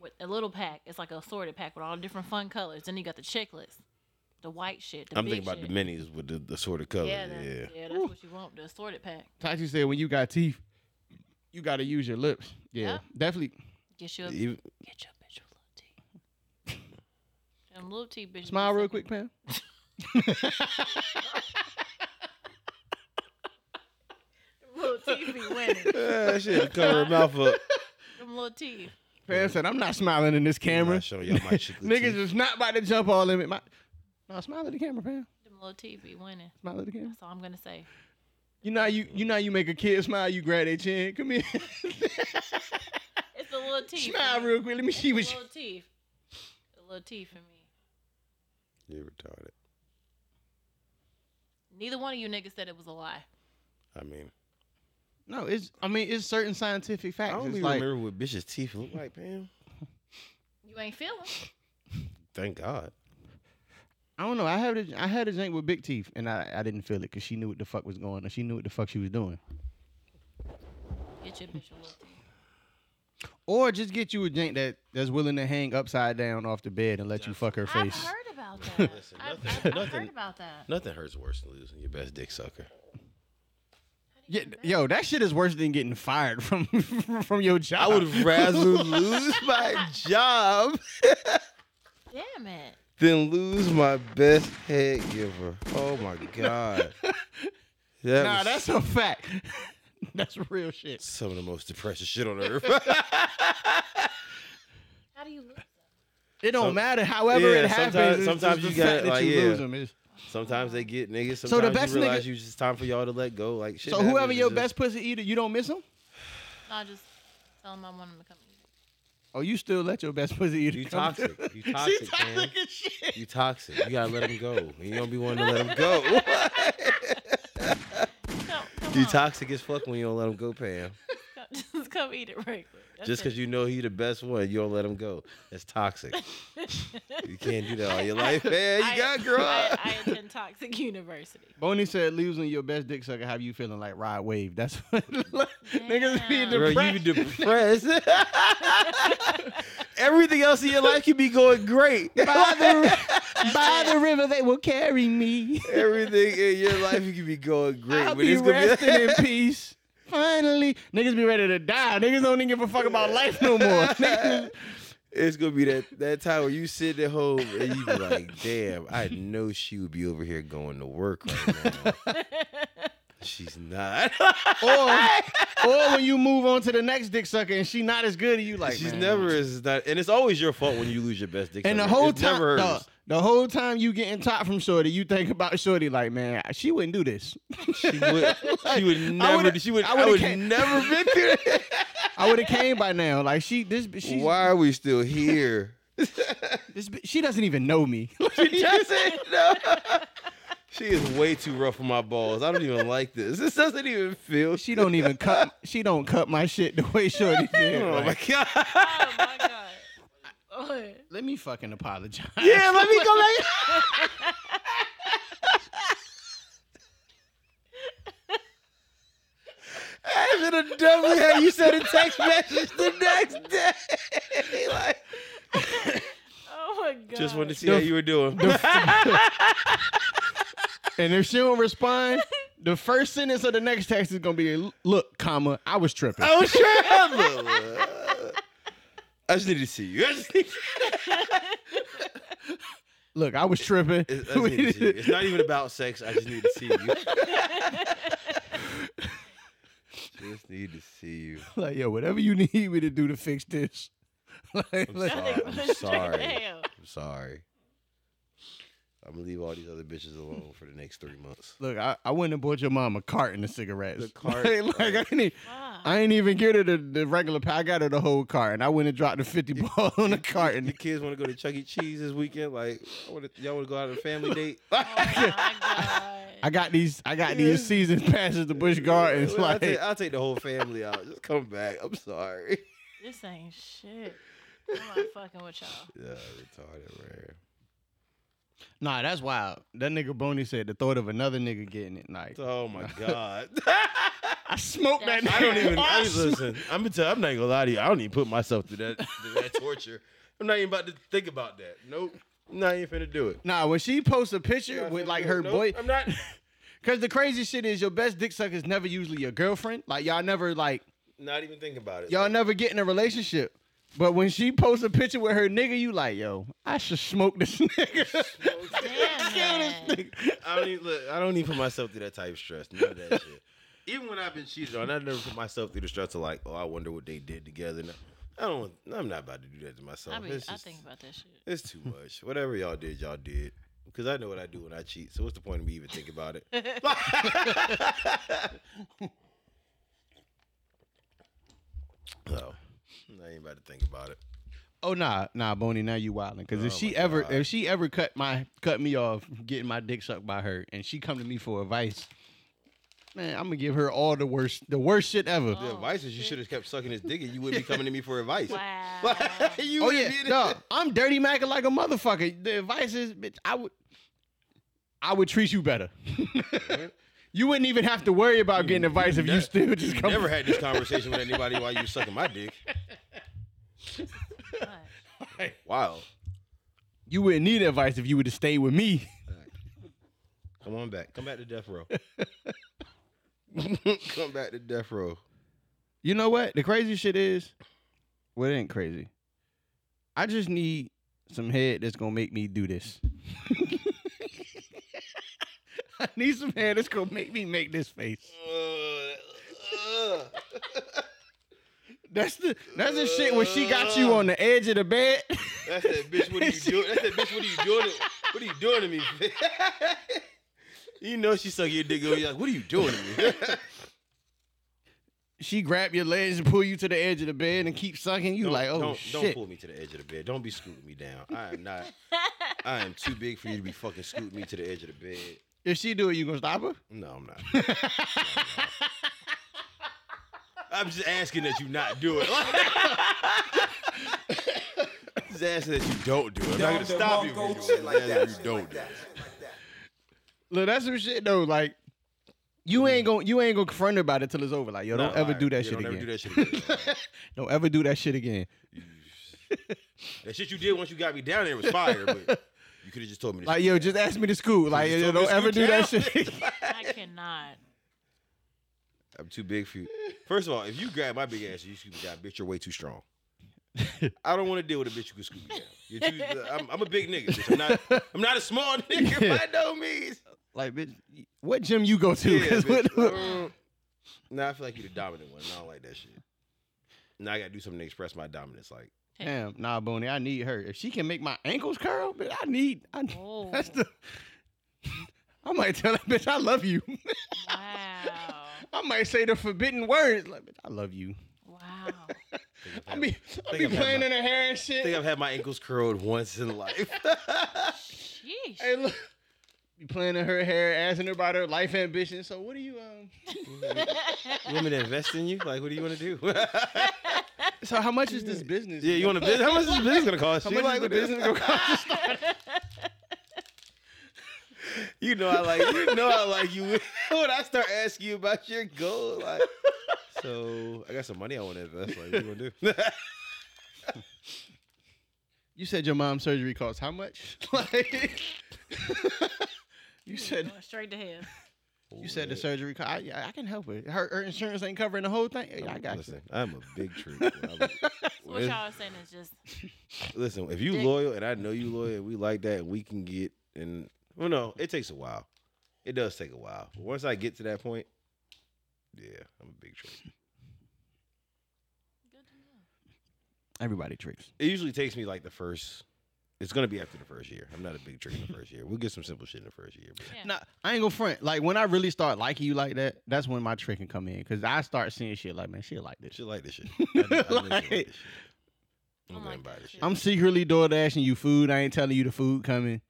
E: with a little pack. It's like a assorted pack with all different fun colors. Then you got the chiclets, the white shit. The
C: I'm
E: big
C: thinking about
E: shit.
C: the minis with the, the sort of color. Yeah,
E: Yeah, that's, yeah. that's what you want. The assorted pack.
A: Tachi said when you got teeth, you gotta use your lips. Yeah,
E: Yep.
A: definitely.
E: Get you a, get you
C: Even-
E: a bitch with little teeth. Them little teeth bitches. be
A: Smile real
E: sucking-
A: quick, Pam.
E: Little teeth be winning.
C: Yeah, that shit cover her mouth up.
E: Them little teeth.
A: Pam said, "I'm not smiling in this camera.
C: I'll show y'all my chiclet
A: Niggas
C: teeth.
A: is not about to jump all in it." My- no, smile at the camera, Pam.
E: Them little teeth be winning.
A: Smile at the camera.
E: That's all I'm gonna say.
A: You know how you you know how you make a kid smile, you grab their chin. Come here.
E: It's the little teeth.
A: smile
E: man.
A: real quick. Let me see
E: The
A: what you
E: little teeth. The little teeth for me.
C: You retarded.
E: Neither one of you niggas said it was a lie.
C: I mean,
A: No, it's. I mean, it's certain scientific
C: I
A: facts.
C: don't
A: It's
C: even
A: like-
C: remember what bitches' teeth look like, man.
E: You ain't feeling.
C: Thank God.
A: I don't know. I had a, I had a drink with Big Teeth, and I, I didn't feel it because she knew what the fuck was going on. She knew what the fuck she was doing.
E: Get your bitch a little tea.
A: Or just get you a drink that, that's willing to hang upside down off the bed and let you fuck her
E: I've
A: face.
E: heard about that.
C: Listen,
E: I've,
C: nothing-
E: I've, I've
C: nothing-
E: heard about that.
C: Nothing hurts worse than losing your best dick sucker.
A: Yeah, yo, that shit is worse than getting fired from from your job.
C: I would rather lose my job
E: Damn it.
C: than lose my best head giver. Oh my God. That
A: Nah,
C: was
A: that's a fact. that's real shit.
C: some of the most depressing shit on earth.
E: How do you lose?
A: It don't
C: Some-
A: matter. However,
C: Yeah,
A: it happens.
C: sometimes-
A: it's just
C: sometimes
A: the
C: you
A: fact
C: gotta,
A: that
C: like,
A: you
C: yeah.
A: lose 'em. It's-
C: Sometimes they get niggas. Sometimes
A: So the best
C: you realize
A: nigga-
C: you it's time for y'all to let go. Like shit.
A: So whoever
C: happens,
A: your
C: it's
A: best pussy eater, you don't miss him.
E: No, I just tell him I want him to come. eat.
A: Oh, you still let your best pussy eater.
C: You
A: come through.
C: toxic. You
A: She
C: toxic, man.
A: as shit.
C: just- you toxic. You gotta let him go. You don't be wanting to let him go.
E: Come, come
C: you
E: on.
C: toxic as fuck when you don't let him go, Pam.
E: just come eat it right quick. That's
C: Just
E: it.
C: because you know he the best one, you don't let him go. That's toxic. you can't do that all your life, man. You
E: I-
C: got girl.
E: I, I attend toxic university.
A: Boney said losing your best dick sucker have you feeling like ride wave. That's what niggas be
E: Damn.
C: Girl,
A: depressed.
C: you depressed. Everything else in your life could be going great.
A: by the, by the river they will carry me.
C: Everything in your life you could be going great.
A: I'll
C: but
A: be
C: it's gonna be-
A: resting in peace. Finally, niggas be ready to die. Niggas don't even give a fuck about life no more. Niggas-
C: It's gonna be that that time where you sit at home and you be like, "Damn, I know she would be over here going to work right now. She's not.
A: or, or when you move on to the next dick sucker and she not as good as you, like
C: She's
A: man.
C: never is not. And it's always your fault when you lose your best dick.
A: And the
C: sucker.
A: whole
C: It's
A: time,
C: never
A: the,
C: hers.
A: the whole time you getting top from Shorty, you think about Shorty like, man, she wouldn't do this.
C: she would. She would never.
A: would've-
C: She would.
A: I
C: I,
A: would've
C: would
A: came-
C: never been through that.
A: I would have came by now. Like she, this, she,
C: Why are we still here?
A: this, she doesn't even know me.
C: She doesn't. No. She is way too rough on my balls. I don't even like this. This doesn't even feel.
A: She don't even cut. She don't cut my shit the way Shorty did.
C: Oh my
A: Like,
C: god.
E: Oh my god. Oh,
A: let me fucking apologize.
C: Yeah, let me go back. I should have done with how you sent a text message the next day. like,
E: oh my god.
C: just wanted to see
A: The-
C: how you were doing.
A: And if she don't respond, the first sentence of the next text is gonna be, "Look, comma, I was tripping."
C: I was traveling. I just need to see you. I just need
A: Look, I was tripping.
C: I just need to see you. It's not even about sex. I just need to see you. just need to see you.
A: like, yo, whatever you need me to do to fix this. Like,
C: I'm
A: like,
E: That
C: sorry. I'm
E: nigga was
C: sorry.
E: jail.
C: I'm sorry. I'm gonna leave all these other bitches alone for the next three months.
A: look, I, I wouldn't have bought your mom a carton of cigarettes.
C: The cart,
A: like, like, I
C: right.
A: didn't. e,
E: Wow.
A: I ain't even get her the, the regular pack. I got her the whole cart, and I went and dropped the fifty ball on the cart.
C: The
A: And
C: kids want to go to Chuck E. Cheese this weekend. Like, I wanna, y'all want to go out on a family date?
E: Oh my god.
A: I got these. I got these season passes to Bush Gardens.
C: Well, I'll,
A: Like,
C: take, I'll take the whole family out. Just come back. I'm sorry.
E: This ain't shit. I'm not fucking with y'all.
C: Yeah, retarded, man.
A: Nah, that's wild. That nigga Boney said the thought of another nigga getting it. Like,
C: Oh my god.
A: I smoked that.
C: I
A: nigga.
E: That's-
C: don't even. I,
A: I
C: listen, I'm gonna tell. I'm not gonna lie to you. I don't even put myself through that through that torture. I'm not even about to think about that. Nope. I'm not even finna do it.
A: Nah, when she posts a picture with like her
C: Nope,
A: boy,
C: I'm not.
A: because the crazy shit is your best dick sucker is never usually your girlfriend. Like y'all never like
C: Not even thinking about it.
A: y'all
C: Like,
A: never get in a relationship. But when she posts a picture with her nigga, you like, yo, I should smoke this nigga.
E: Damn it.
C: I don't even. Look, I don't even put myself through that type of stress. None of that shit. Even when I've been cheated on, I never put myself through the stress of like, oh, I wonder what they did together. No, I don't. want- I'm not about to do that to myself.
E: I, be,
C: It's
E: I
C: just-
E: think about that shit.
C: It's too much. Whatever y'all did, y'all did. Because I know what I do when I cheat. So what's the point of me even thinking about it? so, I ain't about to think about it.
A: Oh nah, nah, Boney, now you wildin'. Because
C: Oh
A: if she ever, if she ever cut my, cut me off, getting my dick sucked by her, and she come to me for advice, man, I'm gonna give her all the worst, the worst shit ever.
E: Oh,
C: The advice is you should have kept sucking his dick and you wouldn't be coming to me for advice.
E: Wow.
C: you
A: oh
C: would've
A: yeah,
C: been-
A: no, I'm dirty macking like a motherfucker. The advice is, bitch, I would, I would treat you better. you wouldn't even have to worry about getting advice if you
C: Never-
A: still just come.
C: Never had this conversation with anybody while you were sucking my dick.
E: But-
C: Wow.
A: You wouldn't need advice if you would have stayed with me.
C: Come on back. Come back to death row. Come back to death row.
A: You know what? The crazy shit is, well, it ain't crazy. I just need some head that's gonna make me do this. I need some head that's gonna make me make this face. That's the that's the shit when she got you on the edge of the bed.
C: That's that bitch. What are you doing? That's that bitch. What are you doing? to- What are you doing to me? you know she suck your dick. and You're like, what are you doing to me?
A: She grab your legs and pull you to the edge of the bed and keep sucking. You
C: Don't-
A: like, oh
C: don't,
A: shit.
C: Don't pull me to the edge of the bed. Don't be scooting me down. I am not. I am too big for you to be fucking scooting me to the edge of the bed.
A: If she do it, you gonna stop her?
C: No, I'm not. No, I'm, not. I'm just asking that you not do it. just asking that you don't do it. I'm not gonna stop you. From doing it.
G: Shit like
C: I'm just
G: that.
C: asking
G: shit like
C: you don't do
G: that,
C: it.
G: shit like that.
A: Look, that's some shit though. Like, you ain't gonna you ain't gonna confront her about it till it's over. Like, yo, don't
C: Mm. Nah,
A: ever
C: alright.
A: do that
C: Yeah,
A: shit
C: don't
A: again.
C: ever do that shit again.
A: Don't ever do that shit again.
C: That shit you did once you got me down there was fire, but you could have just told me. To
A: Like, yo, just ask me to school. Like,
C: Just
A: yo,
C: told me
A: don't
C: to
A: ever do
C: scoot
A: that
C: down.
A: shit.
E: I cannot.
C: I'm too big for you. First of all, if you grab my big ass, and you scoop me down, bitch. You're way too strong. I don't want to deal with a bitch who can scoop me down. You're too, uh, I'm, I'm a big nigga. Bitch. I'm not. I'm not a small nigga by no means.
A: like, bitch, what gym you go to?
C: Yeah,
A: 'Cause
C: bitch.
A: what-
C: Mm. Nah, I feel like you're the dominant one. and I don't like that shit. Now I gotta do something to express my dominance. Like,
A: Damn, nah, Booney, I need her. If she can make my ankles curl, bitch, I need. I,
E: Oh,
A: that's the. I might tell that bitch I love you.
E: wow.
A: I might say the forbidden words. Like, bitch, I love you.
E: Wow.
A: I mean, I
C: Think
A: be
C: I've had
A: playing
C: my-
A: in her hair and
C: I
A: shit.
C: think I've had my ankles curled once in life.
E: Sheesh.
A: Hey, look. Be playing in her hair, asking her about her life ambitions. So, what do you um?
C: you want me to invest in you? Like, what do you want to do?
A: So, how much is this business?
C: yeah, you want to business? How much is this business gonna cost?
A: How
C: you?
A: much
C: like,
A: is the
C: what is-
A: business gonna cost?
C: You know I like you know I like you when I start asking you about your goal. Like, so I got some money I want to invest. Like, what you gonna do?
A: You said your mom's surgery costs how much? Like, you said
E: Going straight to hell.
A: you said the surgery cost. I, I can help it. Her, her insurance ain't covering the whole thing. Yeah, I got
C: Listen,
A: you.
C: I'm a big tree. When I'm-
E: So what y'all are saying is just
C: Listen, if you
E: Dick.
C: loyal and I know you loyal, we like that, we can get and well, no, it takes a while. It does take a while. But once I get to that point, yeah, I'm a big trick.
E: good to know.
A: Everybody tricks.
C: It usually takes me like the first. It's gonna be after the first year. I'm not a big trick in the first year. We'll get some simple shit in the first year. But
E: Yeah.
A: Nah, I ain't gonna front. Like when I really start liking you like that, that's when my trick can come in. Cause I start seeing shit like, man, she like this.
C: shit like this shit. I, do- I really do like
A: Like-
C: this shit.
E: I'm
C: I'm
E: like
C: gonna buy
E: that
C: this shit.
E: too.
A: I'm secretly door dashing you food. I ain't telling you the food coming.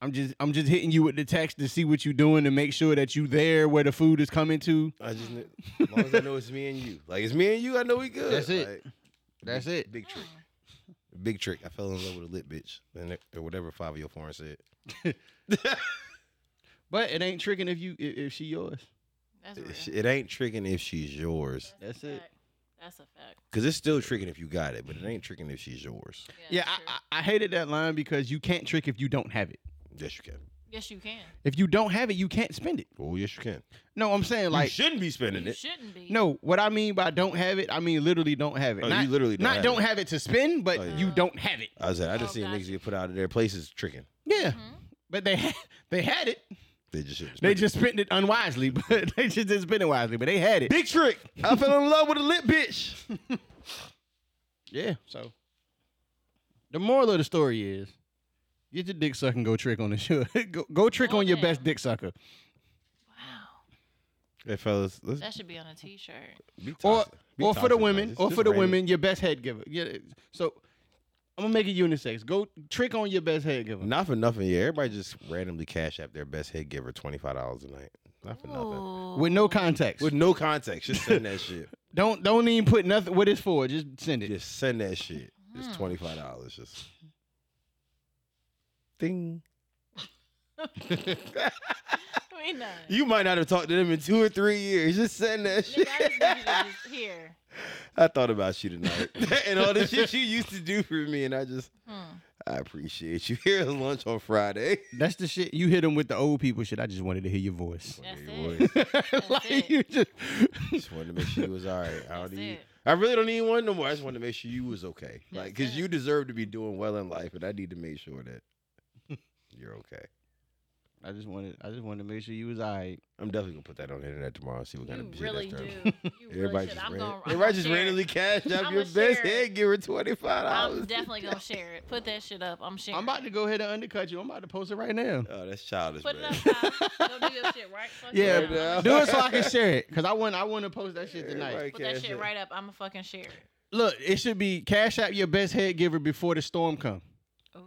A: I'm just I'm just hitting you with the text to see what you doing to make sure that you there where the food is coming to.
C: I just kn- as long as I know it's me and you. Like it's me and you, I know we good.
A: That's it.
C: Like,
A: That's it.
C: Big trick. Big trick. I fell in love with a lit bitch. And it- or whatever five of your foreign said.
A: But it ain't tricking if you if, if she yours.
E: That's real.
C: It, it ain't tricking if she's yours.
A: That's
E: Fact. That's a fact.
C: Cause it's still tricking if you got it, but it ain't tricking if she's yours.
A: Yeah,
E: true.
A: I, I, I hated that line because you can't trick if you don't have it.
C: Yes, you can.
E: yes, you can.
A: If you don't have it, you can't spend it.
C: Oh, yes, you can.
A: No, I'm saying
C: Like,
A: like
C: shouldn't be spending
E: You
C: it.
E: shouldn't be.
A: no. What I mean by don't have it, I mean literally don't have it.
C: Oh, you
A: not,
C: literally don't
A: not
C: have
A: don't
C: it.
A: have it to spend, but
C: Oh, yeah.
A: you don't have it.
C: I was like, I
E: Oh,
C: just seen niggas
E: gotcha.
C: get put out of their places tricking.
A: Yeah, but they had, they had it.
C: They just shouldn't
A: They
C: spend it.
A: just spent it unwisely, but they just didn't spend it wisely, but they had it.
C: big trick. I fell in love with a lit bitch.
A: Yeah. So the moral of the story is get your dick suck and go trick on the show. go, go trick
E: Oh,
A: on your
E: damn.
A: best dick sucker.
E: Wow.
C: Hey fellas, let's
E: That should be on a T-shirt.
C: be
A: Or
C: toxic. Be
A: or for the
C: toxic,
A: women,
C: fellas.
A: or
C: Just
A: for the
C: random-
A: women, your best head giver. Yeah. So I'm gonna make it unisex. Go trick on your best head giver.
C: Not for nothing. Yeah, everybody just randomly cash app their best head giver twenty five dollars a night. Not for nothing.
A: With no context.
C: With no context, just send that shit.
A: don't don't even put nothing what it's for. Just send it.
C: Just send that shit.
E: Mm.
C: It's twenty five dollars. Just ding.
E: We not.
C: You might not have talked to them in two or three years. Just send that shit.
E: Nigga, I just need you to just here.
C: I thought about you tonight and all the shit you used to do for me, and I just
E: Hmm.
C: I appreciate you. Here's lunch on Friday.
A: That's the shit you hit them with the old people shit. I just wanted to hear your voice.
E: That's
C: Hey,
E: it.
C: boys,
A: like
E: it.
A: you just
C: just wanted to make sure you was all right. I
E: That's
C: don't need.
E: it.
C: I really don't need one no more. I just wanted to make sure you was okay, like
E: That's
C: because
E: it.
C: you deserve to be doing well in life, and I need to make sure that you're okay.
A: I just wanted I just wanted to make sure you was alright.
C: I'm definitely gonna put that on the internet tomorrow and see what kind
E: You
C: of shit
E: really
C: that's
E: do.
C: done.
E: You
C: Everybody
E: really should.
C: just,
E: I'm
C: ran-
E: gonna. I'm
C: everybody just
E: share it.
C: randomly cashed out
E: I'ma
C: your best
E: share it.
C: head, give her twenty five
E: I'm
C: dollars.
E: definitely gonna share it. Put that shit up. I'm sharing.
A: I'm about to go ahead and undercut you. I'm about to post it right now.
C: Oh, that's childish,
E: Put it
C: man.
E: up. Ty. Go do your shit right. fucking
A: Yeah,
E: now.
C: now.
E: I'ma
A: Do it so I can share it. Cause I want I want to post that shit tonight.
C: Everybody
E: Put that
C: cash
E: shit
C: app.
E: right up. I'ma fucking share it.
A: Look, it should be cash out your best head giver before the storm come.
E: Ooh,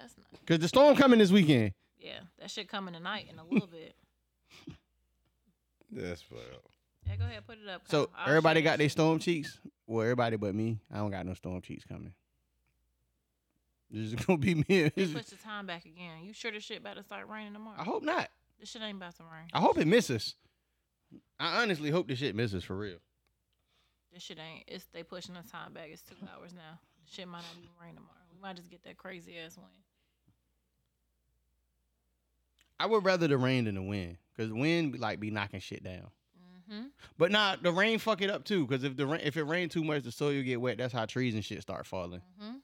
E: that's nice.
A: Cause the storm coming this weekend.
E: Yeah, that shit coming tonight in a little bit.
C: That's fucked up.
E: Yeah, go ahead, put it up.
A: So
E: Kyle. I'll
A: everybody
E: share
A: got
E: that
A: their
E: shit.
A: storm cheeks. Well, everybody but me. I don't got no storm cheeks coming. This is gonna be me.
E: They pushed the time back again. You sure this shit about to start raining tomorrow?
A: I hope not.
E: This shit ain't about to rain.
A: I hope it misses. I honestly hope this shit misses for real.
E: This shit ain't. It's they pushing the time back. It's two hours now. This shit might not even rain tomorrow. We might just get that crazy ass wind.
A: I would rather the rain than the wind, cause wind be like be knocking shit down.
E: Mm-hmm.
A: But nah, the rain fuck it up too, cause if the rain, if it rain too much, the soil get wet. That's how trees and shit start falling.
E: Mm-hmm.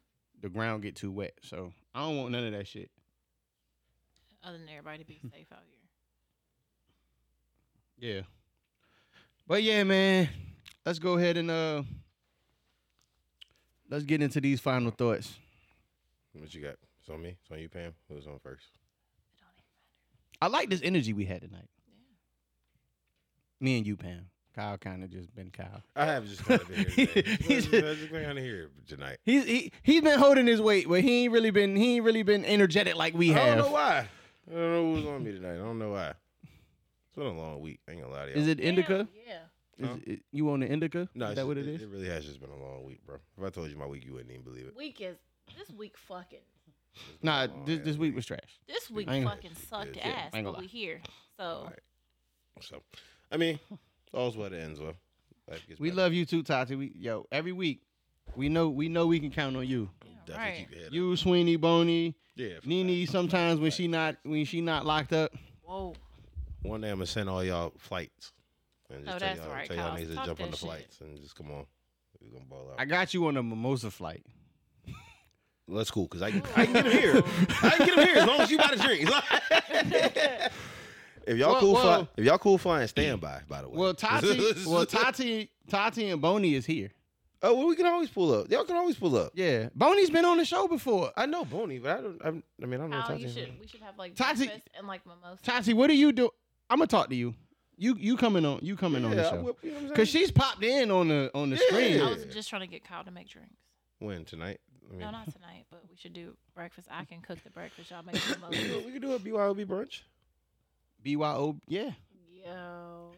A: The ground get too wet, so I don't want none of that shit.
E: Other than everybody be safe out here.
A: Yeah. But yeah, man, let's go ahead and uh, let's get into these final thoughts.
C: What you got? It's on me. It's on you, Pam. Who's on first?
E: It don't even matter.
A: I like this energy we had tonight.
E: Yeah.
A: Me and you, Pam. Kyle kind of just been Kyle.
C: I have just kind of been here. today.
A: He
C: Just-
A: said-
C: I just kind of here tonight.
A: He's he he's been holding his weight, but he ain't really been he ain't really been energetic like we
C: I don't know
A: have.
C: why. I don't know who's on me tonight. I don't know why. It's been a long week. I ain't gonna lie to you.
A: Is it indica?
E: Hell Yeah.
A: Is
C: Huh?
A: it- you on the indica?
C: No,
A: is
C: it's
A: that
C: just-
A: what it
C: it
A: is?
C: It really has just been a long week, bro. If I told you my week, you wouldn't even believe it.
E: Week is this week fucking.
C: It's been a
A: Nah,
C: long
A: this
C: ass
A: this week was trash.
E: This week
A: ain't gonna-
E: fucking sucked
C: yeah,
E: ass,
A: I ain't gonna
E: but we
A: lie.
E: here. So
C: Alright. So, I mean, all's well that ends well. Life gets
A: We
C: better.
A: love you too, Tati. We yo every week. We know we know we can count on you.
C: Definitely
E: Right.
C: keep your head up.
A: You, Sweeney, Boney,
C: Yeah, for
A: Nene.
C: fact.
A: Sometimes when she not when she not locked up,
E: whoa.
C: One day I'm gonna send all y'all flights and just
E: Oh,
C: tell
E: that's
C: y'all,
E: right,
C: tell y'all
E: Kyle.
C: niggas to
E: Talk
C: jump on
E: that
C: the
E: shit.
C: flights and just come on. We're gonna ball out.
A: I got you on a mimosa flight.
C: Well, that's cool because I, I can get him here. I can get him here as long as you buy the drink. if y'all
A: Well,
C: cool,
A: well-
C: fly, if y'all cool flying, stand by. By the way,
A: Well, Tati, well Tati, Tati and Boney is here.
C: oh, well, we can always pull up. Y'all can always pull up.
A: Yeah, Boney's been on the show before.
C: I know Boney, but I don't. I'm, I mean, I don't know
E: Kyle, Oh, you
C: Tati.
E: should we should have like
A: Tati-
E: breakfast and like mimosa.
A: Tati, what do you do? I'm gonna talk to you. You you coming on? You coming on the
C: Yeah, I
A: show?
C: will, you know what I'm
A: Cause
C: saying?
A: she's popped in on the on the
C: Yeah.
A: screen.
E: I was
C: Yeah.
E: just trying to get Kyle to make drinks.
C: when tonight. I mean,
E: No, not tonight, but we should do breakfast. I can cook the breakfast. Y'all make the
C: we, could,
E: mimosas.
C: we could do a BYOB brunch.
A: Byo, yeah.
E: Yo,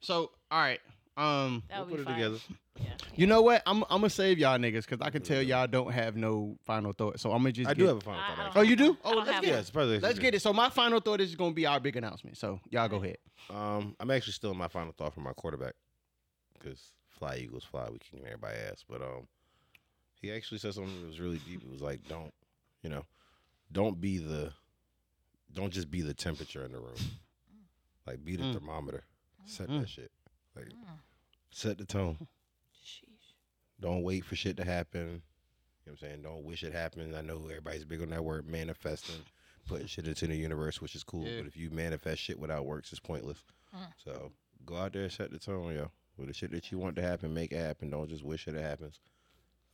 A: So all right, um,
E: that would
C: we'll
E: be
C: put
E: fun.
C: it together.
E: Yeah.
A: you know what? I'm I'm gonna save y'all niggas because I
C: We'll
A: can tell
C: do it.
A: y'all don't have no final thought. So I'm gonna just
C: I
A: get,
C: do have a final
E: I- I
C: thought.
E: don't
C: actually.
A: Oh, you do?
E: I don't
A: Oh, let's
E: have mm,
A: get
C: Yeah,
E: one.
C: it's probably
A: Let's get it. So my final thought is gonna be our big announcement. So y'all go ahead.
C: Um, I'm actually still in my final thought for my quarterback because fly Eagles fly, we kicking everybody ass. But um, he actually said something that was really deep. It was like, don't, you know, don't be the, don't just be the temperature in the room. Like be the
A: Mm.
C: thermometer. Set
A: Mm.
C: that shit. Like
E: Mm.
C: set the tone.
E: Sheesh.
C: Don't wait for shit to happen. You know what I'm saying? Don't wish it happens. I know everybody's big on that word manifesting, putting shit into the universe, which is cool.
A: Yeah.
C: But if you manifest shit without works, it's pointless.
E: Mm.
C: So go out there and set the tone, yo. With the shit that you want to happen, make it happen. Don't just wish it happens.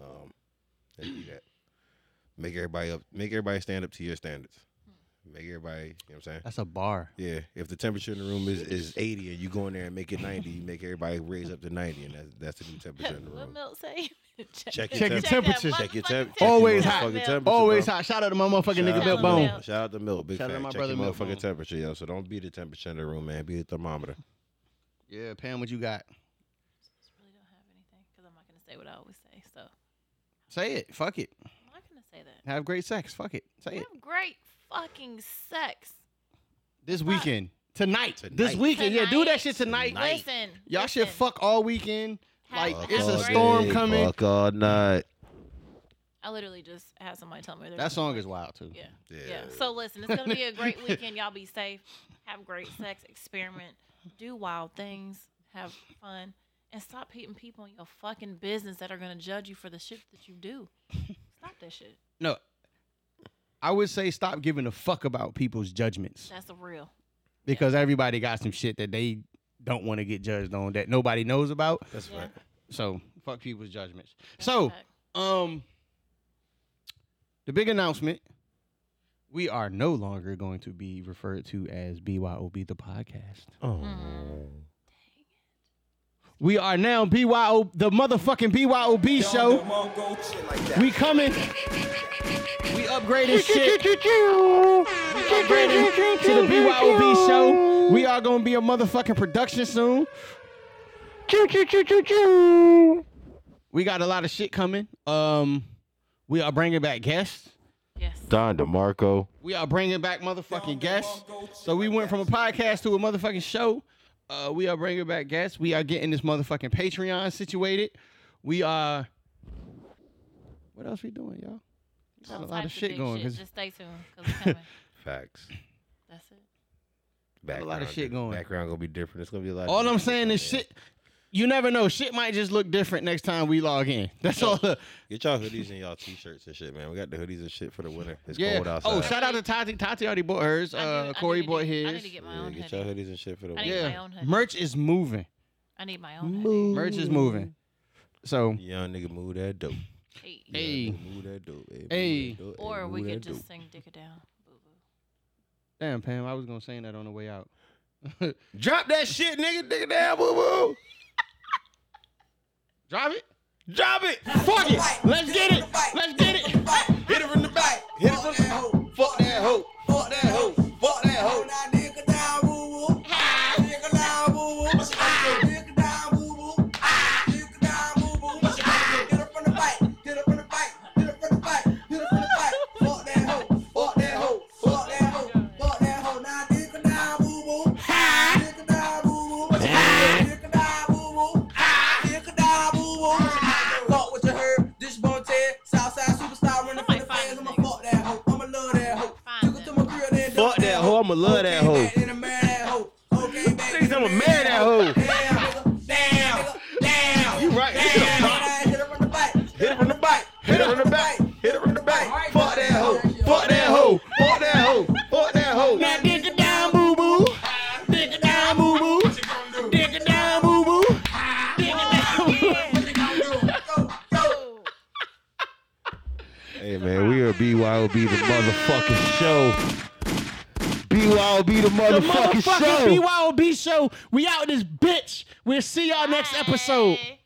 C: Um, and do that. Make everybody up. Make everybody stand up to your standards. Make everybody. You know what I'm saying?
A: That's a bar.
C: Yeah, if the temperature in the room is, is 80 and you go in there and make it 90, you make everybody raise up to 90, and that's, that's the new temperature in the
E: What
C: room.
E: Milt say?
C: Check your
A: Check your
C: temperature.
A: temperature.
C: Check your temp-
E: motherfucking
A: Always
E: temperature,
A: hot.
E: Bill.
C: Motherfucking temperature,
A: Always
C: bro.
A: hot. Shout out to my motherfucking
C: Shout
A: nigga
C: out
A: Bill
C: to
A: Bone.
E: Milk.
C: Shout out to Milk. Big
A: Shout out to
C: fact.
A: my
C: Check
A: brother
C: your
A: Milk
C: motherfucking
A: Bone.
C: temperature, yo. So don't be the temperature in the room, man. Be the thermometer.
A: Yeah, Pam, what you got?
E: just really don't have anything because I'm not gonna say what I always say. So I'm
A: Say it. Fuck it.
E: not gonna say that.
A: Have great sex. Fuck it. Say it.
E: Have great fucking sex.
A: This weekend. Tonight. This
C: Tonight.
A: weekend. Yeah, do that
E: Tonight.
A: shit tonight.
E: Listen,
A: Y'all
E: listen.
A: should fuck all weekend.
E: Have
A: Like
E: Fuck
A: it's a
E: all
A: storm
E: day,
A: coming.
C: Fuck all night.
E: I literally just had somebody tell me they're
A: That
E: gonna
A: song
E: fuck.
A: is wild too.
E: Yeah.
C: Yeah.
E: yeah. So listen, it's gonna be a great weekend. Y'all be safe. Have great sex. Experiment. Do wild things. Have fun. And stop hitting people in your fucking business that are gonna judge you for the shit that you do. Stop that shit.
A: No. I would say stop giving a fuck about people's judgments
E: That's the real.
A: because everybody got some shit that they don't want to get judged on that nobody knows about.
C: That's
E: Yeah.
C: right.
A: So fuck people's judgments.
E: That's
A: So
E: fact.
A: um the big announcement. We are no longer going to be referred to as BYOB the podcast.
C: Oh.
A: We are now BYO the motherfucking BYOB show.
G: Shit like that.
A: We coming. We upgraded shit. We upgraded to the BYOB show. We are gonna be a motherfucking production soon. We got a lot of shit coming. Um, we are bringing back guests.
E: yes.
C: Don DeMarco.
A: We are bringing back motherfucking guests. So we went from a podcast to a motherfucking show. Uh, we are bringing back guests. We are getting this motherfucking Patreon situated. We are. What else we doing, y'all? We got a
E: All
A: lot of
E: types
A: shit
E: big
A: going. 'cause
E: Just stay tuned because we're coming.
C: Facts.
E: That's it.
C: Background,
A: lot of shit going.
C: Background gonna be different. It's gonna be a lot.
A: all
C: of
A: I'm
C: different
A: saying is shit. You never know. Shit might just look different next time we log in. That's all.
C: Get y'all hoodies and y'all t-shirts and shit, man. We got the hoodies and shit for the winter. It's
A: yeah.
C: cold outside.
A: Oh, shout out to Tati. Tati already bought hers.
E: I
A: Uh,
E: need- I
A: Corey
E: need to
A: bought
E: get-
A: his.
E: I need to get my
C: yeah,
E: own
C: get y'all
E: hoodie.
C: hoodies and shit for the
E: I
C: winter.
E: need my
A: yeah.
E: own hoodie.
A: Merch is moving.
E: I need my own hoodie.
A: Merch is moving. So
C: Young nigga, move that dope.
E: Hey.
C: Young
A: Hey.
C: nigga, move that dope. Hey, move
A: Hey.
C: that dope. Hey,
E: Or we
C: move that
E: could just
C: dope.
E: sing "Dick It Down." Boo boo.
A: damn, Pam, I was gonna say that on the way out.
C: drop that shit, nigga. Nigga, down, boo boo.
A: Drive it.
C: Drop it.
A: Fuck it. Let's get it. Let's get it.
C: Hit it from the back. Hit it from the back. Fuck that hoe. Fuck that hoe. Fuck that hoe.
B: Southside superstar running from the fans. I'ma fuck that hoe. I'ma love that hoe. Took her to my crib and
C: Fuck that hoe. I'ma love that hoe.
B: Okay, back in the marry that hoe. Okay, back in
C: Niggas,
B: the
C: I'ma marry that hoe.
B: Damn, nigga. Damn, damn.
C: You right. Nigga,
B: Damn.
C: drop it.
B: Hit her from the back.
C: Hit it from the back. Hit it from the back. Hit it from the back. Fuck that hoe. Fuck that hoe. Fuck that hoe. Fuck that hoe. Now dig it down, boo boo. Dig it down, boo boo. Dig it down, boo boo. Hey man, we are BYOB the motherfucking show. BYOB the
A: The
C: motherfucking
A: motherfucking
C: show.
A: BYOB show. We out this bitch. We'll see y'all next episode.
E: Hey.